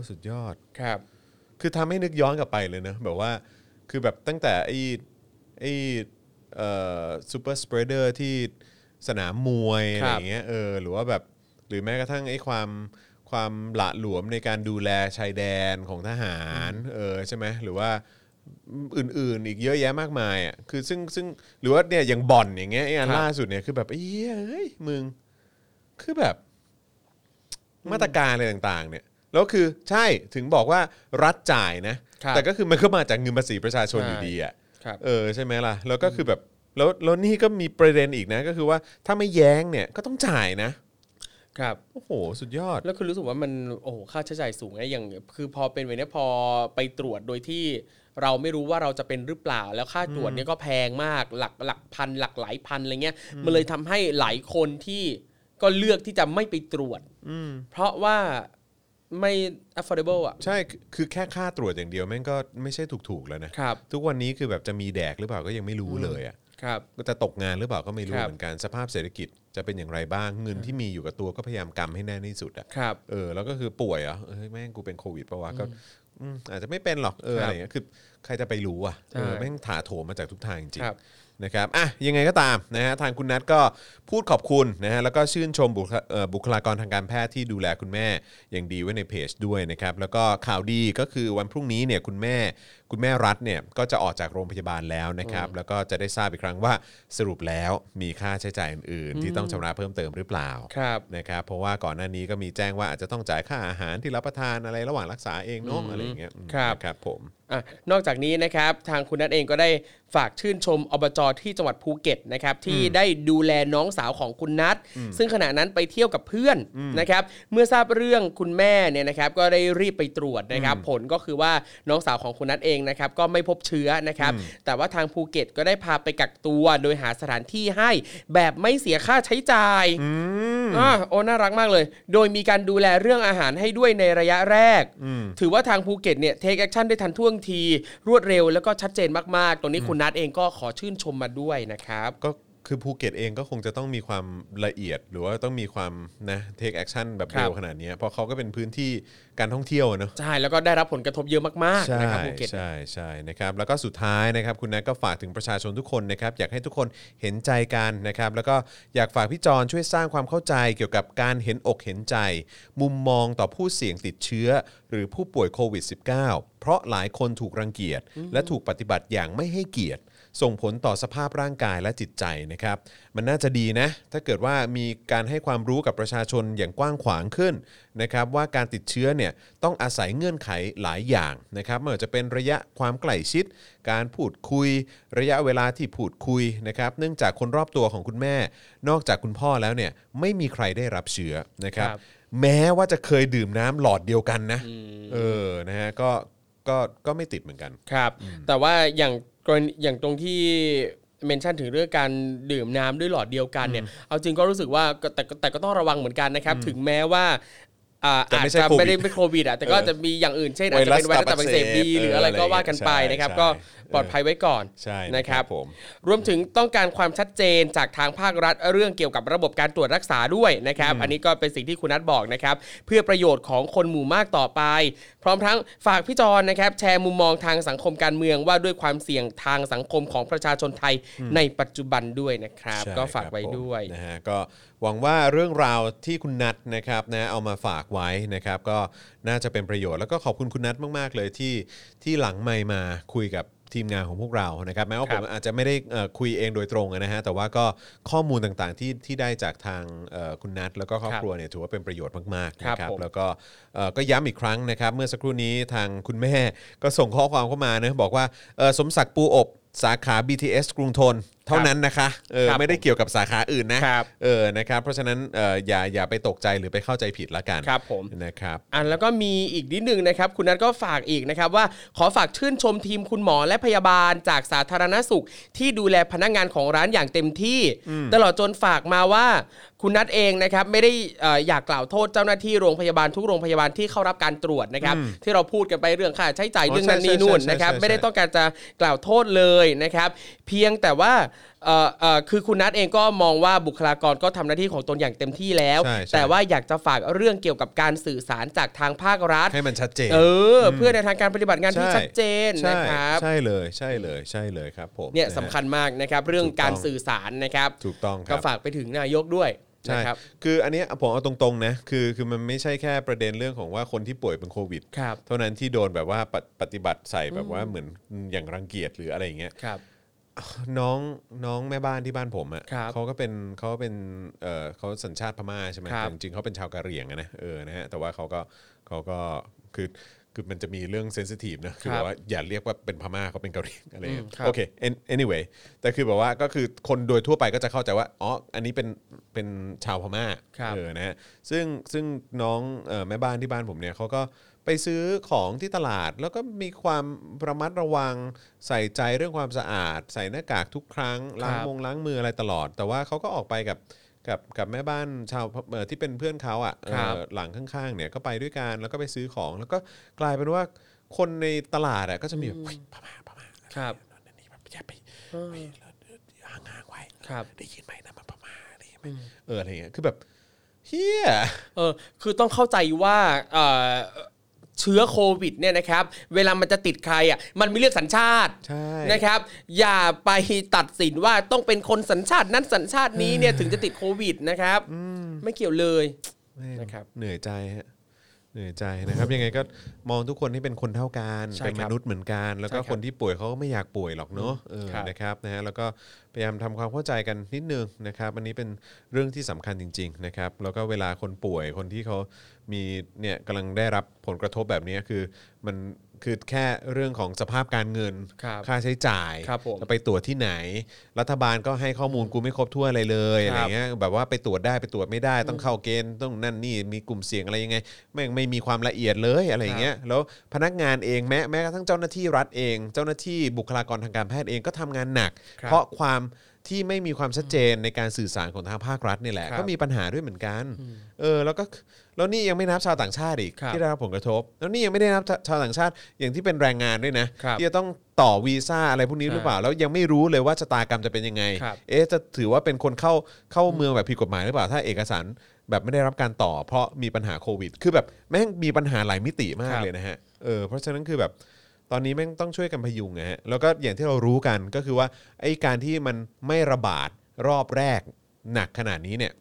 สุดยอด
ครับ
คือทำให้นึกย้อนกลับไปเลยนะแบบว่าคือแบบตั้งแต่ไอ้ไอ้เอ่อซูเปอร์สเปรเดอร์ที่สนามมวย
ค
อะ
รับ
ไรอย่างเงี้ยเออหรือว่าแบบหรือแม้กระทั่งไอ้ความความหละหลวมในการดูแลชายแดนของทหารเออใช่ไหมหรือว่าอื่นๆ อีกเยอะแยะมากมายอ่ะคือซึ่งซึ่งหรือว่าเนี่ยอย่างบ่อนอย่างเงี้ยไอ้อัน
ครับ
ล่าสุดเนี่ยคือแบบเอ้ยเอ้ยมึง คือแบบมาตรการอะไรต่างๆ เนี่ยแล้วคือใช่ถึงบอกว่ารัฐจ่ายนะ
ครับ
แต่ก็คือ มันก็มาจากเงินภาษีประชาชนอยู่ดีอ่ะ
ครับ
เออใช่ไหมล่ะ แล้วก็คือแบบแล้วแล้วนี่ก็มีประเด็นอีกนะ ก็คือว่าถ้าไม่แย้งเนี่ยก็ต้องจ่ายนะครับ โอ้โห สุดยอด
แล้วคือรู้สึกว่ามันโอ้โหค่าใช้จ่ายสูงไงอย่างคือพอเป็นแบบเนี้ยพอไปตรวจโดยที่เราไม่รู้ว่าเราจะเป็นหรือเปล่า แล้วค่าตรวจเนี่ยก็แพงมากหลักหลักพันหลักหลายพันอะไรเงี้ยมันเลยทำให้หลายคนที่ก็เลือกที่จะไม่ไปตรวจ
อืม
เพราะว่าไม่ affordable อ่ะ
ใช่คือคือแค่ค่าตรวจอย่างเดียวแม่งก็ไม่ใช่ถูกๆแล้วนะครับ ทุกวันนี้คือแบบจะมีแดกหรือเปล่าก็ยังไม่รู้เลยอ่ะ
ครับ
ก็จะตกงานหรือเปล่าก็ไม่รู้
ครับ
เหมือนกันสภาพเศรษฐกิจ จะเป็นอย่างไรบ้างเงินที่มีอยู่กับตัวก็พยายามกำให้แน่นที่สุดอะ
ครับ
เออแล้วก็คือป่วยเหรอเอ้ยแม่งกูเป็นโควิดปะวะก็อืมอาจจะไม่เป็นหรอกเออ
ครับ
อะไรเงี้ยคือใครจะไปรู้อ่ะ
ใช่
เออแม่งถาโถมมาจากทุกทางจริง
ครับ
ๆนะครับอ่ะยังไงก็ตามนะฮะทางคุณนัทก็พูดขอบคุณนะฮะแล้วก็ชื่นชมบุคลาเอ่อบุคลากรทางการแพทย์ที่ดูแลคุณแม่อย่างดีไว้ในเพจด้วยนะครับแล้วก็ข่าวดีก็คือวันพรุ่งนี้เนี่ยคุณแม่ คุณแม่รัฐเนี่ยก็จะออกจากโรงพยาบาลแล้วนะครับแล้วก็จะได้ทราบอีกครั้งว่าสรุปแล้วมีค่าใช้จ่ายอื่นๆ ที่ต้องชำระเพิ่มเติมหรือเปล่า
ครับ
นะครับเพราะว่าก่อนหน้านี้ก็มีแจ้งว่าอาจจะต้องจ่ายค่าอาหารที่รับประทานอะไรระหว่างรักษาเองเนาะอะไรอย่างเงี้ยอืม
ครับ
นะครับผม
อ่ะนอกจากนี้นะครับทางคุณนัทเองก็ได้ฝากชื่นชมอบจที่จังหวัดภูเก็ตนะครับที่ได้ดูแลน้องสาวของคุณนัทซึ่งขณะนั้นไปเที่ยวกับเพื่อนนะครับเมื่อทราบเรื่องคุณแม่เนี่ยนะครับก็ได้รีบไปตรวจนะครับผลก็คือว่าน้องสาวของคุณนัทเองนะครับก็ไม่พบเชื้อนะครับแต่ว่าทางภูเก็ตก็ได้พาไปกักตัวโดยหาสถานที่ให้แบบไม่เสียค่าใช้จ่าย อ่าโอ้น่ารักมากเลย โดยมีการดูแลเรื่องอาหารให้ด้วยในระยะแรก ถือว่าทางภูเก็ตเนี่ยเทคแอคชั่นได้ทันท่วงที รวดเร็วแล้วก็ชัดเจนมากๆ ตรงนี้คุณนัทเองก็ขอชื่นชมมาด้วยนะครับ
ก็คือภูเก็ตเองก็คงจะต้องมีความละเอียด หรือว่าต้องมีความนะเทคแอคชั่นแบบ
ครับ
เร็วขนาดเนี้ยเพราะเขาก็เป็นพื้นที่การท่องเที่ยวอะเนาะ
ใช่ แล้วก็ได้รับผลกระทบเยอะมากๆนะครับภูเก็ต
ใช่ใช่นะครับแล้วก็สุดท้ายนะครับคุณนัทก็ฝากถึงประชาชนทุกคนนะครับอยากให้ทุกคนเห็นใจกันนะครับแล้วก็อยากฝากพี่จอนช่วยสร้างความเข้าใจเกี่ยวกับการเห็นอกเห็นใจ มุมมองต่อผู้เสี่ยงติดเชื้อ หรือผู้ป่วยโควิด -19 เพราะหลายคนถูกรังเกียจ และถูกปฏิบัติอย่างไม่ให้เกียรติ ส่งผลต่อสภาพร่างกายและจิตใจนะครับ มันน่าจะดีนะ ถ้าเกิดว่ามีการให้ความรู้กับประชาชนอย่างกว้างขวางขึ้นนะครับ ว่าการติดเชื้อเนี่ยต้องอาศัยเงื่อนไขหลายอย่างนะครับไม่ว่าจะเป็นระยะความใกล้ชิด การพูดคุย ระยะเวลาที่พูดคุยนะครับ เนื่องจากคนรอบตัวของคุณแม่ นอกจากคุณพ่อแล้วเนี่ยไม่มีใครได้รับเชื้อนะครับ
ครับ
แม้ว่าจะเคยดื่มน้ำหลอดเดียวกันนะ เออนะฮะก็ก็ก็ไม่ติดเหมือนกัน
ครับ แต่ว่าอย่างกรณีอย่างตรงที่เมนชั่นถึงเรื่องการดื่มน้ำด้วยหลอดเดียวกันเนี่ย เอาจริงก็รู้สึกว่าก็แต่ก็แต่ก็ต้องระวังเหมือนกันนะครับ ถึงแม้ว่าอ่า
แต่
อาจ
ไม่ใช่
จะไม่ได้
โควิด
เป็นโควิดอ่ะแต่ก็
เออ
จะมีอย่างอื่นเช่นอาจจะเป็น
ไว
ไว
รั
รั
ส
ส
ตั
ตั
บบ อั
อั
ก
ก
เส
เส
บบ
บี
เออ
หรืออะไรก็ว่ากันไป
อะไรอย่างเงี้ย
นะครับ
ใช่
ก็
ใช่
ปลอดภัยไว้ก่อน
ใช่
นะครับ
นะครับผม
รวมถึงต้องการความชัดเจนจากทางภาครัฐเรื่องเกี่ยวกับระบบการตรวจรักษาด้วยนะครับ อันนี้ก็เป็นสิ่งที่คุณนัทบอกนะครับ เพื่อประโยชน์ของคนหมู่มากต่อไป พร้อมทั้งฝากพี่จรนะครับ แชร์มุมมองทางสังคมการเมืองว่าด้วยความเสี่ยงทางสังคมของประชาชนไทยในปัจจุบันด้วยนะครับ
ใช่
ก็ฝาก
ครับ
ไว้
ผม
ด้วย
นะฮะก็หวังว่าเรื่องราวที่คุณนัทนะครับนะเอามาฝากไว้นะครับก็น่าจะเป็นประโยชน์แล้วก็ขอบคุณคุณนัทมากๆ เลยที่ที่หลังไมค์มาคุยกับทีมงานของพวกเรานะครับแม้ว่า
ค
ผ
รับ
มอาจจะไม่ได้เอ่อคุยเองโดยตรงนะฮะแต่ว่าก็ข้อมูลต่างๆที่ที่ได้จากทางเอ่อคุณนัทแล้วก็ครอบ
ครับ
ครัวเนี่ยถือว่าเป็นประโยชน์มากๆ
ครับ
นะครับ
ผม
แล้วก็เอ่อก็ย้ำอีกครั้งนะครับ เมื่อสักครู่นี้ทางคุณแม่ก็ส่งข้อความเข้ามานะบอกว่าเอ่อสมศักดิ์ปูอบสาขา BTS กรุงทนเท่านั้นนะคะเออ เอ
ครั
อบ ไม่ได้เกี่ยวกับสาขาอื่นนะครับ เออนะครับ เพราะฉะนั้นเอ่ออย่าอย่าไปตกใจหรือไปเข้าใจผิดละกัน
ครับผม
นะครับ
อันแล้วก็มีอีกนิดนึงนะครับคุณนัทก็ฝากอีกนะครับว่าขอฝากชื่นชมทีมคุณหมอและพยาบาลจากสาธารณสุข ที่ดูแลพนักงานของร้านอย่างเต็มที่ ตลอดจนฝากมาว่า คุณนัทเองนะครับไม่ได้เอ่ออยากกล่าวโทษเจ้าหน้าที่โรงพยาบาลทุกโรงพยาบาลที่เข้ารับการตรวจนะครับที่เราพูดกันไปเรื่องค่าใช้จ่ายเรื่องนั้นนี่นู่นนะครับไม่ได้ต้องการจะกล่าวโทษเลยนะครับเพียงแต่ว่าเอ่อเอ่อคือคุณนัทเองก็มองว่าบุคลากรก็ทำหน้าที่ของตนอย่างเต็มที่แล้ว
ใช่ใช่
แต่ว่าอยากจะฝากเรื่องเกี่ยวกับการสื่อสารจากทางภาครัฐ
ให้มันชัดเจน
เออ เพื่อในทางการปฏิบัติงานที่
ใ
ชัดเจน
ใช่
นะครับ
ใช่เลยใช่เลยใช่เลยครับผ
เนี่ย
มะฮะ
สำคัญมากนะครับ เรื่อง
ถูกต้อง
การสื่อสารนะครับ
ถูกต้องค
ก็
รับ
ฝากไปถึงนายกด้วย
ใช่
นะครับ
คืออันเนี้ยผมเอาตรงๆนะคือคือมันไม่ใช่แค่ประเด็นเรื่องของว่าคนที่ป่วยเป็นโควิด
ครับ
เท่านั้นที่โดนแบบว่าปฏิปฏิบัติใส่แบบว่าเหมือนอย่างรังเกียจหรืออะไรอย่างเงี้ย
ครับ
น้องน้องแม่บ้านที่บ้านผมอะ
ครับ
เขาก็เป็นเขาก็เป็นเออเขาสัญชาติพม่าใช่ไหม
ครับ
แต่จริงๆเขาเป็นชาวกะเหรี่ยงอะนะเออนะฮะแต่ว่าเขาก็เขาก็คือคือมันจะมีเรื่องเซนซิทีฟนะคือ
ครับ
แบบว่าอย่าเรียกว่าเป็นพม่าเขาเป็นกะเหรี่ยงอะไรเงี้ย
อืมครับ
โอเค an- anyway แต่คือแบบว่าก็คือคนโดยทั่วไปก็จะเข้าใจว่าอ๋ออันนี้เป็นเป็นชาวพม่า
ครับ
เออนะฮะซึ่งซึ่งน้องเอ่อแม่บ้านที่บ้านผมเนี่ยเขาก็ไปซื้อของที่ตลาด แล้วก็มีความระมัดระวังใส่ใจเรื่องความสะอาด ใส่หน้ากากทุกครั้งล้าง
ครับ
มง ล้างมืออะไรตลอด แต่ว่าเขาก็ออกไปกับกับกับแม่บ้านชาวเอ่อที่เป็นเพื่อนเขาอ่ะเอ่อ
ครับ
หลังข้างๆเนี่ยก็ไปด้วยกันแล้วก็ไปซื้อของ แล้วก็กลายเป็นว่าคนในตลาดอ่ะก็จะมีแบบเฮ้ยประมาณประมาณ
ครับ
นั่นนี่แบบอย่าไปเฮ้ยเราห่างๆไว้
ครับ
ได้ยินไหมนะมันประมาณได้ยินไหม เอออะไรเงี้ยคือแบบเฮีย
เออคือต้องเข้าใจว่าเอ่อเชื้อโควิดเนี่ยนะครับ เวลามันจะติดใครอ่ะมันมีเลือกสัญชาติ
ใช่
นะครับ อย่าไปตัดสินว่าต้องเป็นคนสัญชาตินั้นสัญชาตินี้เนี่ยถึงจะติดโควิดนะครับไม่เกี่ยวเลย
แม่ง
นะครับ
เหนื่อยใจฮะเหนื่อยใจนะครับ ยังไงก็มองทุกคนให้เป็นคนเท่ากัน
ใช่ครับ
เป็นมนุษย์เหมือนกัน แล้วก็
ใช่ครับ
คนที่ป่วยเขาก็ไม่อยากป่วยหรอกเนาะเออ
ครับ
นะครับนะฮะแล้วก็พยายามทำความเข้าใจกันนิดนึงนะครับอันนี้เป็นเรื่องที่สำคัญจริง ๆ นะครับ แล้วก็เวลาคนป่วยคนที่เขามีเนี่ยกำลังได้รับผลกระทบแบบนี้คือมันคือแค่เรื่องของสภาพการเงิน
ครับ
ค่าใช้จ่าย
ครับผม
จะไปตรวจที่ไหน รัฐบาลก็ให้ข้อมูลกูไม่ครบถ้วนอะไรเลยอะไร
ครับ
เงี้ยแบบว่าไปตรวจได้ไปตรวจไม่ได้ต้องเข้าเกณฑ์ต้องนั่นนี่มีกลุ่มเสี่ยงอะไรยังไงแม่งไม่มีความละเอียดเลยอะไรอย่างเงี้ยแล้วพนักงานเองแม้แม้กระทั่งเจ้าหน้าที่รัฐเอง เจ้าหน้าที่บุคลากรทางการแพทย์เองก็ทำงานหนัก
ครับ
เพราะความที่ไม่มีความชัดเจนในการสื่อสารของทางภาครัฐนี่แหละ
ครับ
ก็มีปัญหาด้วยเหมือนกันเออแล้วก็แล้วนี่ยังไม่นับชาวต่างชาติอีก
ครับ
ที่ได้รับผลกระทบ แล้วนี่ยังไม่ได้นับชาวต่างชาติอย่างที่เป็นแรงงานด้วยนะครับ ที่จะต้องต่อวีซ่าอะไรพวกนี้หรือเปล่า แล้วยังไม่รู้เลยว่าชะตากรรมจะเป็นยังไง
ครับ
เอ๊ะจะถือว่าเป็นคนเข้าเข้าเมืองแบบผิดกฎหมายหรือเปล่า ถ้าเอกสารแบบไม่ได้รับการต่อ เพราะมีปัญหาโควิด คือแบบแม่งมีปัญหาหลายมิติมาก
ครับ
เลยนะฮะเออเพราะฉะนั้นคือแบบตอนนี้แม่งต้องช่วยกันพยุงนะฮะแล้วก็อย่างที่เรารู้กันก็คือว่าไอ้การที่มันไม่ระบาดรอบแรกหนักขนาดนี้เนี่ย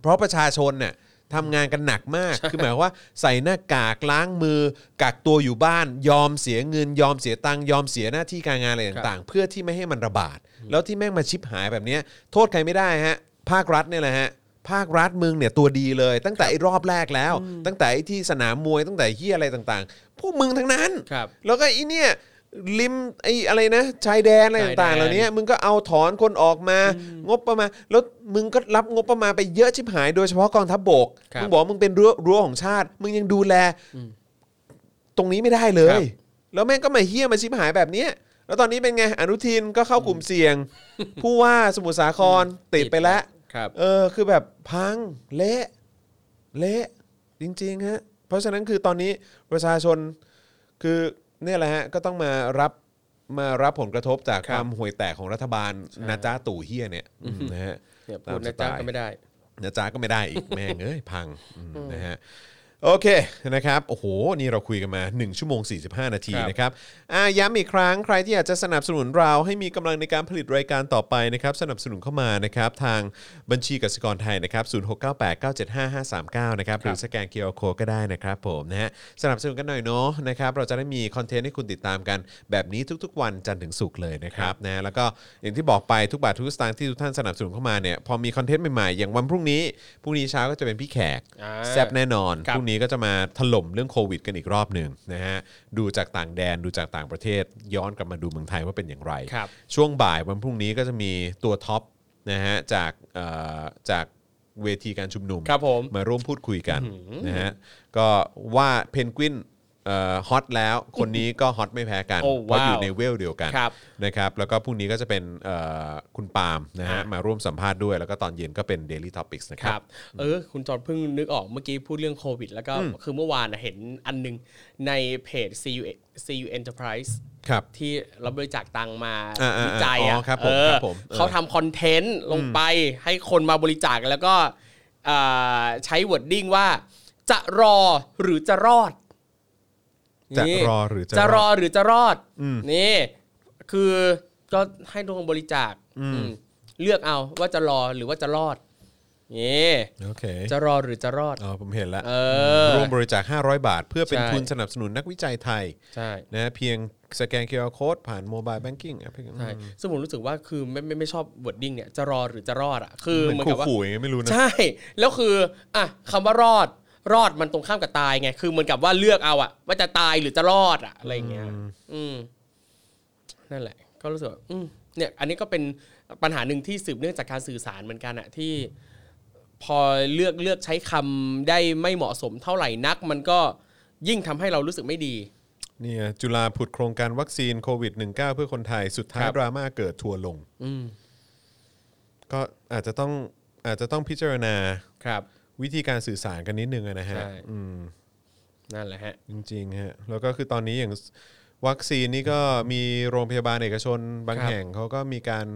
เพราะประชาชนเนี่ยทำงานกันหนักมาก คือหมายความว่าใส่หน้ากากล้างมือกักตัวอยู่บ้าน ยอมเสียเงิน ยอมเสียตังค์ยอมเสียหน้าที่การงานอะไรต่างๆ เพื่อที่ไม่ให้มันระบาด แล้วที่แม่งมาชิบหายแบบเนี้ยโทษใครไม่ได้ฮะ ภาครัฐเนี่ยแหละฮะ ภาครัฐมึงเนี่ยตัวดีเลย ตั้งแต่ไอ้รอบแรกแล้ว ตั้งแต่ไอ้ที่สนามมวยตั้งแต่เฮียอะไรต่างๆ พวกมึงทั้งนั้น
ครับ
แล้วก็ไอีเนี่ยริมไอ้อะไรนะชายแดนอะไร
ชายแดน
ต่างๆเหล่านี้ มึงก็เอาถอนคนออกมา งบประมาณ แล้วมึงก็รับงบประมาณไปเยอะชิบหาย โดยเฉพาะกองทัพบบก
ครับ
มึงบอกว่ามึงเป็นรั้วรั้วของชาติ มึงยังดูแล ตรงนี้ไม่ได้เล
ครั
ย
บ
แล้วแม่งก็มาเฮี้ยมาชิบหายแบบเนี้ยแล้วตอนนี้เป็นไง อนุทินก็เข้ากลุ่มเสี่ยง ผู้ว่าสมุทรสาครติดไปแล้ว
ครับ
เออคือแบบพังเละเละจริงๆฮะเพราะฉะนั้นคือตอนนี้ประชาชนคือเนี่ยแหละฮะก็ต้องมารับมารับผลกระทบจาก
ค
ครับ วามห่วยแตกของรัฐบาล
ใช่
นาจ้าตู่เฮียเนี่ยอืมนะฮะ
เนี่ยพูดนะจ๊ะก็ไม่ได้
นะจ๊ะก็ไม่ได้อีก แม่งเอ้ยพังอืมนะฮะโอเคนะครับโอ้โหนี่เราคุยกันมา 1 ชั่วโมง 45 นาที
ครับ
นะครับอ่าย้ำอีกครั้งใครที่อยากจะสนับสนุนเราให้มีกำลังในการผลิตรายการต่อไปนะครับสนับสนุนเข้ามานะครับทางบัญชีกสิกรไทยนะครับ0698975539นะครับหรือสแกนเคอร์โคก็ได้นะครับผมนะฮะสนับสนุนกันหน่อยเนาะนะครับเราจะได้มีคอนเทนต์ให้คุณติดตามกันแบบนี้ทุกๆ วันจันทร์ถึงศุกร์เลยนะครับนะฮะแล้วก็อย่างที่บอกไปทุกบาททุกสตางค์ที่ทุกท่านสนับสนุนเข้ามาเนี่ยพอมีคอนเทนต์ใหม่ๆอย่างวันพรุ่งนี้พรุ่งนี้เช้าก็จะเป็นพี่แขก
อ่า
แซบ แน่นอน
ครั
พ
บ
รุ่งนี้ก็จะมาถล่มเรื่องโควิดกันอีกรอบหนึ่งนะฮะดูจากต่างแดนดูจากต่างประเทศ ย้อนกลับมาดูเมืองไทยว่าเป็นอย่างไร
ครับ
ช่วงบ่ายวันพรุ่งนี้ก็จะมีตัวท็อปนะฮะจากเอ่อจากเวทีการชุมนุม
ครับผม
ร่วมพูดคุยกันนะฮะก็ว่าเพนกวินเอ่อฮอตแล้วคนนี้ก็ฮอตไม่แพ้กัน
โอ้
เพราะ
ว้าว
อยู่ในเวลเดียวกัน
ครับ
นะครับแล้วก็พรุ่งนี้ก็จะเป็นเอ่อคุณปาล์มนะฮะ
อ่าม
มาร่วมสัมภาษณ์ด้วย แล้วก็ตอนเย็นก็เป็น Daily Topics นะค
ครับ รับเออคุณจอร์นเพิ่งนึกออกเมื่อกี้พูดเรื่องโควิด แล้วก็คือเมื่อวานน่ะเห็นอันหนึงในเพจ CU CU Enterprise
ครับ
ที่เราบริจาคตังค์มา
อ่าอ่าอ่า
วิจัย
อ๋
อ่ะ
อครับผม
เออ
ครับผมเออ
เขาทำคอนเทนต์ลงไปให้คนมาบริจาคแล้วก็อ่าใช้วอร์ดดิ้งว่า จะรอหรือจะรอด
จะ
นี่
รอหรือจะรอด
จะรอหรือจะรอดนี่คือก็ให้ลงบริจาคอืมเลือกเอาว่าจะรอหรือว่าจะรอดนี่
โอเค
จะรอหรือจะรอด
อ๋อผมเห็นแล้ว
เออ
ร่วมบริจาค 500 บาท เพื่อเป็น
ใช่
ทุนสนับสนุนนักวิจัยไทย
ใช่
นะเพียงสแกน QR Code ผ่านโมบายแบงกิ้งแอปพลิเคชัน
ใช่ซึ่งผมรู้สึกว่าคือไม่ไม่ไม่ชอบวอร์ดดิ้งเนี่ยจะรอหรือจะรอดอ่ะ คือ
เห
เห
มือ
มือน นกับว่า
ขู่ๆอย่างเงี้ยไม่รู้นะ
ใช่ แล้วคืออ่ะคำว่ารอดรอดมันตรงข้ามกับตายไง คือเหมือนกับว่าเลือกเอาอะว่าจะตายหรือจะรอดอะอะไรอย่างเงี้ย อืม นั่นแหละ ก็รู้สึกว่าอืมเนี่ย อันนี้ก็เป็นปัญหาหนึ่งที่สืบเนื่องจากการสื่อสารเหมือนกันอะที่ พอเลือกเลือกใช้คำได้ไม่เหมาะสมเท่าไหร่นัก มันก็ยิ่งทำให้เรารู้สึกไม่ดี
เนี่ยจุฬาผุดโครงการวัคซีนโควิด -19 เพื่อคนไทยสุดท้าย
ครับ
ดราม่าเกิดทัวร์ลง
อืม
ก็อาจจะต้องอาจจะต้องพิจารณา
ครับ
วิธีการสื่อสารกันนิดนึงอะนะฮะ
ใช่
อืม
นั่นแหละฮะ
จริงๆฮะแล้วก็คือตอนนี้อย่างวัคซีนนี่ก็มีโรงพยาบาลเอกชนบาง
ครับ
แห่งเขาก็มีการ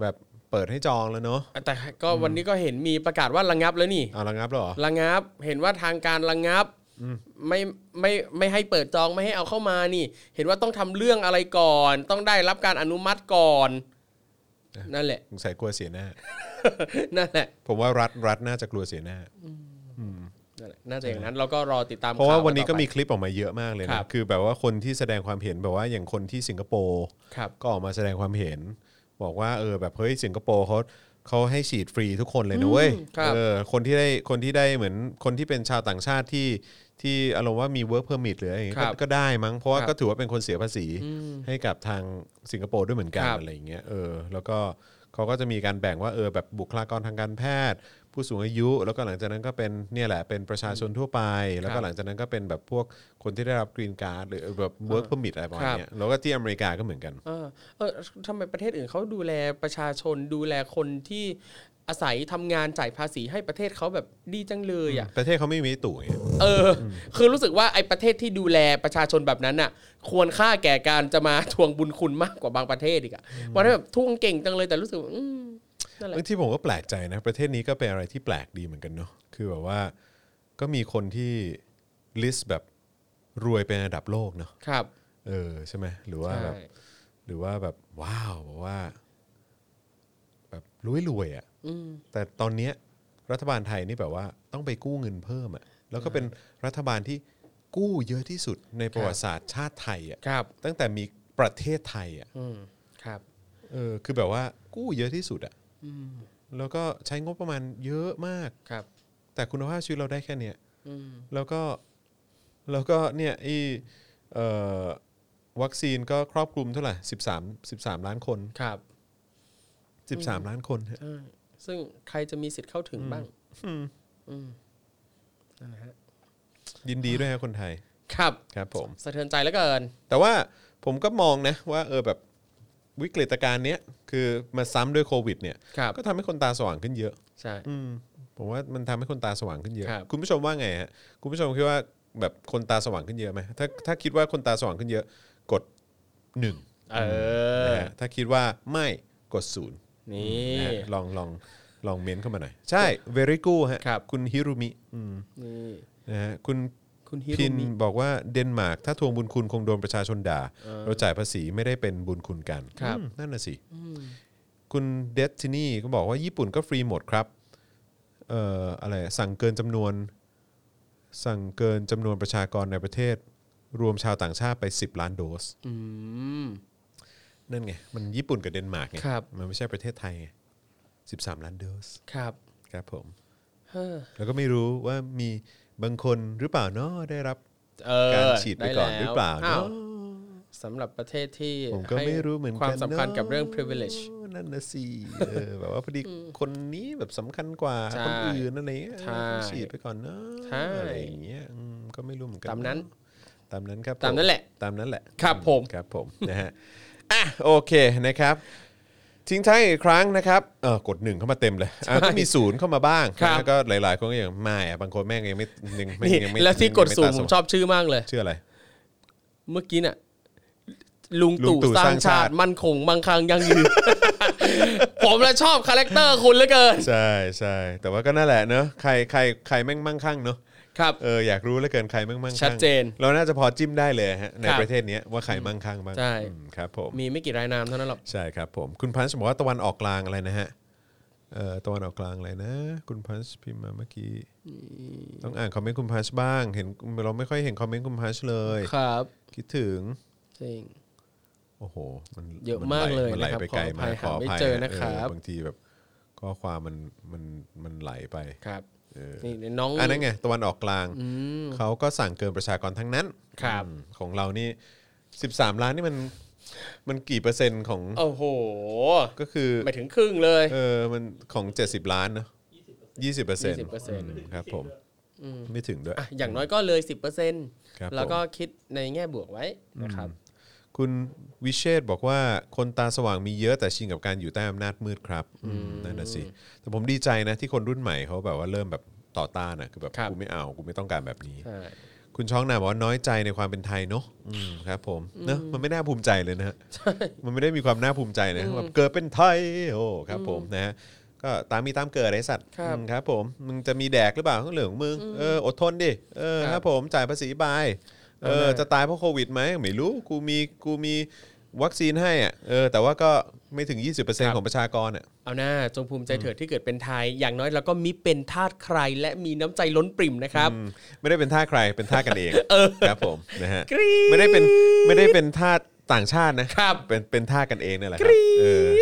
แบบ เปิดให้จองแล้วเนาะ
แต่ก็วันนี้ก็เห็นมีประกาศว่าระงับแล้วนี่
เอาระงับแล้วเหรอ
ระงับเห็นว่าทางการระงับไม่ไม่ไม่ให้เปิดจองไม่ให้เอาเข้ามานี่ เห็นว่าต้องทำเรื่องอะไรก่อน ต้องได้รับการอนุมัติก่อน นั่นแหละ
สงสัยกลัวเสียหน้า
นั่นแหละ
ผมว่ารัฐรัฐน่าจะกลัวเสียหน้า
นั่นแหละน่าจะอย่างนั้นเราก็รอติดตาม
เพราะว่า
ข่
วันนี้ก็มี
ต่อ
คลิปออกมาเยอะมากเลย
ครั
นะ
บ
คือแบบว่าคนที่แสดงความเห็นแบบว่าอย่างคนที่สิงคโปร์
ไปครับ
ก็ออกมาแสดงความเห็น บอกว่าเออแบบเฮ้ยสิงคโปร์เขาเขาให้ฉีดฟรีทุกคนเลยนะเว้ย
อืมครับ
เออคนที่ได้คนที่ได้เหมือนคนที่เป็นชาวต่างชาติที่ที่อารมณ์ว่ามี work permit หรืออะไรอย่างเงี้ย
ครับ
ก็ก็ได้มั้งเพราะว่า
ครับ
ก็ถือว่าเป็นคนเสียภาษีให้กับทางสิงคโปร์ด้วยเหมือนกัน
ครับ
อะไรอย่างเงี้ยเออแล้วก็เขาก็จะมีการแบ่งว่าเออแบบบุคลากรทางการแพทย์ ผู้สูงอายุ แล้วก็หลังจากนั้นก็เป็นเนี่ยแหละเป็นประชาชนทั่วไป แล้ว
ครั
ก็
บ
หลังจากนั้นก็เป็นแบบพวกคนที่ได้รับกรีนการ์ดหรือแบบ work permit อะไรประมาณ
ครับ
เนี้ยแล้วก็ที่อเมริกาก็เหมือนกัน
เออเออทำไมประเทศอื่นเขาดูแลประชาชนดูแลคนที่อาศัยทำงานจ่ายภาษีให้ประเทศเขาแบบดีจังเลยอ่ะ
ประเทศเขาไม่มีตู่ไง
เออ คือรู้สึกว่าไอ้ประเทศที่ดูแลประชาชนแบบนั้นน่ะ ควรค่าแก่การจะมาทวงบุญคุณมากกว่าบางประเทศอีกอะวันนั้นแบบทวงเก่งจังเลยแต่รู้สึกว่าอืมนั่นแหละ
บางที่ผมก็แปลกใจนะ ประเทศนี้ก็เป็นอะไรที่แปลกดีเหมือนกันเนาะคือแบบว่าก็มีคนที่ลิสต์แบบรวยเป็นระดับโลกเนาะ
ครับ
เออใช่ไหมหรือว่า
ใช่
แบบหรือว่าแบบว้าวแบบว่า แบบรวยรวยๆอะ่ะ
อืม
แต่ตอนเนี้ยรัฐบาลไทยนี่แบบว่าต้องไปกู้เงินเพิ่มอะ่ะแล้วก็เป็นรัฐบาลที่กู้เยอะที่สุดในประวัติศาสตร์ชาติไทยอะ่ะ
ครับ
ตั้งแต่มีประเทศไทยอ่ะ
อืมครับ
เออคือแบบว่ากู้เยอะที่สุดอะแล้วก็ใช้งบประมาณเยอะมาก
ครับ
แต่คุณภาพชีวิตเราได้แค่เนี้ย
อืม
แล้วก็แล้วก็เนี่ยไอเอ่อวัคซีนก็ครอบคลุมเท่าไหร่13 13 ล้านคน
ครับ
13 ล้านคนฮะ
ใช่ซึ่งใครจะมีสิทธิ์เข้าถึงบ้าง อืมนั่นแหละฮะ
ยินดีด้วยฮะคนไทย
ครับ
ครับผม
สะเทือนใจเหลือเกิน
แต่ว่าผมก็มองนะว่าเออแบบวิกฤตการณ์เนี้ยคือมาซ้ำด้วยโควิดเนี่ย
ครับ
ก็ทำให้คนตาสว่างขึ้นเยอะ
ใช่
อืมผมว่ามันทำให้คนตาสว่างขึ้นเยอะ
ครับ
คุณผู้ชมว่าไงฮะ คุณผู้ชมคิดว่าแบบคนตาสว่างขึ้นเยอะไหมถ้าถ้าคิดว่าคนตาสว่างขึ้นเยอะ กดหนึ่ง
เออ
นะฮะถ้าคิดว่าไม่กดศูนย์
นี่
นะฮะลองลองลองเม้นเข้ามาหน่อย ใช่ very good ฮะ
ครับ
คุณฮิรุมิอืม
นี่
นะฮะคุณ
คุณฮิ
พิ
รุ
น
มิ
บอกว่าเดนมาร์กถ้าทวงบุญคุณคงโดนประชาชนด่า เราจ่ายภาษีไม่ได้เป็นบุญคุณกัน
ครับ
อืมนั่นน่ะสิ คุณเดทินี่ก็บอกว่าญี่ปุ่นก็ฟรีหมดครับ เอ่ออะไรอะสั่งเกินจำนวน สั่งเกินจำนวนประชากรในประเทศ รวมชาวต่างชาติไป 10 ล้านโดส
อืม
นั่นไง มันญี่ปุ่นกับเดนมาร์กไง
ครับ
มันไม่ใช่ประเทศไทยไง13 ล้านโดส
ครับ
ครับผม
เฮ้อ
แล้วก็ไม่รู้ว่ามีบางคนหรือเปล่าเนาะได้รับ
เออ
การฉีดไปก่อน
แ
หรือเปล่า
อ้ว
เนาะ
สำหรับประเทศที่
ผมก็ไม่รู้เหมือน
ให้
กัน
ความสำคัญกับ
นะ
เรื่อง privilege
นั่นนะสิเออแบบว่าพอดีคนนี้แบบสำคัญกว่า
ใช่
คนอื่นอะไรเงี้ย
ใช่
ต้องฉีดไปก่อนเนาะ
ใช่
อะไรอย่างเงี้ยอืมก็ไม่รู้เหมือนกัน
ตามนั้น
ตามนั้นครับ
ตามนั้นแหละ
ตามนั้นแหละ
ครับผม
ครับผมนะฮะอ่ะโอเคนะครับ ทิ้งท้ายอีกครั้งนะครับเออกดหนึ่งเข้ามาเต็มเลยอ่ะก็มีศูนย์เข้ามาบ้าง
ครับ
แล้วก็หลาย ๆ คนก็อย่างไม่อ่ะบางคนแม่งยังไม่ยังไม่
นี่
ยังไม่
แล้วที่
ยั
กดสูง
ไตา
ผมชอบชื่อมากเลย
ชื่ออะไร
เมื่อกี้น่ะ ลุง
ลุง
ตู่
ตู่ส
สร้า
ร้าง ง
ชา
ชาติ
ติมั่นคงมั่งคั่งยั่ง ยืน ผมและชอบคาแรคเตอร์คุณเหลือเกิน
ใช่ใช่แต่ว่าก็นั่นแหละเนอะใครใครใครแม่งมั่งคั่งเนอะ
ครับ
เอออยากรู้เหลือเกินใครมั่งมั่งคั่ง
ชัดเจน
เราน่าจะพอจิ้มได้เลยฮะใน
ครับ
ประเทศเนี้ยว่าใครมั่งคั่งบ้าง
ใช่
อืมครับผม
มีไม่กี่รายนามเท่านั้นหรอก
ใช่ครับผมคุณพันธ์บอกว่าตะวันออกกลางอะไรนะฮะเอ่อตะวันออกกลางอะไรนะ คุณพันธ์พิมพ์มาเมื่อกี้ต้องอ่านคอมเมนต์คุณพันธ์บ้างเห็นเราไม่ค่อยเห็นคอมเมนต์คุณพันธ์เลย
ครับ
คิดถึง
จริง
โอ้โหมัน
เยอะมากเลย
มันไหล
นะครับ
ไปไกลมาก
ขออภัยหาไม่เจอนะครับ
เออบางทีแบบข้อความมันมันมันไหลไป
ครับ
เออ
นี่น้อง
อันนั้นไงตะวันออกกลาง
อืม
เขาก็สั่งเกินประชากรทั้งนั้น
ครับ
อืมของเรานี่ 13 ล้านนี่มันมันกี่เปอร์เซ็นต์ของ
โอ้โห
ก็คือ
ไปถึงครึ่งเลย
เออมันของ 70 ล้านเนอะ20เปอร์เซ็นต์
20%
ครับผมไม่ถึงด้วย
อ่ะอย่างน้อยก็เลย
ครับ
10%แล้วก็คิดในแง่บวกไว้นะครับ
คุณวิเชษฐ์บอกว่าคนตาสว่างมีเยอะแต่ชินกับการอยู่ใต้อำนาจมืดครับอืมนั่นน่ะสิแต่ผมดีใจนะที่คนรุ่นใหม่เขาแบบว่าเริ่มแบบต่อต้านอ่ะคือแบบ
ครับ
กูไม่เอากูไม่ต้องการแบบนี้
ใช่
คุณช้องนาบอกว่าน้อยใจในความเป็นไทยเนอะอืมครับ ผมเนอะมันไม่น่าภูมิใจเลยนะฮะ มันไม่ได้มีความน่าภูมิใจนะแบบเกิดเป็นไทยโอ้ครับ ผมนะฮะก็ตามมีตามเกิดไอ้สัตว์
ครับ
อืมครับ ผมมึงจะมีแดกหรือเปล่าก็เรื่องของมึงเอออดทนดิเออ
ครับ
ครับผมจ่ายภาษีบายเออ
เอาได้
จะตายเพราะโควิดไหมไม่รู้กูมีกูมีวัคซีนให้อ่ะเออแต่ว่าก็ไม่ถึง 20%ของประชากรอ่ะ
เอาหน้าจงภูมิใจเถิดที่เกิดเป็นไทย อย่างน้อยเราก็มิเป็นทาสใครและมีน้ำใจล้นปริ่มนะครับ
อืมไม่ได้เป็นท่าใครเป็นท่ากันเองครับผมนะฮะ
กรี๊ด
ไม่ได้เป็นไม่ได้เป็นท่าต่างชาตินะครับ เป็นเป็นท่ากันเองเนี่ยแหละค
ก
รั
รี๊
บ
ด
เออ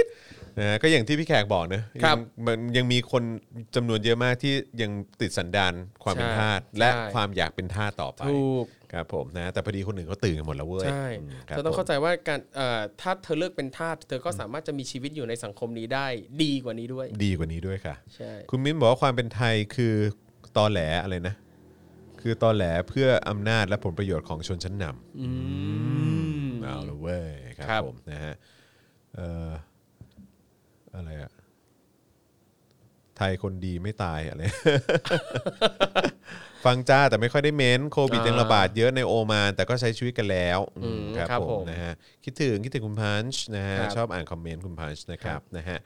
นะฮะก็อย่างที่พี่แขกบอกนะครับ ยังมันยังมีคนจำนวนเยอะมากที่ยังติดสันดานความเป็น
ใช่
ทาสและ
ใช่
ความอยากเป็นท่าสต่อไป
ถูก
ครับผมนะแต่พอดีคนหนึ่งเขาตื่นกันหมดแล้วเว้ย
ใช่
อืมคบ
เราต้องเข้า
ผม
ใจว่าการเอ่อถ้าเธอเลิกเป็นทาสเธอก็สามารถจะมีชีวิตอยู่ในสังคมนี้ได้ดีกว่านี้ด้วย
ดีกว่านี้ด้วยค่ะ
ใช่
คุณมิ้นบอกว่าความเป็นไทยคือตอแหลอะไรนะ คือตอแหลเพื่ออำนาจและผลประโยชน์ของชนชั้นนำ
อืม
เอาละเว้ยค
ครั
รับบ ผมนะฮะเอ่ออะไรอะไทยคนดีไม่ตายอะไร ฟังจ้าแต่ไม่ค่อยได้เม้นโควิดยังระบาดเยอะในโอมาน แต่ก็ใช้ชีวิตกันแล้วอืม
อืม
ครับ
ครับ
ผ
ผม ม
นะฮะคิดถึงคิดถึงคุณพันช์นะฮะ
ครับ
ชอบอ่านคอมเมนต์คุณพันช์นะครับนะฮะ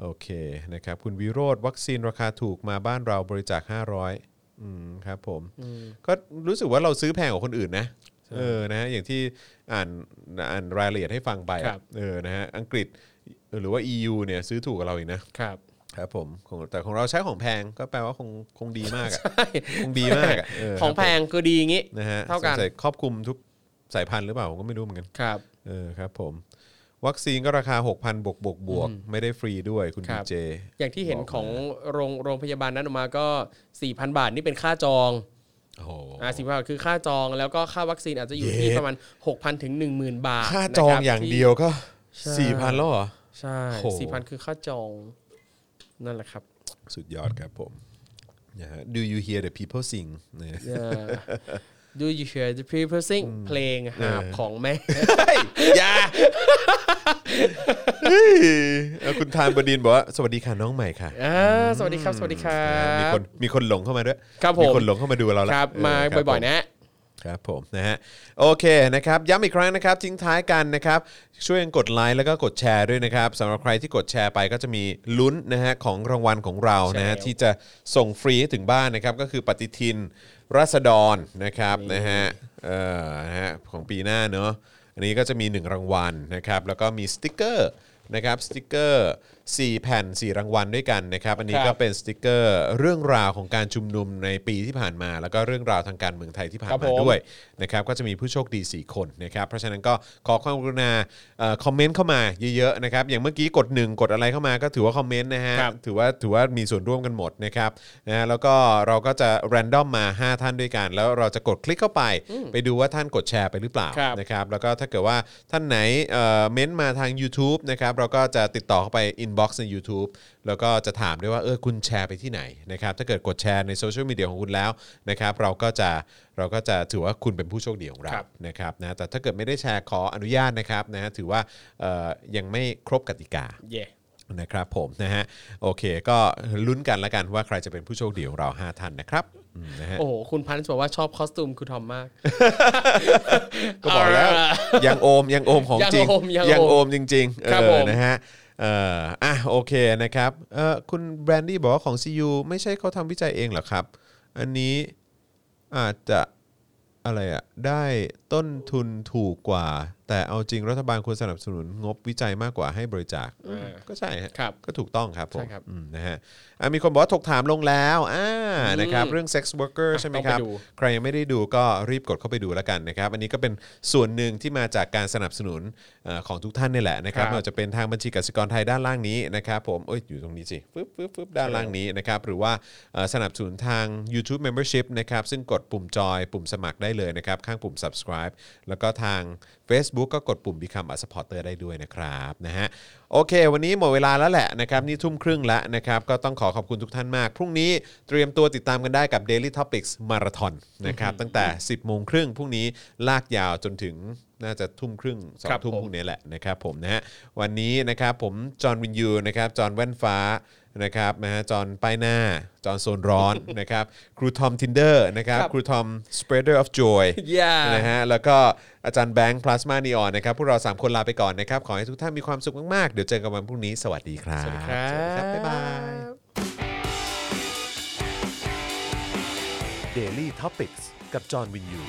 โอเคนะครับ คุณวิโรธวัคซีนราคาถูกมาบ้านเราบริจาค 500อืมครับผม ก็รู้สึกว่าเราซื้อแพงกว่าคนอื่นนะ เออนะฮะอย่างที่อ่านอ่านรายละเอียดให้ฟังไปอะ
ครับ
เออนะฮะอังกฤษหรือว่า EU เนี่ยซื้อถูกกว่าเราอีกนะ
ครับ
ครับผมของแต่ของเราใช้ของแพงก็แปลว่าคงคงดีมากอะคงดีมากอะเ
ของแพงคือดีอย่างงี้
นะฮะ
เท่ากัน
สงสัยครอบคลุมทุกสายพันธุ์หรือเปล่าผมก็ไม่รู้เหมือนกัน
ครับ
เออครับผม วัคซีนก็ราคา 6,000 บวกบวกบวกไม่ได้ฟรีด้วยคุณ
ครั
ดี
บ
เจ
อย่างที่เห็น
บอกมา
ของโรงโรงพยาบาลนั้นออกมาก็ 4,000 บาทนี่เป็นค่าจอง
โอ้โห
อ่าสี่พันบาทคือค่าจองแล้วก็ค่าวัคซีนอาจจะอยู่ที่
เย้
ประมาณ 6,000ถึง10,000 บาท
ค่าจอง
นะครับ
อย่าง
ที่
เดียวก็
ใช่
4,000แล้วเหรอ
ใช่
โห
สี่พันคือค่าจองนั่นแหละครับ
สุดยอดครับผมนะฮะ Do you hear the people sing นะ ฮะ
เอ่อ Do you hear the people sing เพลงหาบของแม่
อย่าเออคุณทานบดินบอกว่าสวัสดีค่ะน้องใหม่ค่ะ
อ่าสวัสดีครับ สวัสดีครั
มี
บ
คนมีคนหลงเข้ามาด้วย
ครับผม
มีคนหลงเข้ามาดูเราแล้ว
ครับ
เออ
มา
ครับ
บ่
ผ
อย
ม
ๆ นะ
ครับผมนะฮะโอเคนะครับย้ำอีกครั้งนะครับทิ้งท้ายกันนะครับช่วยกันกดไลค์แล้วก็กดแชร์ด้วยนะครับสำหรับใครที่กดแชร์ไปก็จะมีลุ้นนะฮะของรางวัลของเรานะฮะ
ใช่แล้ว
ที่จะส่งฟรีให้ถึงบ้านนะครับก็คือปฏิทินรัษฎรนะครับนะฮะเอ่อนะฮะของปีหน้าเนอะอันนี้ก็จะมี 1 รางวัลนะครับแล้วก็มีสติกเกอร์นะครับสติกเกอร์4แผ่น 4 รางวัลด้วยกันนะครับอันนี้
ค
ก็
รับ
เป็นสติกเกอร์เรื่องราวของการชุมนุมในปีที่ผ่านมา แล้วก็เรื่องราวทางการเมืองไทยที่ผ่าน ผ่า
ครับผม
นาม ด้วยนะครับก็จะมีผู้โชคดี 4 คนนะครับเพราะฉะนั้นก็ขอความกรุณาเอ่อคอมเมนต์เข้ามาเยอะๆนะครับอย่างเมื่อกี้กด 1 กดอะไรเข้ามาก็ถือว่าคอมเมนต์นะฮะ
ครับ
ถือว่าถือว่ามีส่วนร่วมกันหมดนะครับนะฮะแล้วก็เราก็จะแรนดอมมา 5 ท่านด้วยกัน แล้วเราจะกดคลิกเข้าไป ไปดูว่าท่านกดแชร์ไปหรือเปล่า
ครับ
นะครับแล้วก็ถ้าเกิดว่าท่านไหนเอ่อเม้นต์มาทาง YouTube นะครับเราก็จะติดต่อเข้าไป inbox ใน YouTube แล้วก็จะถามด้วยว่าเออคุณแชร์ไปที่ไหนนะครับถ้าเกิดกดแชร์ในโซเชียลมีเดียของคุณแล้วนะครับเราก็จะ เราก็จะถือว่าคุณเป็นผู้โชคดีของเรา
ครับ
นะครับนะแต่ถ้าเกิดไม่ได้แชร์ขออนุญาตนะครับนะฮะถือว่าเอ่อยังไม่ครบกติกา
เย่
นะครับผมนะฮะโอเค ก็ลุ้นกันละกันว่าใครจะเป็นผู้โชคดีของเรา 5 ท่านนะครับอืมนะฮะ
โอ้โห คุณพันธ์บอกว่าชอบคอสตูมคุณทอมมาก
ก็บอกแล้ว
เอาล่ะ
ยังโอมยังโอมของจริง
ยังโอมยังโอม
โอมจริงๆเอ
ครับผ
อ
ม
นะฮะเอ่ออ่ะโอเคนะครับเอ่อคุณแบรนดี้บอกว่าของ CU ไม่ใช่เขาทำวิจัยเองเหรอครับ อันนี้อาจจะ อะไรอะได้ต้นทุนถูกกว่า แต่เอาจริงรัฐบาลควรสนับสนุนงบวิจัยมากกว่าให้บริจาคอืมก็ใช่ฮะ
ครับ
ก็ถูกต้องครับผม
ใช่ครับ
อืมนะฮะอ่ะมีคนบอกว่าถกถามลงแล้วอ่านะครับเรื่อง sex worker ใช่ไหมครับ
ต้องไปดู
ใครยังไม่ได้ดูก็รีบกดเข้าไปดูแล้วกันนะครับ อันนี้ก็เป็นส่วนหนึ่งที่มาจากการสนับสนุนเอ่อของทุกท่านนี่แหละนะครับ
ครับ
ไม่ว่าจะเป็นทางบัญชีกสิกรไทยด้านล่างนี้นะครับผมเอ้ยอยู่ตรงนี้สิฟึบฟึบฟึบด้านล่างนี้นะครับหรือว่าเอ่อสนับสนุนทาง YouTube Membership นะครับซึ่งกดปุ่มจอยปุ่มสมัครได้เลยนะครับ ข้างปุ่ม subscribe แล้วก็ทาง Facebook ก็กดปุ่ม Become a supporter ได้ด้วยนะครับนะฮะโอเค วันนี้หมดเวลาแล้วแหละนะครับนี่ทุ่มครึ่งแล้วนะครับก็ต้องขอขอบคุณทุกท่านมาก พรุ่งนี้เตรียมตัวติดตามกันได้กับ Daily Topics มาราธอนนะครับตั้งแต่ 10โมงครึ่งพรุ่งนี้ลากยาวจนถึงน่าจะทุ่มครึ่งสอ
ครั
ง
บ
ทุ่ม
ผม
พรุ่งนี้แหละนะครับผมนะฮะวันนี้นะครับผมจอห์นวินยูนะครับจอห์นแว่นฟ้า นะครับนะฮะจอนป้ายหน้า จอนโซนร้อน นะครับครูทอมทินเดอร์นะครับ
ครับ
ครูทอม spreader of joy
อย่า
นะฮะแล้วก็อาจารย์แบงค์พลาสมานีออนนะครับพวกเรา 3 คนลาไปก่อนนะครับ ขอให้ทุกท่านมีความสุขมากๆ เดี๋ยวเจอกันวันพรุ่งนี้ สวัสดีครับ
สวัสดีครับ
สวัสดีบ๊ายบาย
Daily t o p i c กกับจอห์นวินยู